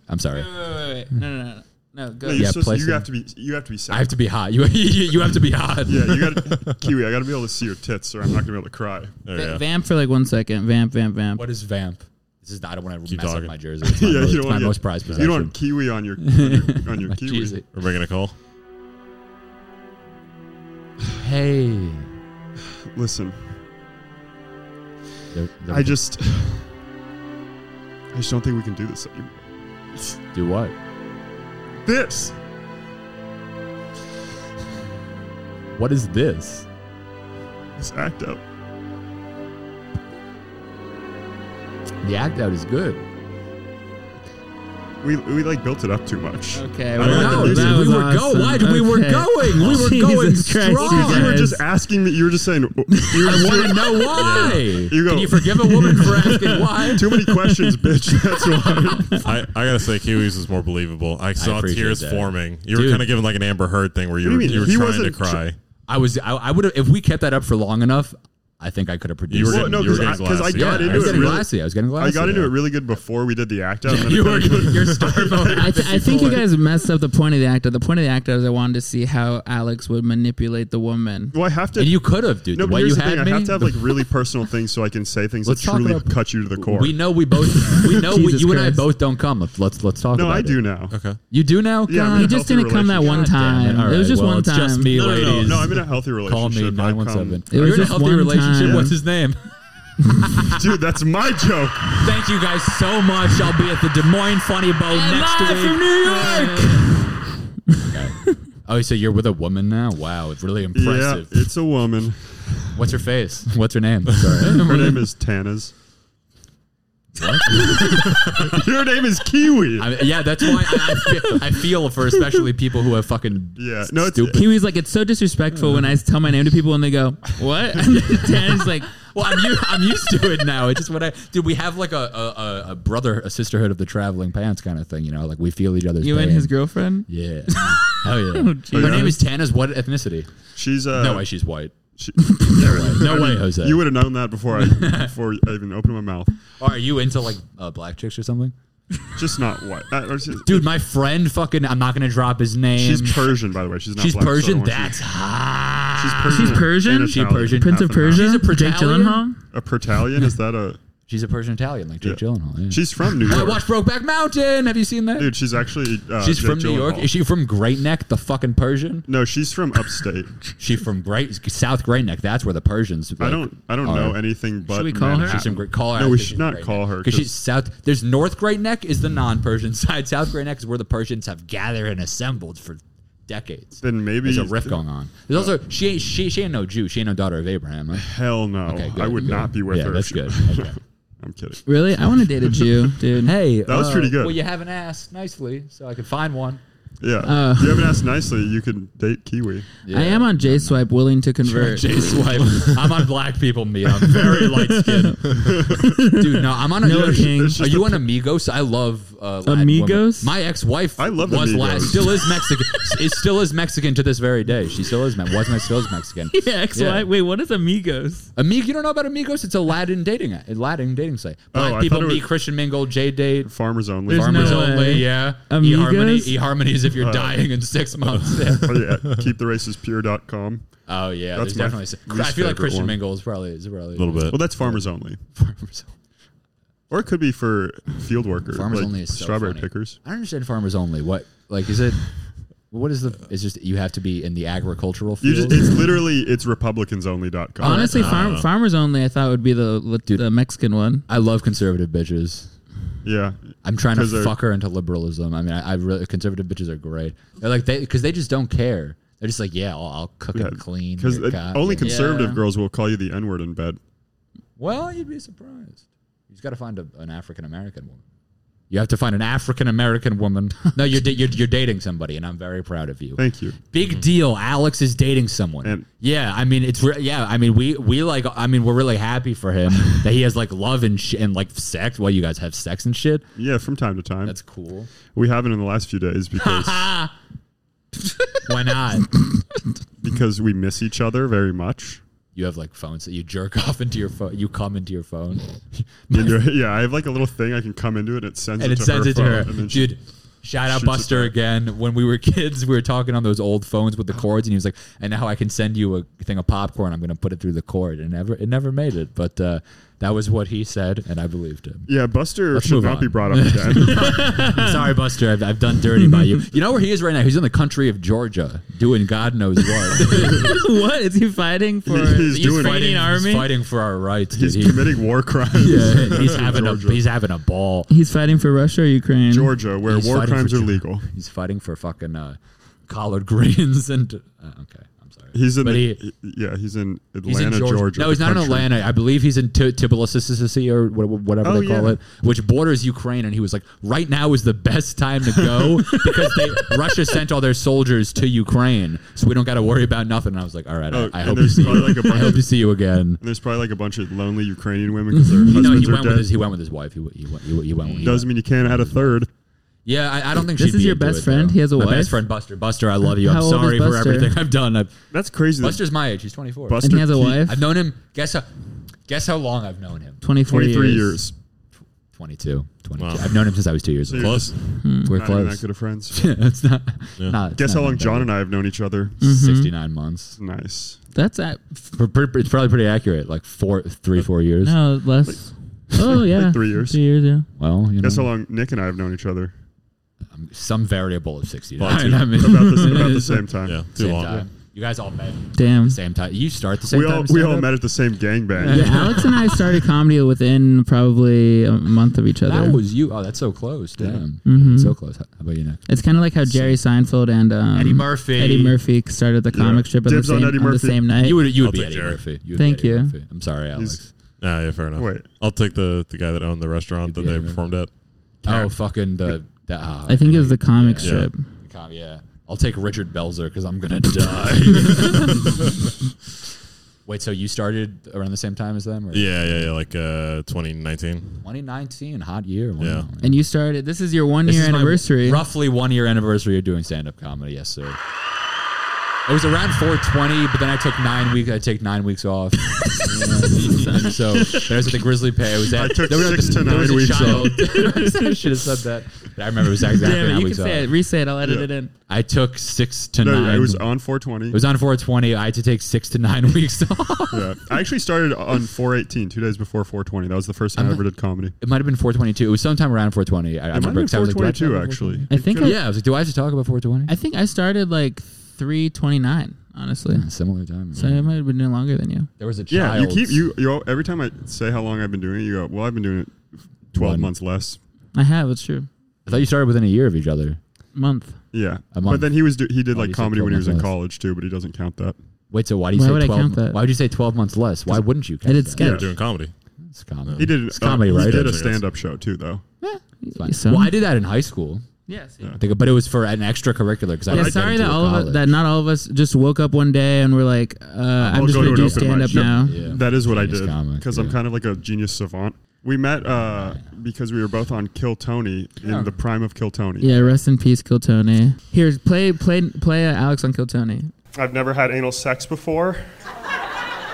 Speaker 1: I'm sorry.
Speaker 4: No, no, no, no. Go.
Speaker 3: No, you're
Speaker 1: Yeah,
Speaker 3: supposed to-
Speaker 1: place
Speaker 3: you
Speaker 1: them.
Speaker 3: have to be. You have to be sad.
Speaker 1: I have to be hot. You you, you have to be hot.
Speaker 3: yeah, you got Kiwi. I got to be able to see your tits, or I'm not gonna be able to cry.
Speaker 5: there you go.
Speaker 4: Vamp for like one second. Vamp, vamp, vamp.
Speaker 1: What is vamp? This is I don't want to mess up
Speaker 5: talking.
Speaker 1: my jersey. It's my,
Speaker 3: yeah,
Speaker 1: most,
Speaker 3: you don't
Speaker 1: it's my
Speaker 3: want
Speaker 1: most prized possession.
Speaker 3: You don't want Kiwi on your on your, on your
Speaker 1: My
Speaker 3: Kiwi.
Speaker 1: jersey.
Speaker 5: We're making a call.
Speaker 1: Hey,
Speaker 3: Listen,
Speaker 1: They're- they're-
Speaker 3: I just, I just don't think we can do this anymore.
Speaker 1: do what?
Speaker 3: This.
Speaker 1: What is this?
Speaker 3: This act out.
Speaker 1: The act out is good.
Speaker 3: We, we like built it up too much.
Speaker 4: Okay.
Speaker 3: don't
Speaker 4: well,
Speaker 3: know, dude,
Speaker 4: that
Speaker 1: we
Speaker 4: was
Speaker 1: were go-
Speaker 4: awesome.
Speaker 1: why did we were
Speaker 4: Okay.
Speaker 1: going? We were
Speaker 4: Jesus
Speaker 1: going
Speaker 4: Christ,
Speaker 1: strong.
Speaker 4: you
Speaker 1: You
Speaker 3: You were
Speaker 4: guys.
Speaker 3: just asking me. You were just saying. You were
Speaker 1: I
Speaker 3: just
Speaker 1: want to know why.
Speaker 3: You go-
Speaker 1: Can you forgive a woman for asking why?
Speaker 3: Too many questions, bitch. That's why.
Speaker 5: I, I gotta say, Kiwis is more believable. I saw
Speaker 1: appreciate
Speaker 5: tears
Speaker 1: that.
Speaker 5: forming. You
Speaker 1: Dude.
Speaker 5: were kind of giving like an Amber Heard thing where you
Speaker 3: What
Speaker 5: were,
Speaker 3: do you mean?
Speaker 5: you were
Speaker 3: He
Speaker 5: trying to
Speaker 3: wasn't
Speaker 5: cry.
Speaker 1: I was I, I would have if we kept that up for long enough. I think I could have produced.
Speaker 5: You were
Speaker 1: it.
Speaker 5: getting,
Speaker 3: no,
Speaker 5: you were
Speaker 3: 'cause I-
Speaker 5: getting
Speaker 3: 'cause I
Speaker 5: glassy.
Speaker 3: got
Speaker 1: yeah,
Speaker 3: into
Speaker 1: I was
Speaker 3: it
Speaker 1: getting
Speaker 3: really-
Speaker 1: glassy. I was getting glassy.
Speaker 3: I got into
Speaker 1: yeah.
Speaker 3: it really good before we did the act out. and then I
Speaker 1: you were
Speaker 3: kinda-
Speaker 1: your star moment.
Speaker 4: I, th- I think you guys messed up the point of the actor. The point of the actor is I wanted to see how Alex would manipulate the woman.
Speaker 3: well, I have to.
Speaker 1: And you could have, dude.
Speaker 3: no,
Speaker 1: the
Speaker 3: but
Speaker 1: way
Speaker 3: here's
Speaker 1: you
Speaker 3: the
Speaker 1: had
Speaker 3: thing.
Speaker 1: me.
Speaker 3: I have to have
Speaker 1: the-
Speaker 3: like really personal things so I can say things
Speaker 1: Let's
Speaker 3: that
Speaker 1: talk
Speaker 3: truly
Speaker 1: about-
Speaker 3: cut you to the core.
Speaker 1: we know we both. We know we,
Speaker 4: Jesus
Speaker 1: you and I
Speaker 4: Christ.
Speaker 1: both don't come. Let's let's, let's talk.
Speaker 3: no,
Speaker 1: about
Speaker 3: I
Speaker 1: it.
Speaker 3: do now.
Speaker 5: Okay.
Speaker 1: You do now.
Speaker 3: Yeah, I'm
Speaker 1: God.
Speaker 3: in
Speaker 4: You
Speaker 3: a
Speaker 4: just
Speaker 3: healthy
Speaker 4: didn't come that one
Speaker 1: God damn
Speaker 4: time.
Speaker 1: All
Speaker 4: It was
Speaker 1: right,
Speaker 4: just
Speaker 1: well,
Speaker 4: one
Speaker 1: it's
Speaker 4: time.
Speaker 1: Just me,
Speaker 5: No, no, no,
Speaker 1: ladies.
Speaker 3: No, I'm in a healthy
Speaker 1: Call
Speaker 3: relationship.
Speaker 1: me
Speaker 3: I've
Speaker 1: nine one seven.
Speaker 3: come-
Speaker 4: It was
Speaker 1: You're in a
Speaker 4: just
Speaker 1: healthy
Speaker 4: one
Speaker 1: relationship.
Speaker 4: time.
Speaker 1: What's his name?
Speaker 3: Dude, that's my joke.
Speaker 1: Thank you guys so much. I'll be at the Des Moines Funny Bone next
Speaker 4: live
Speaker 1: week.
Speaker 4: from New York.
Speaker 1: Oh, so you're with a woman now? Wow, it's really impressive.
Speaker 3: Yeah, it's a woman.
Speaker 1: What's her face? What's her name? Sorry.
Speaker 3: Her name is Tanas. Your name is Kiwi.
Speaker 1: I mean, yeah, that's why I, I, feel, I feel for especially people who have fucking
Speaker 3: Yeah, no, it's-
Speaker 1: stupid.
Speaker 4: Kiwi's like, it's so disrespectful when I tell my name to people and they go, what? And then Tanner's like,
Speaker 1: Well, I'm, u- I'm used to it now. It's just what I dude. We have like a, a, a- a brother, a sisterhood of the traveling pants kind of thing. You know, like we feel each other's.
Speaker 4: you and
Speaker 1: pain.
Speaker 4: his girlfriend?
Speaker 1: Yeah. Hell
Speaker 3: Oh,
Speaker 1: yeah. her name is Tana's what ethnicity?
Speaker 3: She's uh,
Speaker 1: no way, she's white.
Speaker 3: she-
Speaker 1: No way, Jose.
Speaker 3: you would have known that before I before I even opened my mouth.
Speaker 1: are you into like uh, black chicks or something?
Speaker 3: Just not white, I- or she's-
Speaker 1: Dude, my friend, fucking, I'm not gonna drop his name.
Speaker 3: She's Persian, by the way. She's not.
Speaker 1: She's
Speaker 3: black, so I don't
Speaker 1: Persian.
Speaker 3: want you-
Speaker 1: That's hot.
Speaker 3: She's Persian.
Speaker 4: She's Persian?
Speaker 3: and
Speaker 1: She
Speaker 3: Italian.
Speaker 1: Persian.
Speaker 4: Prince
Speaker 3: Half
Speaker 4: of
Speaker 3: and
Speaker 4: Persia?
Speaker 1: She's a
Speaker 4: Jake
Speaker 1: Italian?
Speaker 4: Gyllenhaal?
Speaker 3: half. A Pertalian? Is that a?
Speaker 1: She's a Persian Italian, like Jake
Speaker 3: Yeah.
Speaker 1: Gyllenhaal. Yeah.
Speaker 3: She's from New
Speaker 1: I
Speaker 3: York.
Speaker 1: watched Brokeback Mountain. Have you seen that?
Speaker 3: Dude, she's actually. Uh,
Speaker 1: she's
Speaker 3: Jake
Speaker 1: from New York.
Speaker 3: Gyllenhaal.
Speaker 1: Is she from Great Neck, the fucking Persian?
Speaker 3: no, she's from upstate.
Speaker 1: She's from Great South Great Neck. That's where the Persians.
Speaker 3: I don't. I don't
Speaker 1: are.
Speaker 3: know anything. But
Speaker 4: we call her?
Speaker 3: Manhattan.
Speaker 1: She's from Great. Call her.
Speaker 3: No, we should not call her.
Speaker 1: because
Speaker 3: 'cause-
Speaker 1: she's South. There's North Great Neck is the non-Persian side. South Great Neck is where the Persians have gathered and assembled for decades.
Speaker 3: Then maybe
Speaker 1: There's a riff going on. There's also she ain't she, she ain't no Jew. She ain't no daughter of Abraham. Right?
Speaker 3: Hell no.
Speaker 1: Okay, good,
Speaker 3: I would
Speaker 1: good.
Speaker 3: not be with
Speaker 1: yeah,
Speaker 3: her.
Speaker 1: That's
Speaker 3: if
Speaker 1: good.
Speaker 3: she-
Speaker 1: Okay.
Speaker 3: I'm kidding.
Speaker 4: Really? I want to date a Jew, dude.
Speaker 1: Hey,
Speaker 3: That was pretty good.
Speaker 1: Uh, Well, you haven't asked nicely, so I could find one.
Speaker 3: Yeah.
Speaker 4: Uh,
Speaker 3: you haven't asked nicely. You can date Kiwi.
Speaker 4: I am on J Swipe, willing to convert.
Speaker 1: J Swipe. I'm on black people meat. I'm very light skinned. Dude, no, I'm on a.
Speaker 4: No king.
Speaker 3: It's
Speaker 1: Are
Speaker 3: just
Speaker 1: you
Speaker 3: a-
Speaker 1: on Amigos? I love uh, Latin
Speaker 4: Amigos?
Speaker 1: women. My ex wife.
Speaker 3: I love
Speaker 1: was
Speaker 3: Amigos.
Speaker 1: Latin, still is Mexican. is still is Mexican to this very day. She still is. Me- was my still is Mexican.
Speaker 4: Yeah, X, Y.
Speaker 1: Yeah.
Speaker 4: Wait, what is Amigos?
Speaker 1: Amig, you don't know about Amigos? It's a Latin dating a Latin dating site. Black
Speaker 3: Oh, I
Speaker 1: people
Speaker 3: thought it
Speaker 1: meet,
Speaker 3: was-
Speaker 1: Christian mingle, J date,
Speaker 3: Farmers only.
Speaker 4: There's
Speaker 1: farmers
Speaker 4: no
Speaker 1: only.
Speaker 4: way.
Speaker 1: Yeah, E
Speaker 4: Amigos?
Speaker 1: eHarmony. eHarmony is if
Speaker 3: Uh,
Speaker 1: you're dying in six months. Yeah.
Speaker 3: Oh, yeah. Keeptheracespure.com.
Speaker 1: Oh yeah,
Speaker 3: That's
Speaker 1: there's definitely.
Speaker 3: my least
Speaker 1: I feel like
Speaker 3: favorite
Speaker 1: Christian
Speaker 3: one.
Speaker 1: Mingle is probably is probably
Speaker 5: A little bit.
Speaker 3: Well, that's farmers only.
Speaker 1: Farmers,
Speaker 3: Or it could be for field workers.
Speaker 1: farmers
Speaker 3: like
Speaker 1: only is so
Speaker 3: Strawberry
Speaker 1: funny.
Speaker 3: pickers.
Speaker 1: I don't understand farmers only. What like is it? What is the? It's just you have to be in the agricultural
Speaker 3: You
Speaker 1: field.
Speaker 3: just, it's literally it's republicansonly.com.
Speaker 4: Honestly, farm, farmers only. I thought would be the the, the Mexican one.
Speaker 1: I love conservative bitches.
Speaker 3: yeah.
Speaker 1: I'm trying to
Speaker 3: 'Cause they're-
Speaker 1: fuck her into liberalism. I mean, I, I really conservative bitches are great. They're like they because they just don't care. They're just like, yeah, I'll, I'll cook and clean.
Speaker 3: Because
Speaker 1: your cock."
Speaker 3: only
Speaker 1: Yeah.
Speaker 3: conservative
Speaker 4: Yeah.
Speaker 3: girls will call you the N word in bed.
Speaker 1: Well, you'd be surprised. You just got to find a, an African American woman. You have to find an African American woman. No, you're, da- you're you're dating somebody, and I'm very proud of you.
Speaker 3: Thank you.
Speaker 1: Big deal. Alex is dating someone.
Speaker 3: Mm-hmm. And-
Speaker 1: yeah, I mean it's re- yeah. I mean we we like. I mean we're really happy for him that he has like love and sh- and like sex. Well, you guys have sex and shit.
Speaker 3: Yeah, from time to time.
Speaker 1: That's cool.
Speaker 3: we haven't in the last few days because
Speaker 1: Why not?
Speaker 3: because we miss each other very much.
Speaker 1: You have like phones that you jerk off into your phone. You come into your phone,
Speaker 3: You know, yeah, I have like a little thing I can come into it and it sends
Speaker 1: and it
Speaker 3: it to
Speaker 1: sends
Speaker 3: her.
Speaker 1: it to
Speaker 3: phone,
Speaker 1: her.
Speaker 3: and then she-
Speaker 1: Dude, shout out
Speaker 3: shoots it
Speaker 1: Buster
Speaker 3: back.
Speaker 1: again. When we were kids, we were talking on those old phones
Speaker 3: Uh-huh.
Speaker 1: with the cords, and he was like, "And now I can send you a thing of popcorn. I'm going to put it through the cord." And never, it never made it. But uh, that was what he said, and I believed him.
Speaker 3: yeah, Buster
Speaker 1: Let's
Speaker 3: should
Speaker 1: move
Speaker 3: not
Speaker 1: on.
Speaker 3: be brought up again.
Speaker 1: I'm sorry, Buster. I've, I've done dirty by you. You know where he is right now? He's in the country of Georgia, doing God knows what.
Speaker 4: what is he fighting for?
Speaker 3: He's
Speaker 4: the
Speaker 3: doing-
Speaker 4: Ukrainian
Speaker 3: Fighting-
Speaker 4: army.
Speaker 1: He's fighting for our rights. Dude.
Speaker 3: He's
Speaker 1: He-
Speaker 3: committing war crimes.
Speaker 1: yeah, he's
Speaker 3: in
Speaker 1: having a
Speaker 3: Georgia.
Speaker 1: he's having a ball.
Speaker 4: He's fighting for Russia or Ukraine.
Speaker 3: Georgia, where
Speaker 1: He's
Speaker 3: war
Speaker 1: fighting
Speaker 3: crimes
Speaker 1: for
Speaker 3: are
Speaker 1: Georgia.
Speaker 3: legal.
Speaker 1: He's fighting for fucking uh, collard greens and uh, okay. I'm sorry.
Speaker 3: He's in
Speaker 1: But
Speaker 3: the,
Speaker 1: he-
Speaker 3: yeah, he's in Atlanta,
Speaker 1: He's in
Speaker 3: Georgia.
Speaker 1: No, he's
Speaker 3: the
Speaker 1: not in
Speaker 3: country.
Speaker 1: Atlanta. I believe he's in T- Tbilisi or wha- wha- whatever
Speaker 3: Oh,
Speaker 1: they call
Speaker 3: yeah.
Speaker 1: it, which borders Ukraine. And he was like, right now is the best time to go because they, Russia sent all their soldiers to Ukraine, so we don't got to worry about nothing. And I was like, all right, I-
Speaker 3: Oh,
Speaker 1: I,
Speaker 3: and
Speaker 1: hope you
Speaker 3: there's
Speaker 1: see
Speaker 3: probably
Speaker 1: you.
Speaker 3: like a
Speaker 1: I
Speaker 3: bunch
Speaker 1: hope
Speaker 3: of-
Speaker 1: you see you again.
Speaker 3: And there's probably like a bunch of lonely Ukrainian women because their
Speaker 1: No,
Speaker 3: husbands
Speaker 1: he
Speaker 3: are
Speaker 1: went
Speaker 3: dead.
Speaker 1: with his he went with his wife. He, w- he, went- he, w- he went. He
Speaker 3: Doesn't mean you can't add a third.
Speaker 1: Yeah, I, I don't think
Speaker 4: This
Speaker 1: she'd
Speaker 4: is
Speaker 1: be
Speaker 4: your
Speaker 1: into
Speaker 4: best
Speaker 1: it,
Speaker 4: friend?
Speaker 1: though.
Speaker 4: He has a
Speaker 1: My
Speaker 4: wife?
Speaker 1: best friend Buster. Buster, I love you. I'm
Speaker 4: How old is
Speaker 1: sorry for
Speaker 4: Buster?
Speaker 1: everything I've done. I've,
Speaker 3: That's crazy. that
Speaker 1: Buster's my age. He's 24.
Speaker 3: Buster
Speaker 4: And he has a
Speaker 3: Keaton-
Speaker 4: wife.
Speaker 1: I've known him. Guess how? Guess how long I've known him?
Speaker 4: 24
Speaker 3: 23
Speaker 4: years.
Speaker 3: years.
Speaker 1: 22. 22.
Speaker 5: Wow.
Speaker 1: I've known him since I was two years old.
Speaker 5: Plus,
Speaker 1: We're
Speaker 3: Not even that
Speaker 1: close.
Speaker 3: good of friends.
Speaker 1: it's not. not- it's
Speaker 3: Guess
Speaker 1: not
Speaker 3: how long
Speaker 1: that Mm.
Speaker 3: John
Speaker 1: bad.
Speaker 3: and I have known each other?
Speaker 1: 69 months.
Speaker 3: Nice.
Speaker 4: That's at,
Speaker 1: Pr- pr- It's probably pretty accurate. Like four, three, four years.
Speaker 4: no less. Oh yeah,
Speaker 3: three years.
Speaker 4: Three years. Yeah.
Speaker 1: Well, you know,
Speaker 3: Guess how long Nick and I have known each other?
Speaker 1: some variable of 69.
Speaker 5: Well, two-
Speaker 1: I mean,
Speaker 3: About the, about the same time.
Speaker 5: yeah, too
Speaker 1: same
Speaker 5: long.
Speaker 1: time. You guys all met at
Speaker 4: Damn.
Speaker 1: the same time. You start the same
Speaker 3: Mm-hmm. We
Speaker 1: time.
Speaker 3: all
Speaker 1: as
Speaker 3: we
Speaker 1: stand
Speaker 3: all
Speaker 1: up?
Speaker 3: met at the same gangbang.
Speaker 4: Yeah, Alex and I started comedy within probably a month of each other.
Speaker 1: That was you. Oh, that's so close. Damn. Mm-hmm. So close. How how about you next?
Speaker 4: It's kind of like how Jerry Seinfeld and um,
Speaker 1: Eddie Murphy.
Speaker 4: Eddie Murphy started the comic strip on the,
Speaker 3: Dibs on
Speaker 4: same,
Speaker 3: Eddie
Speaker 4: on the
Speaker 3: Murphy.
Speaker 4: same night.
Speaker 1: You would, you would be
Speaker 5: take
Speaker 1: Eddie
Speaker 5: Jerry.
Speaker 1: Murphy. You would be
Speaker 4: Thank
Speaker 1: Eddie
Speaker 4: you.
Speaker 1: Murphy. I'm sorry, Alex.
Speaker 5: Yeah, yeah, fair enough.
Speaker 3: Wait.
Speaker 5: I'll take the the guy that owned the restaurant that
Speaker 1: Yeah,
Speaker 5: they
Speaker 1: man.
Speaker 5: performed at.
Speaker 1: Oh, fucking the. the oh,
Speaker 4: I think it was the comic
Speaker 1: Yeah.
Speaker 4: strip.
Speaker 1: The com- yeah. I'll take Richard Belzer because I'm gonna die. Wait, so you started around the same time as them? Or?
Speaker 5: Yeah, yeah, yeah, like uh, 2019.
Speaker 1: 2019, hot year. Wow.
Speaker 5: Yeah.
Speaker 4: And you started. This is your one
Speaker 1: This
Speaker 4: year
Speaker 1: is my
Speaker 4: anniversary.
Speaker 1: roughly one year anniversary of doing stand up comedy. Yes, sir. It was around 420, but then I took nine weeks. I take nine weeks off. And so there's the Grizzly Pay. It was at,
Speaker 3: I took
Speaker 1: there was a-
Speaker 3: six to
Speaker 1: there
Speaker 3: nine
Speaker 1: was a
Speaker 3: weeks
Speaker 1: child. I should have said that. But I remember it was exactly
Speaker 4: Damn
Speaker 1: nine
Speaker 4: it! You can
Speaker 1: weeks off.
Speaker 4: say it. Re-say it. I'll edit
Speaker 3: Yeah.
Speaker 4: it in.
Speaker 1: I took six to
Speaker 3: No,
Speaker 1: nine.
Speaker 3: it was on 420.
Speaker 1: It was on 420. I had to take six to nine weeks off.
Speaker 3: yeah. I actually started on 418, two days before 420. That was the first time I ever did comedy.
Speaker 1: It might have been 422. It was sometime around 420. I, I
Speaker 3: It might have
Speaker 1: remember
Speaker 3: been
Speaker 1: because I was like, do I have to
Speaker 3: 422
Speaker 1: talk about
Speaker 3: actually.
Speaker 4: I think I,
Speaker 1: 420? Yeah, I was like, do I have to talk about 420?
Speaker 4: I think I started like three twenty nine. Honestly,
Speaker 1: Similar time.
Speaker 4: so I might have been doing longer than you.
Speaker 1: There was a
Speaker 3: Yeah,
Speaker 1: child.
Speaker 3: you keep you you all- every time I say how long I've been doing it, you go, "Well, I've been doing it 12
Speaker 1: One.
Speaker 3: months less."
Speaker 4: I have. It's true.
Speaker 1: I thought you started within a year of each other.
Speaker 4: Month.
Speaker 3: Yeah.
Speaker 1: A
Speaker 3: But
Speaker 1: month.
Speaker 3: then he was do, he did
Speaker 1: Oh,
Speaker 3: like
Speaker 1: you said
Speaker 3: comedy
Speaker 1: 12
Speaker 3: when he was in
Speaker 1: months less. Um,
Speaker 3: college too, but he doesn't count that.
Speaker 1: Wait, so why do you
Speaker 4: Why
Speaker 1: say
Speaker 4: would I
Speaker 1: 12?
Speaker 4: count that?
Speaker 1: Why would you say 12 months less? Why wouldn't you count
Speaker 4: I did
Speaker 1: that?
Speaker 4: sketch.
Speaker 5: We're doing comedy.
Speaker 1: It's comedy.
Speaker 3: He did
Speaker 1: It's comedy,
Speaker 3: uh,
Speaker 1: right?
Speaker 3: He did a
Speaker 5: Yes, I guess.
Speaker 3: stand-up show too though.
Speaker 1: Fine.
Speaker 4: So?
Speaker 1: Well, I did that in high school.
Speaker 4: Yes.
Speaker 1: I think, but it was for an extracurricular because I
Speaker 4: Yeah,
Speaker 1: was
Speaker 4: sorry
Speaker 1: getting
Speaker 4: that
Speaker 1: to
Speaker 4: all of
Speaker 1: college.
Speaker 4: us, that not all of us just woke up one day and were like, uh, I'm
Speaker 3: I'll
Speaker 4: just
Speaker 3: go
Speaker 4: gonna
Speaker 3: to
Speaker 4: do
Speaker 3: an open
Speaker 4: stand up
Speaker 3: mic. Yep.
Speaker 4: now.
Speaker 1: Yeah.
Speaker 3: That is what I
Speaker 1: Genius
Speaker 3: did
Speaker 1: comic,
Speaker 3: because I'm
Speaker 1: yeah.
Speaker 3: kind of like a genius savant. We met uh, because we were both on Kill Tony in the prime of Kill Tony.
Speaker 4: Yeah, rest in peace, Kill Tony. Here, play, play, play uh, Alex on Kill Tony.
Speaker 8: I've never had anal sex before.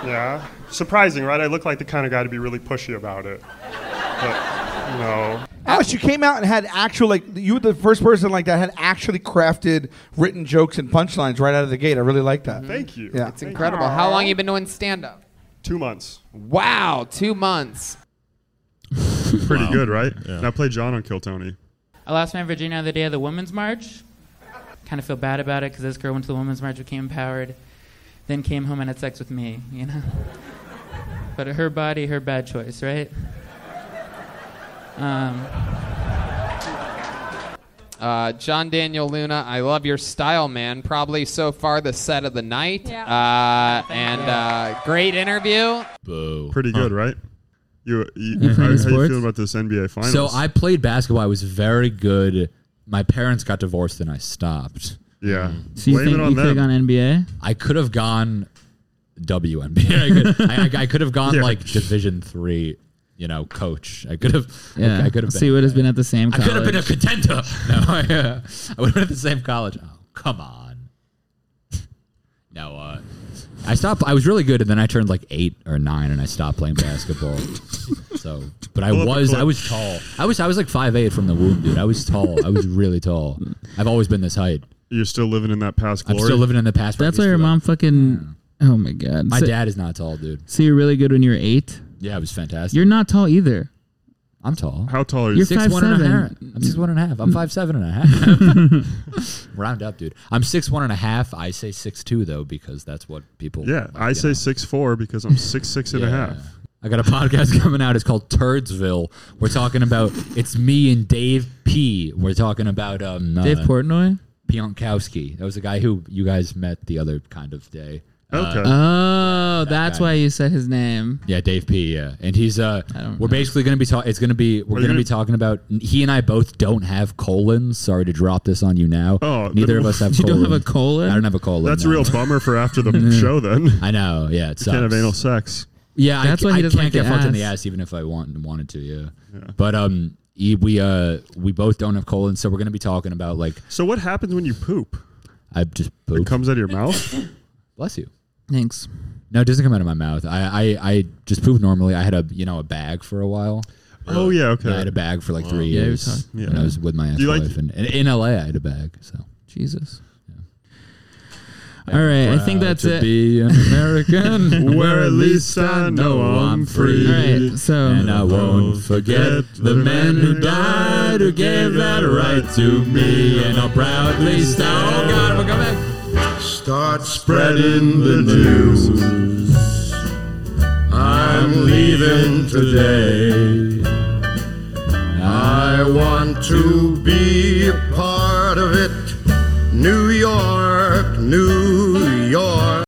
Speaker 8: Yeah. Surprising, right? I look like the kind of guy to be really pushy about it. But, no.
Speaker 9: Alex, you came out and had actual like you were the first person like that had actually crafted written jokes and punchlines right out of the gate. I really like that.
Speaker 8: Mm-hmm. Thank you.
Speaker 9: Yeah.
Speaker 8: Thank
Speaker 9: It's
Speaker 8: you.
Speaker 10: Incredible. How long you been doing stand up?
Speaker 8: Two months.
Speaker 10: Wow, two months.
Speaker 3: Pretty good, right? Now play John on Kill Tony.
Speaker 10: I lost my virginity on the day of the Women's March.
Speaker 11: kind of feel bad about it because this girl went to the women's march, became empowered, then came home and had sex with me, you know? but her body, her bad choice, right? Um,
Speaker 10: Uh, John Daniel Luna, I love your style, man. Probably so far the set of the night. Uh, and uh, great interview.
Speaker 3: Pretty good,
Speaker 1: Huh.
Speaker 3: right? You, you,
Speaker 1: You
Speaker 3: how,
Speaker 1: playing
Speaker 3: how you
Speaker 1: sports?
Speaker 3: feel about this NBA finals?
Speaker 1: So I played basketball. I was very good. My parents got divorced and I stopped.
Speaker 3: Yeah.
Speaker 4: So you Blame think it on you could've them. gone NBA?
Speaker 1: I could have gone WNBA. I could, I, I, I could have gone
Speaker 4: Yeah.
Speaker 1: like Division three, you know, coach. I could have.
Speaker 4: Yeah,
Speaker 1: I could have.
Speaker 4: So you
Speaker 1: been-
Speaker 4: would have been at the same.
Speaker 1: I could have been a
Speaker 4: college.
Speaker 1: contender. No, I, uh, I would have been at the same college. Oh, come on. No, uh, I stopped. I was really good, and then I turned like eight or nine, and I stopped playing basketball. so, but I
Speaker 2: Pull up a
Speaker 1: was, I
Speaker 2: clip.
Speaker 1: was tall. I was, I was like five eight from the womb, dude. I was tall. I was really tall. I've always been this height.
Speaker 3: You're still living in that past
Speaker 1: I'm
Speaker 3: glory.
Speaker 1: still living in the past. but I
Speaker 4: That's why
Speaker 1: used
Speaker 4: your
Speaker 1: to-
Speaker 4: mom fucking. Oh my god.
Speaker 1: My
Speaker 4: So-
Speaker 1: dad is not tall, dude.
Speaker 4: So you're really good when you're eight.
Speaker 1: Yeah, it was fantastic.
Speaker 4: You're not tall either.
Speaker 1: I'm tall.
Speaker 3: How tall
Speaker 4: are you? You're
Speaker 1: six one and a
Speaker 4: 5'7".
Speaker 1: half. I'm six one and a half. I'm five seven and a half. Round up, dude. I'm six one and a half. I say six two though because that's what people.
Speaker 3: Yeah, I say six four because I'm six six and a half.
Speaker 1: I got a podcast coming out. It's called Turdsville. We're talking about it's me and Dave P. We're talking about um
Speaker 4: Dave Portnoy?
Speaker 1: Pionkowski. That was the guy who you guys met the other kind of day. Uh,
Speaker 4: oh, that's
Speaker 1: guy.
Speaker 4: why you said his name.
Speaker 1: Yeah, Dave P. Yeah, and he's uh, we're basically gonna be talking. It's gonna be we're
Speaker 4: Are you
Speaker 1: gonna, be talking about. He and I both don't have colons. Sorry to drop this on you now.
Speaker 3: Oh,
Speaker 1: neither
Speaker 3: then
Speaker 1: of us have.
Speaker 3: you don't have a
Speaker 1: colon. I don't have a Mm-hmm. colon.
Speaker 3: That's
Speaker 1: no.
Speaker 3: a real bummer for after the show. Then
Speaker 1: I know. Yeah, it
Speaker 3: you can't have
Speaker 1: sucks.
Speaker 3: anal sex.
Speaker 1: Yeah,
Speaker 4: That's
Speaker 1: I,
Speaker 4: why he
Speaker 1: I
Speaker 4: doesn't
Speaker 1: can't
Speaker 4: like
Speaker 1: get
Speaker 4: the
Speaker 1: fucked in the
Speaker 4: ass.
Speaker 1: ass even if I want wanted to. Yeah. But um, he- we uh we both don't have colons, so we're gonna be talking about like
Speaker 3: So what happens when you poop?
Speaker 1: I just poop.
Speaker 3: It comes out of your mouth.
Speaker 1: Bless you.
Speaker 4: Thanks.
Speaker 1: No, it doesn't come out of my mouth. I I, I just poop normally. I had a you know a bag for a while.
Speaker 3: Oh, yeah, okay.
Speaker 1: I had a bag for like
Speaker 3: Wow.
Speaker 1: three
Speaker 3: Yeah, you
Speaker 1: years
Speaker 3: talked- yeah.
Speaker 1: when I was with my ex
Speaker 3: Do you like-
Speaker 1: wife, and, and in LA I had a bag. So
Speaker 4: Jesus. All right, I think
Speaker 1: Proud
Speaker 4: that's
Speaker 1: to
Speaker 4: it.
Speaker 1: Be an American, where at least I know I'm free.
Speaker 4: All right, so
Speaker 1: and uh, I won't forget the man who died who gave that right to me, and I'll proudly stand. Oh God, I'm gonna come back.
Speaker 2: Start spreading the news. I'm leaving today. I want to be a part of it. New York, New York.